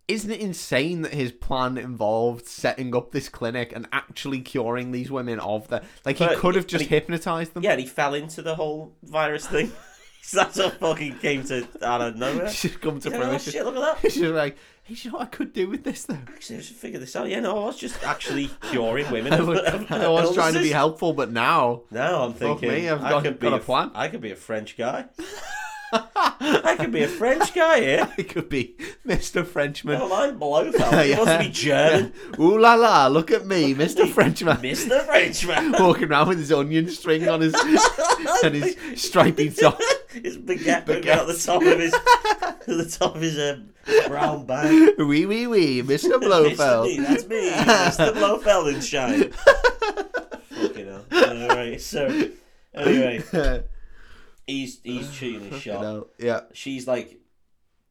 C: Isn't it insane that his plan involved setting up this clinic and actually curing these women of the like? He
B: But-
C: could have just
B: but
C: hypnotized them.
B: Yeah, and he fell into the whole virus thing. so that's what fucking came to out of nowhere.
C: She's come to
B: He's like, oh
C: fruition.
B: shit, look at that.
C: She's like, hey, you know what I could do with this though?
B: Actually, I should figure this out. Yeah, no, I was just actually curing women.
C: I was, I was trying to be helpful, but now
B: Now I'm
C: Fuck
B: thinking,
C: me, I've
B: I
C: got-
B: could be
C: got a
B: a f-
C: plan.
B: I could be a French guy. I could be a French guy here.
C: it could be Mr. Frenchman.
B: Well, I'm Blofeld. He wants to be German.
C: Yeah. Ooh la la, look at me, Mr. Frenchman.
B: Mr. Frenchman.
C: Walking around with his onion string on his and his stripy top.
B: his baguette poking out the top of his, the top of his um, brown bag.
C: Wee wee wee, Mr.
B: Mr.
C: Blofeld.
B: Me, that's me, Mr. Blofeld in shine. Fucking hell. All right, so anyway, he's he's shooting his
C: You
B: shot.
C: know, yeah.
B: she's like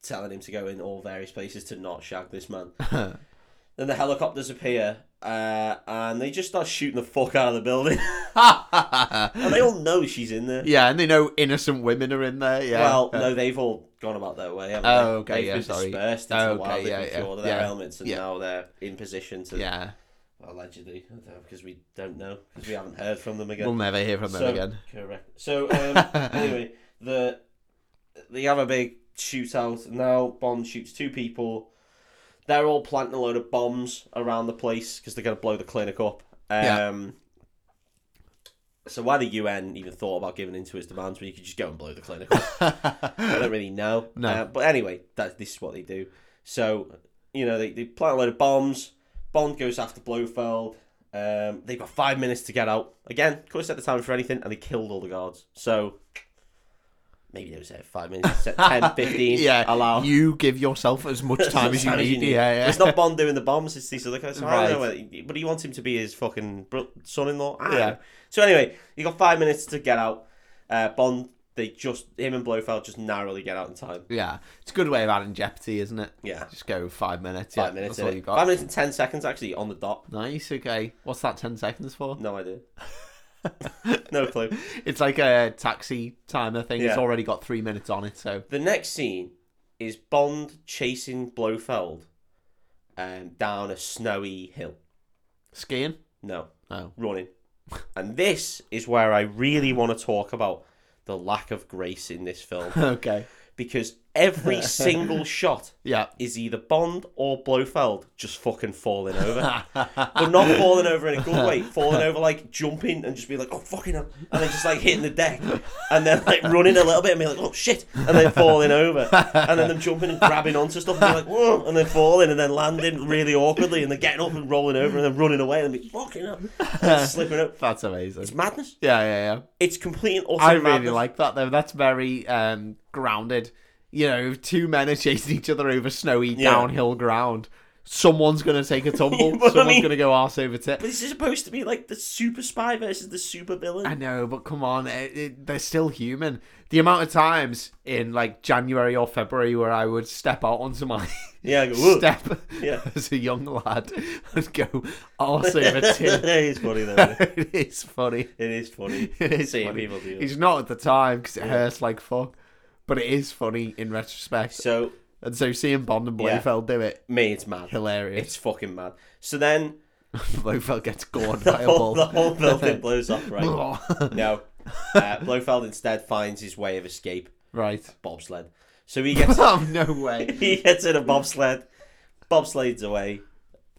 B: telling him to go in all various places to not shag this man. then the helicopters appear uh, and they just start shooting the fuck out of the building. and they all know she's in there.
C: yeah, and they know innocent women are in there. Yeah.
B: Well,
C: Uh,
B: no, they've all gone about their way. Haven't
C: Oh,
B: they?
C: okay,
B: They've
C: yeah,
B: been
C: sorry.
B: dispersed into
C: Oh,
B: the wild.
C: okay,
B: They've
C: yeah,
B: been
C: yeah,
B: cured of their
C: yeah,
B: ailments, and
C: yeah.
B: now they're in position to
C: Yeah.
B: allegedly because we don't know because we haven't heard from them again.
C: We'll never hear from them
B: so,
C: again.
B: Correct. So um, anyway, the they have a big shootout. Now Bond shoots two people. They're all planting a load of bombs around the place because they're going to blow the clinic up. Um,
C: Yeah.
B: So why the UN even thought about giving in to his demands when you could just go and blow the clinic up? I don't really know.
C: No.
B: Uh, but anyway, that this is what they do. So, you know, they, they plant a load of bombs. Bond goes after Blofeld. Um, they've got five minutes to get out. Again, couldn't set the time for anything, and they killed all the guards. So, maybe they was there five minutes, set 10, 15,
C: yeah.
B: allow.
C: You give yourself as much time as you need. Yeah, yeah.
B: It's not Bond doing the bombs, it's these other guys. So I don't know
C: Right.
B: whether, but he wants him to be his fucking bro- son-in-law. I don't
C: Yeah.
B: know. So anyway, you got five minutes to get out. Uh, Bond, they just, him and Blofeld just narrowly get out in time.
C: Yeah. It's a good way of adding jeopardy, isn't it?
B: Yeah.
C: Just go five minutes.
B: Five
C: yeah,
B: minutes.
C: That's all
B: innit?
C: you got.
B: Five minutes and ten seconds actually on the dot.
C: Nice. Okay. What's that? Ten seconds for?
B: No idea. no clue.
C: It's like a taxi timer thing. It's
B: Yeah.
C: already got three minutes on it. So
B: The next scene is Bond chasing Blofeld um, down a snowy hill.
C: skiing.
B: No,
C: Oh.
B: running. And this is where I really want to talk about the lack of grace in this film
C: Okay.
B: because every single shot
C: Yeah.
B: is either Bond or Blofeld just fucking falling over. but not falling over in a good way. Falling over like jumping and just being like, oh fucking hell. And then just like hitting the deck. And then like running a little bit and being like, oh shit. And then falling over. And then them jumping and grabbing onto stuff and being like, whoa. And then falling and then landing really awkwardly. And then getting up and rolling over and then running away and then being fucking up. And then slipping up.
C: That's amazing.
B: It's madness.
C: Yeah, yeah, yeah.
B: It's complete and utter
C: I really
B: madness.
C: like that though. That's very um, grounded. You know, if two men are chasing each other over snowy
B: Yeah.
C: downhill ground. Someone's gonna take a tumble.
B: but I
C: Someone's
B: mean-
C: gonna go arse over tip.
B: But this is supposed to be like the super spy versus the super villain.
C: I know, but come on, it, it, they're still human. The amount of times in like January or February where I would step out onto my
B: yeah, I go, "Whoa."
C: step
B: Yeah.
C: as a young lad and go arse over
B: it
C: tip.
B: is funny though. isn't it?
C: it is funny.
B: It is funny.
C: It is
B: seeing
C: funny.
B: people do that.
C: It's not at the time because it hurts like fuck, but it is funny in retrospect.
B: So
C: And so seeing Bond and
B: Yeah.
C: Blofeld do it,
B: me, it's mad. It's
C: hilarious.
B: fucking mad. So then
C: Blofeld gets gored
B: the
C: by a
B: whole,
C: bull.
B: the whole building blows up, right?
C: right.
B: no, uh, Blofeld instead finds his way of escape, bobsled. So he gets
C: Oh, no way.
B: he gets in a bobsled, bobsleds away.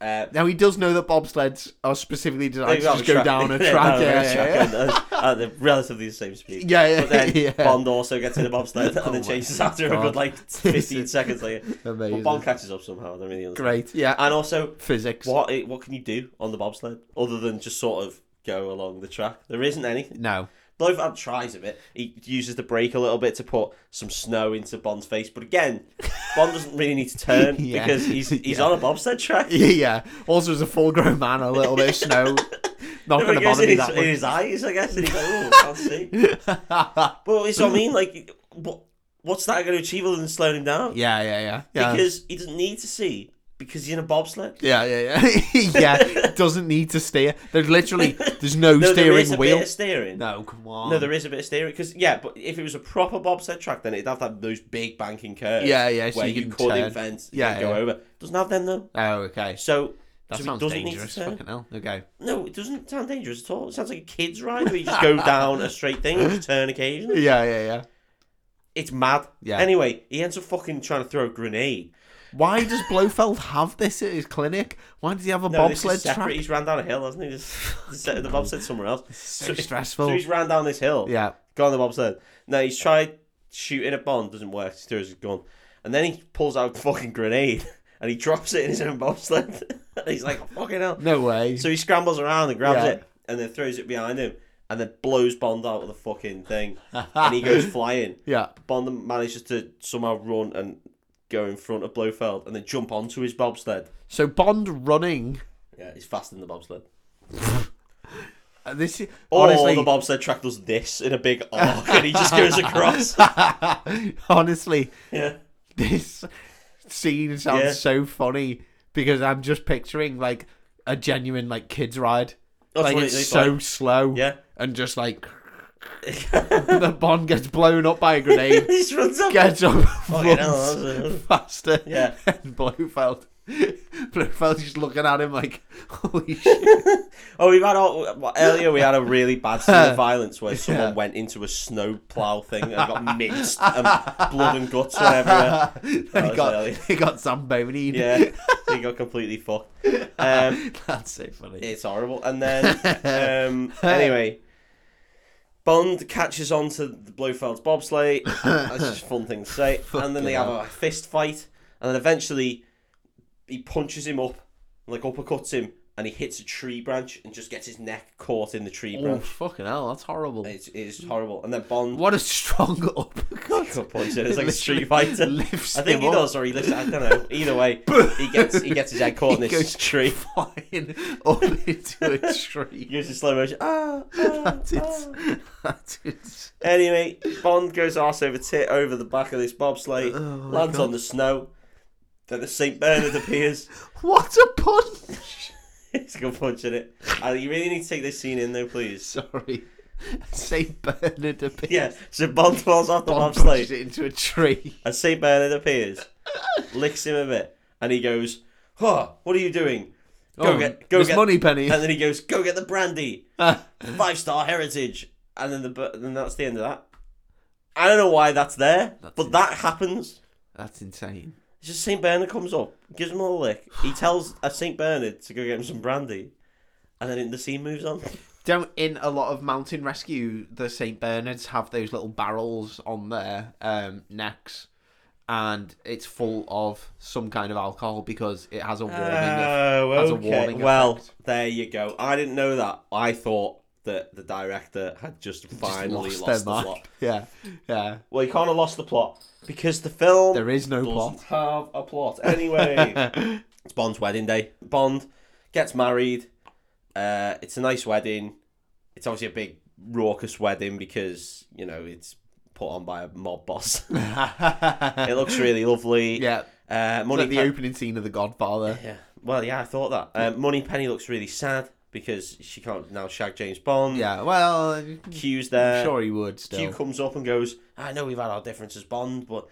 B: Uh,
C: Now he does know that bobsleds are specifically designed to
B: they've got
C: just go down a
B: they're
C: track.
B: down a
C: Yeah, yeah,
B: track and- at the relatively the same speed.
C: yeah. yeah,
B: But then
C: yeah.
B: Bond also gets in a bobsled
C: Oh
B: and then
C: my
B: chases after him a
C: God.
B: good like 15 seconds later.
C: Amazing.
B: But Bond catches up somehow. I don't really understand.
C: Great. Yeah.
B: And also,
C: Physics.
B: What i- what can you do on the bobsled other than just sort of go along the track? There isn't anything.
C: No.
B: Blofeld tries a bit. He uses the brake a little bit to put some snow into Bond's face, but again, Bond doesn't really need to turn
C: Yeah.
B: because he's he's
C: Yeah.
B: on a bobsled track.
C: Yeah. Also, as a full-grown man, a little bit of snow not
B: It
C: going
B: goes
C: to bother
B: in
C: me
B: his,
C: that
B: in his eyes, I guess, and he's like, "Oh, I can't see."
C: much.
B: But it's what I mean. Like, what what's that going to achieve other than slowing him down?
C: yeah, yeah, yeah. Yeah.
B: Because he doesn't need to see because he's in a bobsled.
C: Yeah, yeah, yeah. yeah, doesn't need to steer. There's literally there's no,
B: No, there is
C: steering
B: a
C: wheel.
B: bit of steering.
C: No, come on.
B: No, there is a bit of steering because yeah, but if it was a proper bobsled track, then it'd have to have those big banking curves.
C: Yeah, yeah, so
B: where
C: you
B: you,
C: can
B: could
C: turn.
B: invent,
C: Yeah,
B: yeah, go
C: yeah.
B: over. Doesn't have them though,
C: Oh, okay.
B: so
C: That
B: so it
C: sounds
B: doesn't
C: dangerous.
B: Need to turn.
C: Fucking hell. Okay.
B: no, it doesn't sound dangerous at all. It sounds like a kids' ride where you just go down a straight thing and just turn occasionally.
C: Yeah, yeah, yeah.
B: It's mad.
C: Yeah.
B: Anyway, he ends up fucking trying to throw a grenade.
C: Why does Blofeld have this at his clinic? Why does he have a
B: No, this
C: bobsled
B: is separate.
C: track?
B: He's ran down a hill, hasn't he? Just set the bobsled somewhere else.
C: so stressful.
B: So he's ran down this hill.
C: Yeah.
B: Gone the bobsled. Now he's tried shooting at Bond, doesn't work. He throws his gun, and then he pulls out a fucking grenade and he drops it in his own bobsled. and he's like, "Fucking hell!"
C: No way.
B: So he scrambles around and grabs
C: Yeah.
B: it, and then throws it behind him, and then blows Bond out with a fucking thing, and he goes flying.
C: yeah.
B: Bond manages to somehow run and go in front of Blofeld, and then jump onto his bobsled.
C: So Bond running.
B: Yeah, he's faster than the bobsled.
C: uh, This is,
B: Or
C: honestly,
B: the bobsled track does this in a big arc, and he just goes across.
C: honestly,
B: yeah.
C: this scene sounds
B: Yeah.
C: so funny because I'm just picturing like a genuine like kids ride.
B: That's
C: like
B: what
C: it's
B: it is,
C: so
B: like-
C: slow.
B: Yeah.
C: And just like the Bond gets blown up by a grenade,
B: he just runs up.
C: gets up,
B: Fucking hell,
C: runs
B: Oh, that was uh, a-
C: faster.
B: Yeah.
C: And Blofeld, Blofeld's just looking at him like, holy shit.
B: Oh, we've had all, well, earlier. We had a really bad scene of violence where someone
C: Yeah.
B: went into a snow plow thing and got minced, and blood and guts were everywhere. That
C: he
B: was
C: got
B: early.
C: he got zambonied.
B: Yeah, he got completely fucked. Um,
C: That's so funny.
B: it's horrible. And then, um, anyway, Bond catches on to the Blofeld's bobsleigh. That's just a fun thing to say. and then they have a fist fight, and then eventually he punches him up, like uppercuts him, and he hits a tree branch and just gets his neck caught in the tree
C: Oh
B: branch.
C: fucking hell, that's horrible.
B: It's, it's horrible. And then Bond.
C: What a strong uppercut.
B: Good point. It's like a
C: Literally
B: Street Fighter.
C: lifts
B: I think he
C: him up.
B: does, or he lifts. I don't know. Either way, he gets he gets his head caught in
C: He
B: this
C: goes
B: tree.
C: Flying up into a
B: He
C: tree.
B: goes in slow motion. Ah, ah,
C: That's
B: ah.
C: it. That's it.
B: Anyway, Bond goes arse over tit over the back of this bobsleigh,
C: Oh my
B: lands on the snow. Then the Saint Bernard appears.
C: What a pun!
B: He's gonna punch in it. And you really need to take this scene in though, please.
C: Sorry. St. Bernard appears.
B: Yeah. So Bond falls off the
C: Bond
B: bobsleigh,
C: pushed it into a tree.
B: and Saint Bernard appears, licks him a bit, and he goes, "Huh? What are you doing? Go
C: Oh,
B: get, go
C: Miss
B: get
C: Moneypenny.
B: And then he goes, "Go get the brandy,
C: Ah,
B: five star heritage," and then the bu- then that's the end of that. I don't know why that's there, but that happens.
C: That's insane.
B: It's just Saint Bernard comes up, gives him a lick. He tells a Saint Bernard to go get him some brandy, and then the scene moves on.
C: Don't in a lot of mountain rescue, the St. Bernards have those little barrels on their um, necks, and it's full of some kind of alcohol because it has a warming.
B: Ah,
C: effect. as a warning
B: Oh, Well,
C: effect.
B: there you go. I didn't know that. I thought that the director had just
C: Just
B: finally
C: lost
B: lost,
C: their
B: the
C: mark.
B: plot.
C: Yeah, yeah.
B: Well, he kind of lost the plot because the film
C: There is no
B: doesn't
C: plot.
B: have a plot. Anyway. It's Bond's wedding day. Bond gets married. Uh, it's a nice wedding. It's obviously a big raucous wedding because you know it's put on by a mob boss. it looks really lovely.
C: yeah.
B: Uh,
C: It's
B: Money.
C: like the
B: Pen-
C: opening scene of The Godfather.
B: yeah. Well, yeah, I thought that. Uh, Money Penny looks really sad because she can't now shag James Bond.
C: Yeah, well, I'm
B: Q's there.
C: sure he would still.
B: Q comes up and goes, "I know we've had our differences, Bond, but."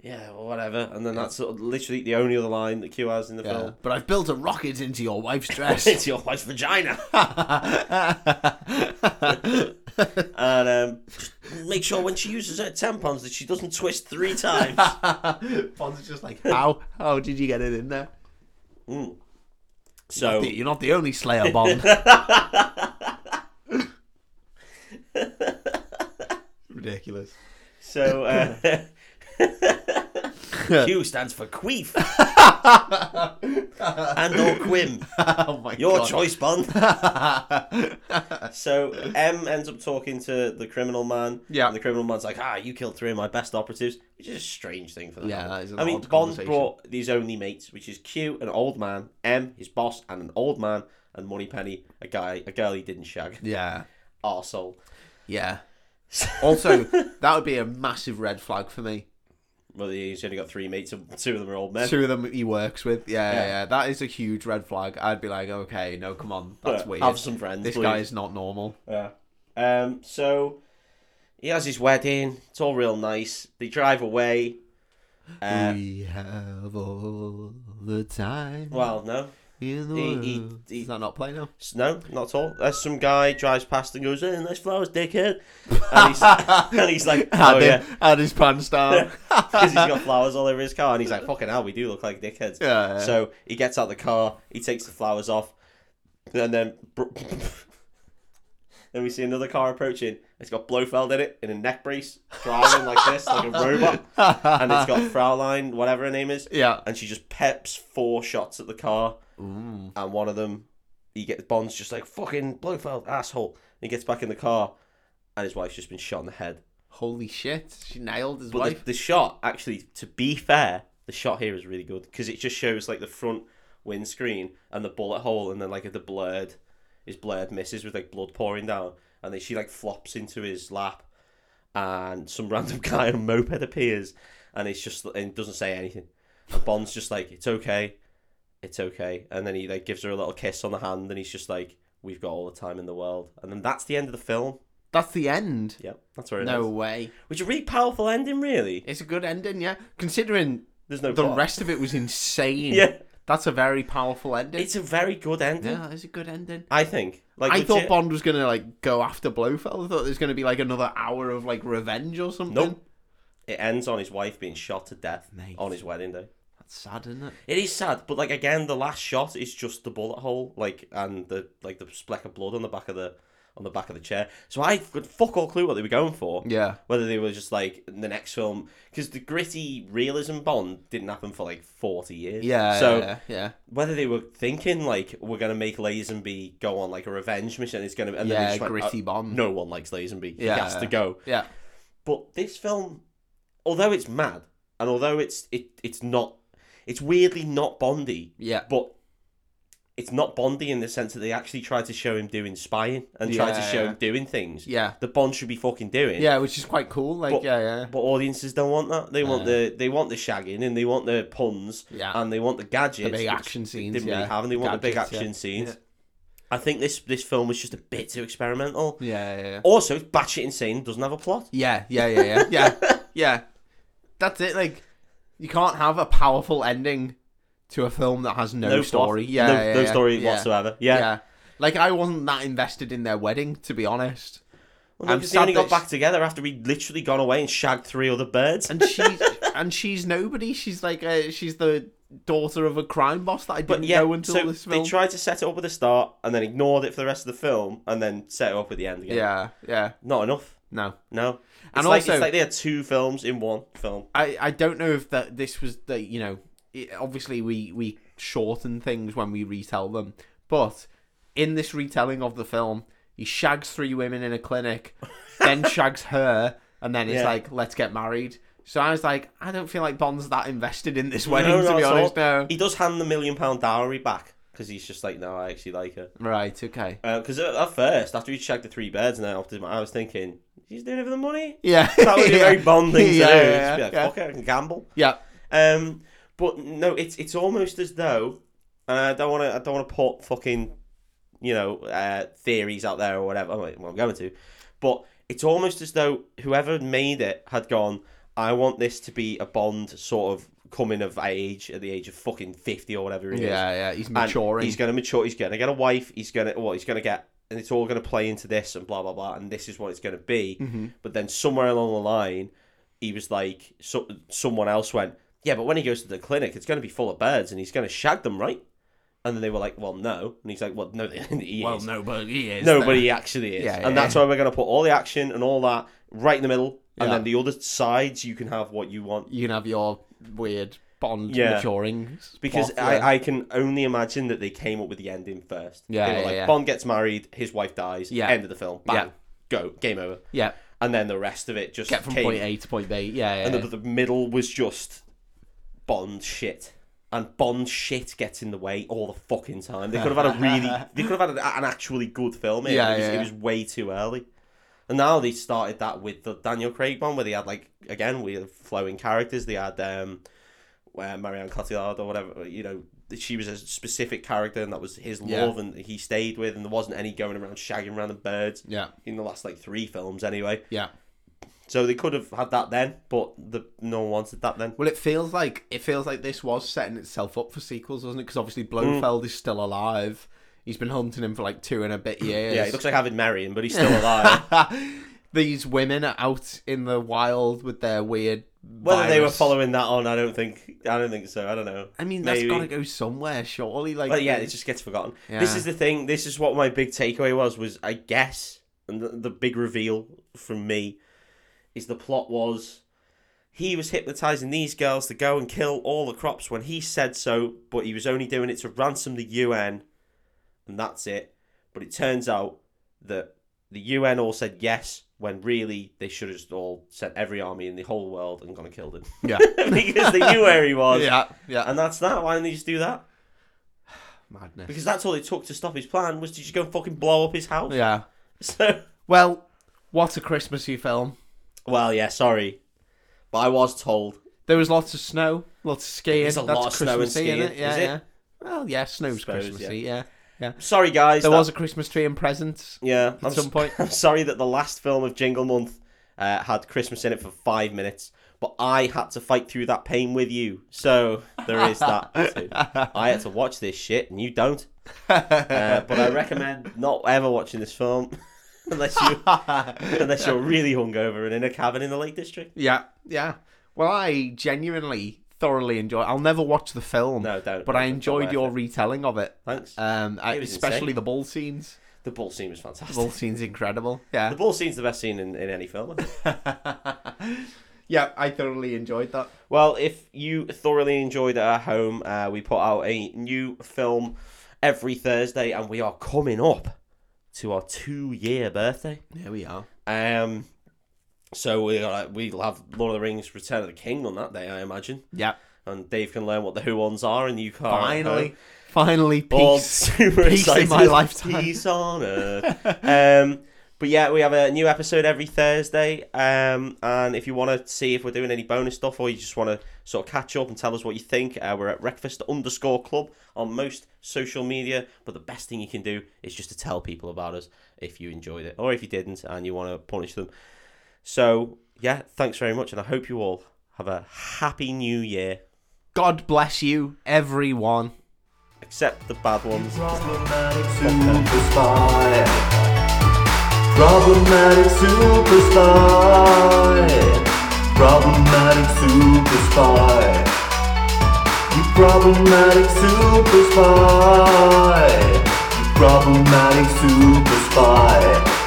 B: Yeah, well, whatever. And then that's sort of literally the only other line that Q has in the
C: Yeah.
B: film.
C: But I've built a rocket into your wife's dress.
B: It's your wife's vagina. and um, just make sure when she uses her tampons that she doesn't twist three times.
C: Bond's just like, how? How did you get it in there?
B: Hmm. So
C: You're not the only Slayer Bond. Ridiculous.
B: so uh, Q stands for queef and or quim.
C: Oh my
B: Your
C: god.
B: choice, Bond. so M ends up talking to the criminal man.
C: Yeah.
B: And the criminal man's like, ah, you killed three of my best operatives, which is a strange thing for them.
C: Yeah, that is an
B: I mean,
C: odd
B: Bond
C: conversation.
B: brought these only mates, which is Q, an old man, M, his boss, and an old man, and Moneypenny, a guy, a girl he didn't shag.
C: Yeah.
B: Arsehole.
C: Yeah. Also, that would be a massive red flag for me.
B: Well, he's only got three mates, and two of them are old men.
C: Two of them he works with. Yeah, yeah,
B: Yeah.
C: yeah. That is a huge red flag. I'd be like, okay, no, come on, that's
B: Uh,
C: weird.
B: Have some friends.
C: this
B: please.
C: guy is not normal.
B: Yeah. Um, so he has his wedding. It's all real nice. They drive away. Uh,
C: we have all the time
B: well, no,
C: in the
B: he-
C: world.
B: he- he-
C: Does that not play now?
B: S- no, not at all. There's some guy drives past and goes, "Hey, nice flowers, dickhead," and he's, and he's like, "Oh
C: Had
B: yeah,"
C: him- had his pants down.
B: because he's got flowers all over his car, and he's like, "Fucking hell, we do look like dickheads."
C: Yeah, yeah.
B: So he gets out the car. He takes the flowers off, and then. Then we see another car approaching. It's got Blofeld in it in a neck brace, driving like this, like a robot. and it's got Fraulein, whatever her name is,
C: yeah.
B: and she just peps four shots at the car,
C: Ooh.
B: and one of them, he gets Bond's just like fucking Blofeld asshole. And he gets back in the car, and his wife's just been shot in the head.
C: Holy shit! She nailed his
B: But
C: wife.
B: the, the shot, actually, to be fair, the shot here is really good because it just shows like the front windscreen and the bullet hole, and then like the blurred, his blurred misses with like blood pouring down, and then she like flops into his lap, and some random guy on a moped appears, and it's just and doesn't say anything, and Bond's just like, "It's okay," it's okay. And then he like gives her a little kiss on the hand, and he's just like, "We've got all the time in the world." And then that's the end of the film.
C: That's the end.
B: Yep, that's where it
C: No
B: ends.
C: way.
B: Which is a really powerful ending, really.
C: It's a good ending, yeah. Considering
B: There's no
C: the
B: plot.
C: rest of it was insane.
B: Yeah.
C: That's a very powerful ending.
B: It's a very good ending.
C: yeah, it's a good ending.
B: I think. Like
C: I thought
B: legit-
C: Bond was gonna like go after Blofeld. I thought there's gonna be like another hour of like revenge or something.
B: Nope. it ends on his wife being shot to death
C: Mate.
B: on his wedding day.
C: That's sad, isn't it?
B: It is sad, but like again, the last shot is just the bullet hole, like and the like the speck of blood on the back of the on the back of the chair. So I could fuck all clue what they were going for.
C: Yeah.
B: Whether they were just like in the next film, because the gritty realism Bond didn't happen for like forty years.
C: Yeah.
B: So
C: yeah, yeah.
B: whether they were thinking like we're gonna make Lazenby go on like a revenge mission, it's gonna and then they
C: Yeah,
B: just went,
C: gritty
B: "Oh,
C: Bond.
B: no one likes Lazenby. He
C: Yeah.
B: has to go.
C: Yeah.
B: But this film, although it's mad, and although it's it it's not, it's weirdly not Bondy,
C: Yeah.
B: but it's not Bondy in the sense that they actually tried to show him doing spying and tried to
C: Yeah.
B: show him doing things
C: Yeah.
B: that Bond should be fucking doing.
C: Yeah, which is quite cool. Like,
B: But-
C: yeah, yeah.
B: But audiences don't want that. They want
C: Uh.
B: the they want the shagging and they want the puns
C: Yeah.
B: and they want the gadgets,
C: The big
B: which
C: action
B: they
C: scenes,
B: Didn't
C: yeah.
B: really have, and they want the big
C: Gadgets, yeah.
B: action scenes.
C: Yeah.
B: I think this this film was just a bit too experimental.
C: Yeah, yeah, yeah.
B: Also, it's batshit insane. Doesn't have a plot.
C: Yeah, yeah, yeah, yeah, yeah, yeah. That's it. Like, you can't have a powerful ending to a film that has no,
B: plot.
C: story. Yeah,
B: no,
C: yeah,
B: no
C: yeah,
B: story
C: yeah,
B: whatsoever.
C: Yeah.
B: Yeah,
C: like I wasn't that invested in their wedding, to be honest.
B: Well, no,
C: I'm
B: 'cause
C: sad
B: they only got
C: that she-
B: back together after we'd literally gone away and shagged three other birds.
C: And she's and she's nobody. She's like uh, she's the daughter of a crime boss that I didn't
B: but yeah,
C: know until
B: so
C: this
B: they
C: film.
B: tried to set it up at the start and then ignored it for the rest of the film and then set it up at the end again.
C: yeah, yeah.
B: Not enough.
C: No,
B: No. It's
C: And
B: like,
C: also-
B: it's like they had two films in one film.
C: I, I don't know if that this was the you know it, obviously we we shorten things when we retell them, but in this retelling of the film, he shags three women in a clinic, then shags her, and then it's
B: Yeah.
C: like let's get married. So I was like, I don't feel like Bond's that invested in this wedding
B: No,
C: to
B: not
C: be
B: at all.
C: honest. No,
B: He does hand the million pound dowry back because he's just like, no, I actually like her.
C: right, okay,
B: Because at, at first, after he shagged the three birds and then after I was thinking, she's doing it for the money.
C: yeah,
B: That would be a very Bond thing to
C: yeah,
B: do.
C: yeah,
B: Just be like,
C: yeah.
B: fuck it, I can gamble.
C: yeah,
B: Um, but no, it's it's almost as though, and I don't want to I don't want to put fucking, you know, uh, theories out there or whatever. Well, I'm going to, but it's almost as though whoever made it had gone. I want this to be a Bond sort of coming of age at the age of fucking fifty or whatever. It is.
C: yeah, yeah. He's
B: And
C: maturing.
B: He's going to mature. He's going to get a wife. He's going to well. He's going to get, and it's all going to play into this and blah blah blah. And this is what it's going to be.
C: Mm-hmm.
B: But then somewhere along the line, he was like, so, someone else went, yeah, but when he goes to the clinic, it's going to be full of birds, and he's going to shag them, right? And then they were like, well, no. And he's like, well, no, he
C: well,
B: is.
C: no, but he is.
B: No,
C: there.
B: but he actually is.
C: Yeah,
B: and
C: yeah.
B: that's why we're going to put all the action and all that right in the middle. And
C: Yeah.
B: then the other sides, you can have what you want.
C: you can have your weird Bond
B: Yeah.
C: maturing
B: Because
C: plot, yeah.
B: I, I can only imagine that they came up with the ending first.
C: Yeah,
B: they were
C: yeah,
B: like
C: yeah.
B: Bond gets married, his wife dies.
C: Yeah.
B: end of the film. Bang,
C: Yeah.
B: go, game over.
C: yeah.
B: And then the rest of it just
C: get from
B: came,
C: point A to point B. Yeah, yeah.
B: and the, the middle was just Bond shit. And Bond shit gets in the way all the fucking time. They could have had a really, they could have had an actually good film. Here.
C: Yeah,
B: it, was,
C: yeah,
B: it
C: yeah.
B: was way too early. And now they started that with the Daniel Craig one, where they had like again we had flowing characters. They had um, where Marianne Cotillard or whatever, you know, she was a specific character, and that was his
C: Yeah.
B: love, and he stayed with, and there wasn't any going around shagging random birds
C: yeah,
B: in the last like three films anyway.
C: yeah.
B: So they could have had that then, but the no one wanted that then.
C: Well, it feels like it feels like this was setting itself up for sequels, wasn't it? Because obviously
B: Mm.
C: Blofeld is still alive. He's been hunting him for like two and a bit years.
B: Yeah, he looks like Avid Marion, but he's still alive.
C: These women are out in the wild with their weird.
B: Whether they were
C: virus.
B: following that on, I don't think. I don't think so. I don't know.
C: I mean,
B: Maybe.
C: that's got to go somewhere, surely. Like,
B: But yeah, it just gets forgotten. This
C: Yeah.
B: is the thing. This is what my big takeaway was. Was I guess, and the, the big reveal from me is the plot was he was hypnotizing these girls to go and kill all the crops when he said so, but he was only doing it to ransom the UN, and that's it. But it turns out that the UN all said yes when really they should have just all sent every army in the whole world and gone and killed him
C: yeah,
B: because they knew where he was.
C: yeah, yeah.
B: And that's that. Why didn't they just do that?
C: Madness.
B: Because that's all it took to stop his plan was to just go and fucking blow up his house.
C: Yeah.
B: So,
C: Well, what a Christmassy film.
B: well, yeah, sorry, but I was told
C: There was lots of snow, lots of skiing.
B: there's a
C: that's
B: lot of snow and
C: Christmassy,
B: skiing.
C: innit? Yeah,
B: is it?
C: yeah. Well, yeah, snow's
B: Suppose,
C: Christmassy. Yeah, yeah.
B: Sorry, guys.
C: There
B: that-
C: was a Christmas tree and presents.
B: yeah.
C: at some point.
B: I'm sorry that the last film of Jingle Month uh, had Christmas in it for five minutes, but I had to fight through that pain with you. So there is that. too. I had to watch this shit, and you don't. Uh, but I recommend not ever watching this film unless you unless you're really hungover and in a cabin in the Lake District.
C: Yeah, yeah. Well, I genuinely thoroughly enjoy. I'll never watch the film.
B: No, don't.
C: But I
B: It's not
C: enjoyed
B: worth
C: your
B: it.
C: retelling of it.
B: Thanks.
C: Um, I-
B: It was
C: especially
B: insane.
C: the ball scenes.
B: the ball scene was
C: The
B: fantastic.
C: ball scenes incredible.
B: The
C: Yeah,
B: ball scene's the best scene in, in any film. I think.
C: yeah. I thoroughly enjoyed that.
B: Well, if you thoroughly enjoyed our home, uh, we put out a new film every Thursday, and we are coming up to our two-year birthday.
C: There we are.
B: Um, so we are, we'll have Lord of the Rings: Return of the King on that day, I imagine,
C: Yeah.
B: and Dave can learn what the Who ones are, and you can
C: Finally, finally,
B: all
C: peace.
B: super
C: Peace in
B: excited.
C: my lifetime.
B: Peace on earth. um, but yeah, we have a new episode every Thursday. Um, and if you want to see if we're doing any bonus stuff or you just want to sort of catch up and tell us what you think, uh, we're at breakfast underscore club on most social media. But the best thing you can do is just to tell people about us if you enjoyed it or if you didn't and you want to punish them. So yeah, thanks very much. And I hope you all have a happy new year,
C: God bless you, everyone.
B: except the bad ones.
A: Problematic superstar. Problematic superstar. Problematic superstar. You problematic superstar. You problematic superstar.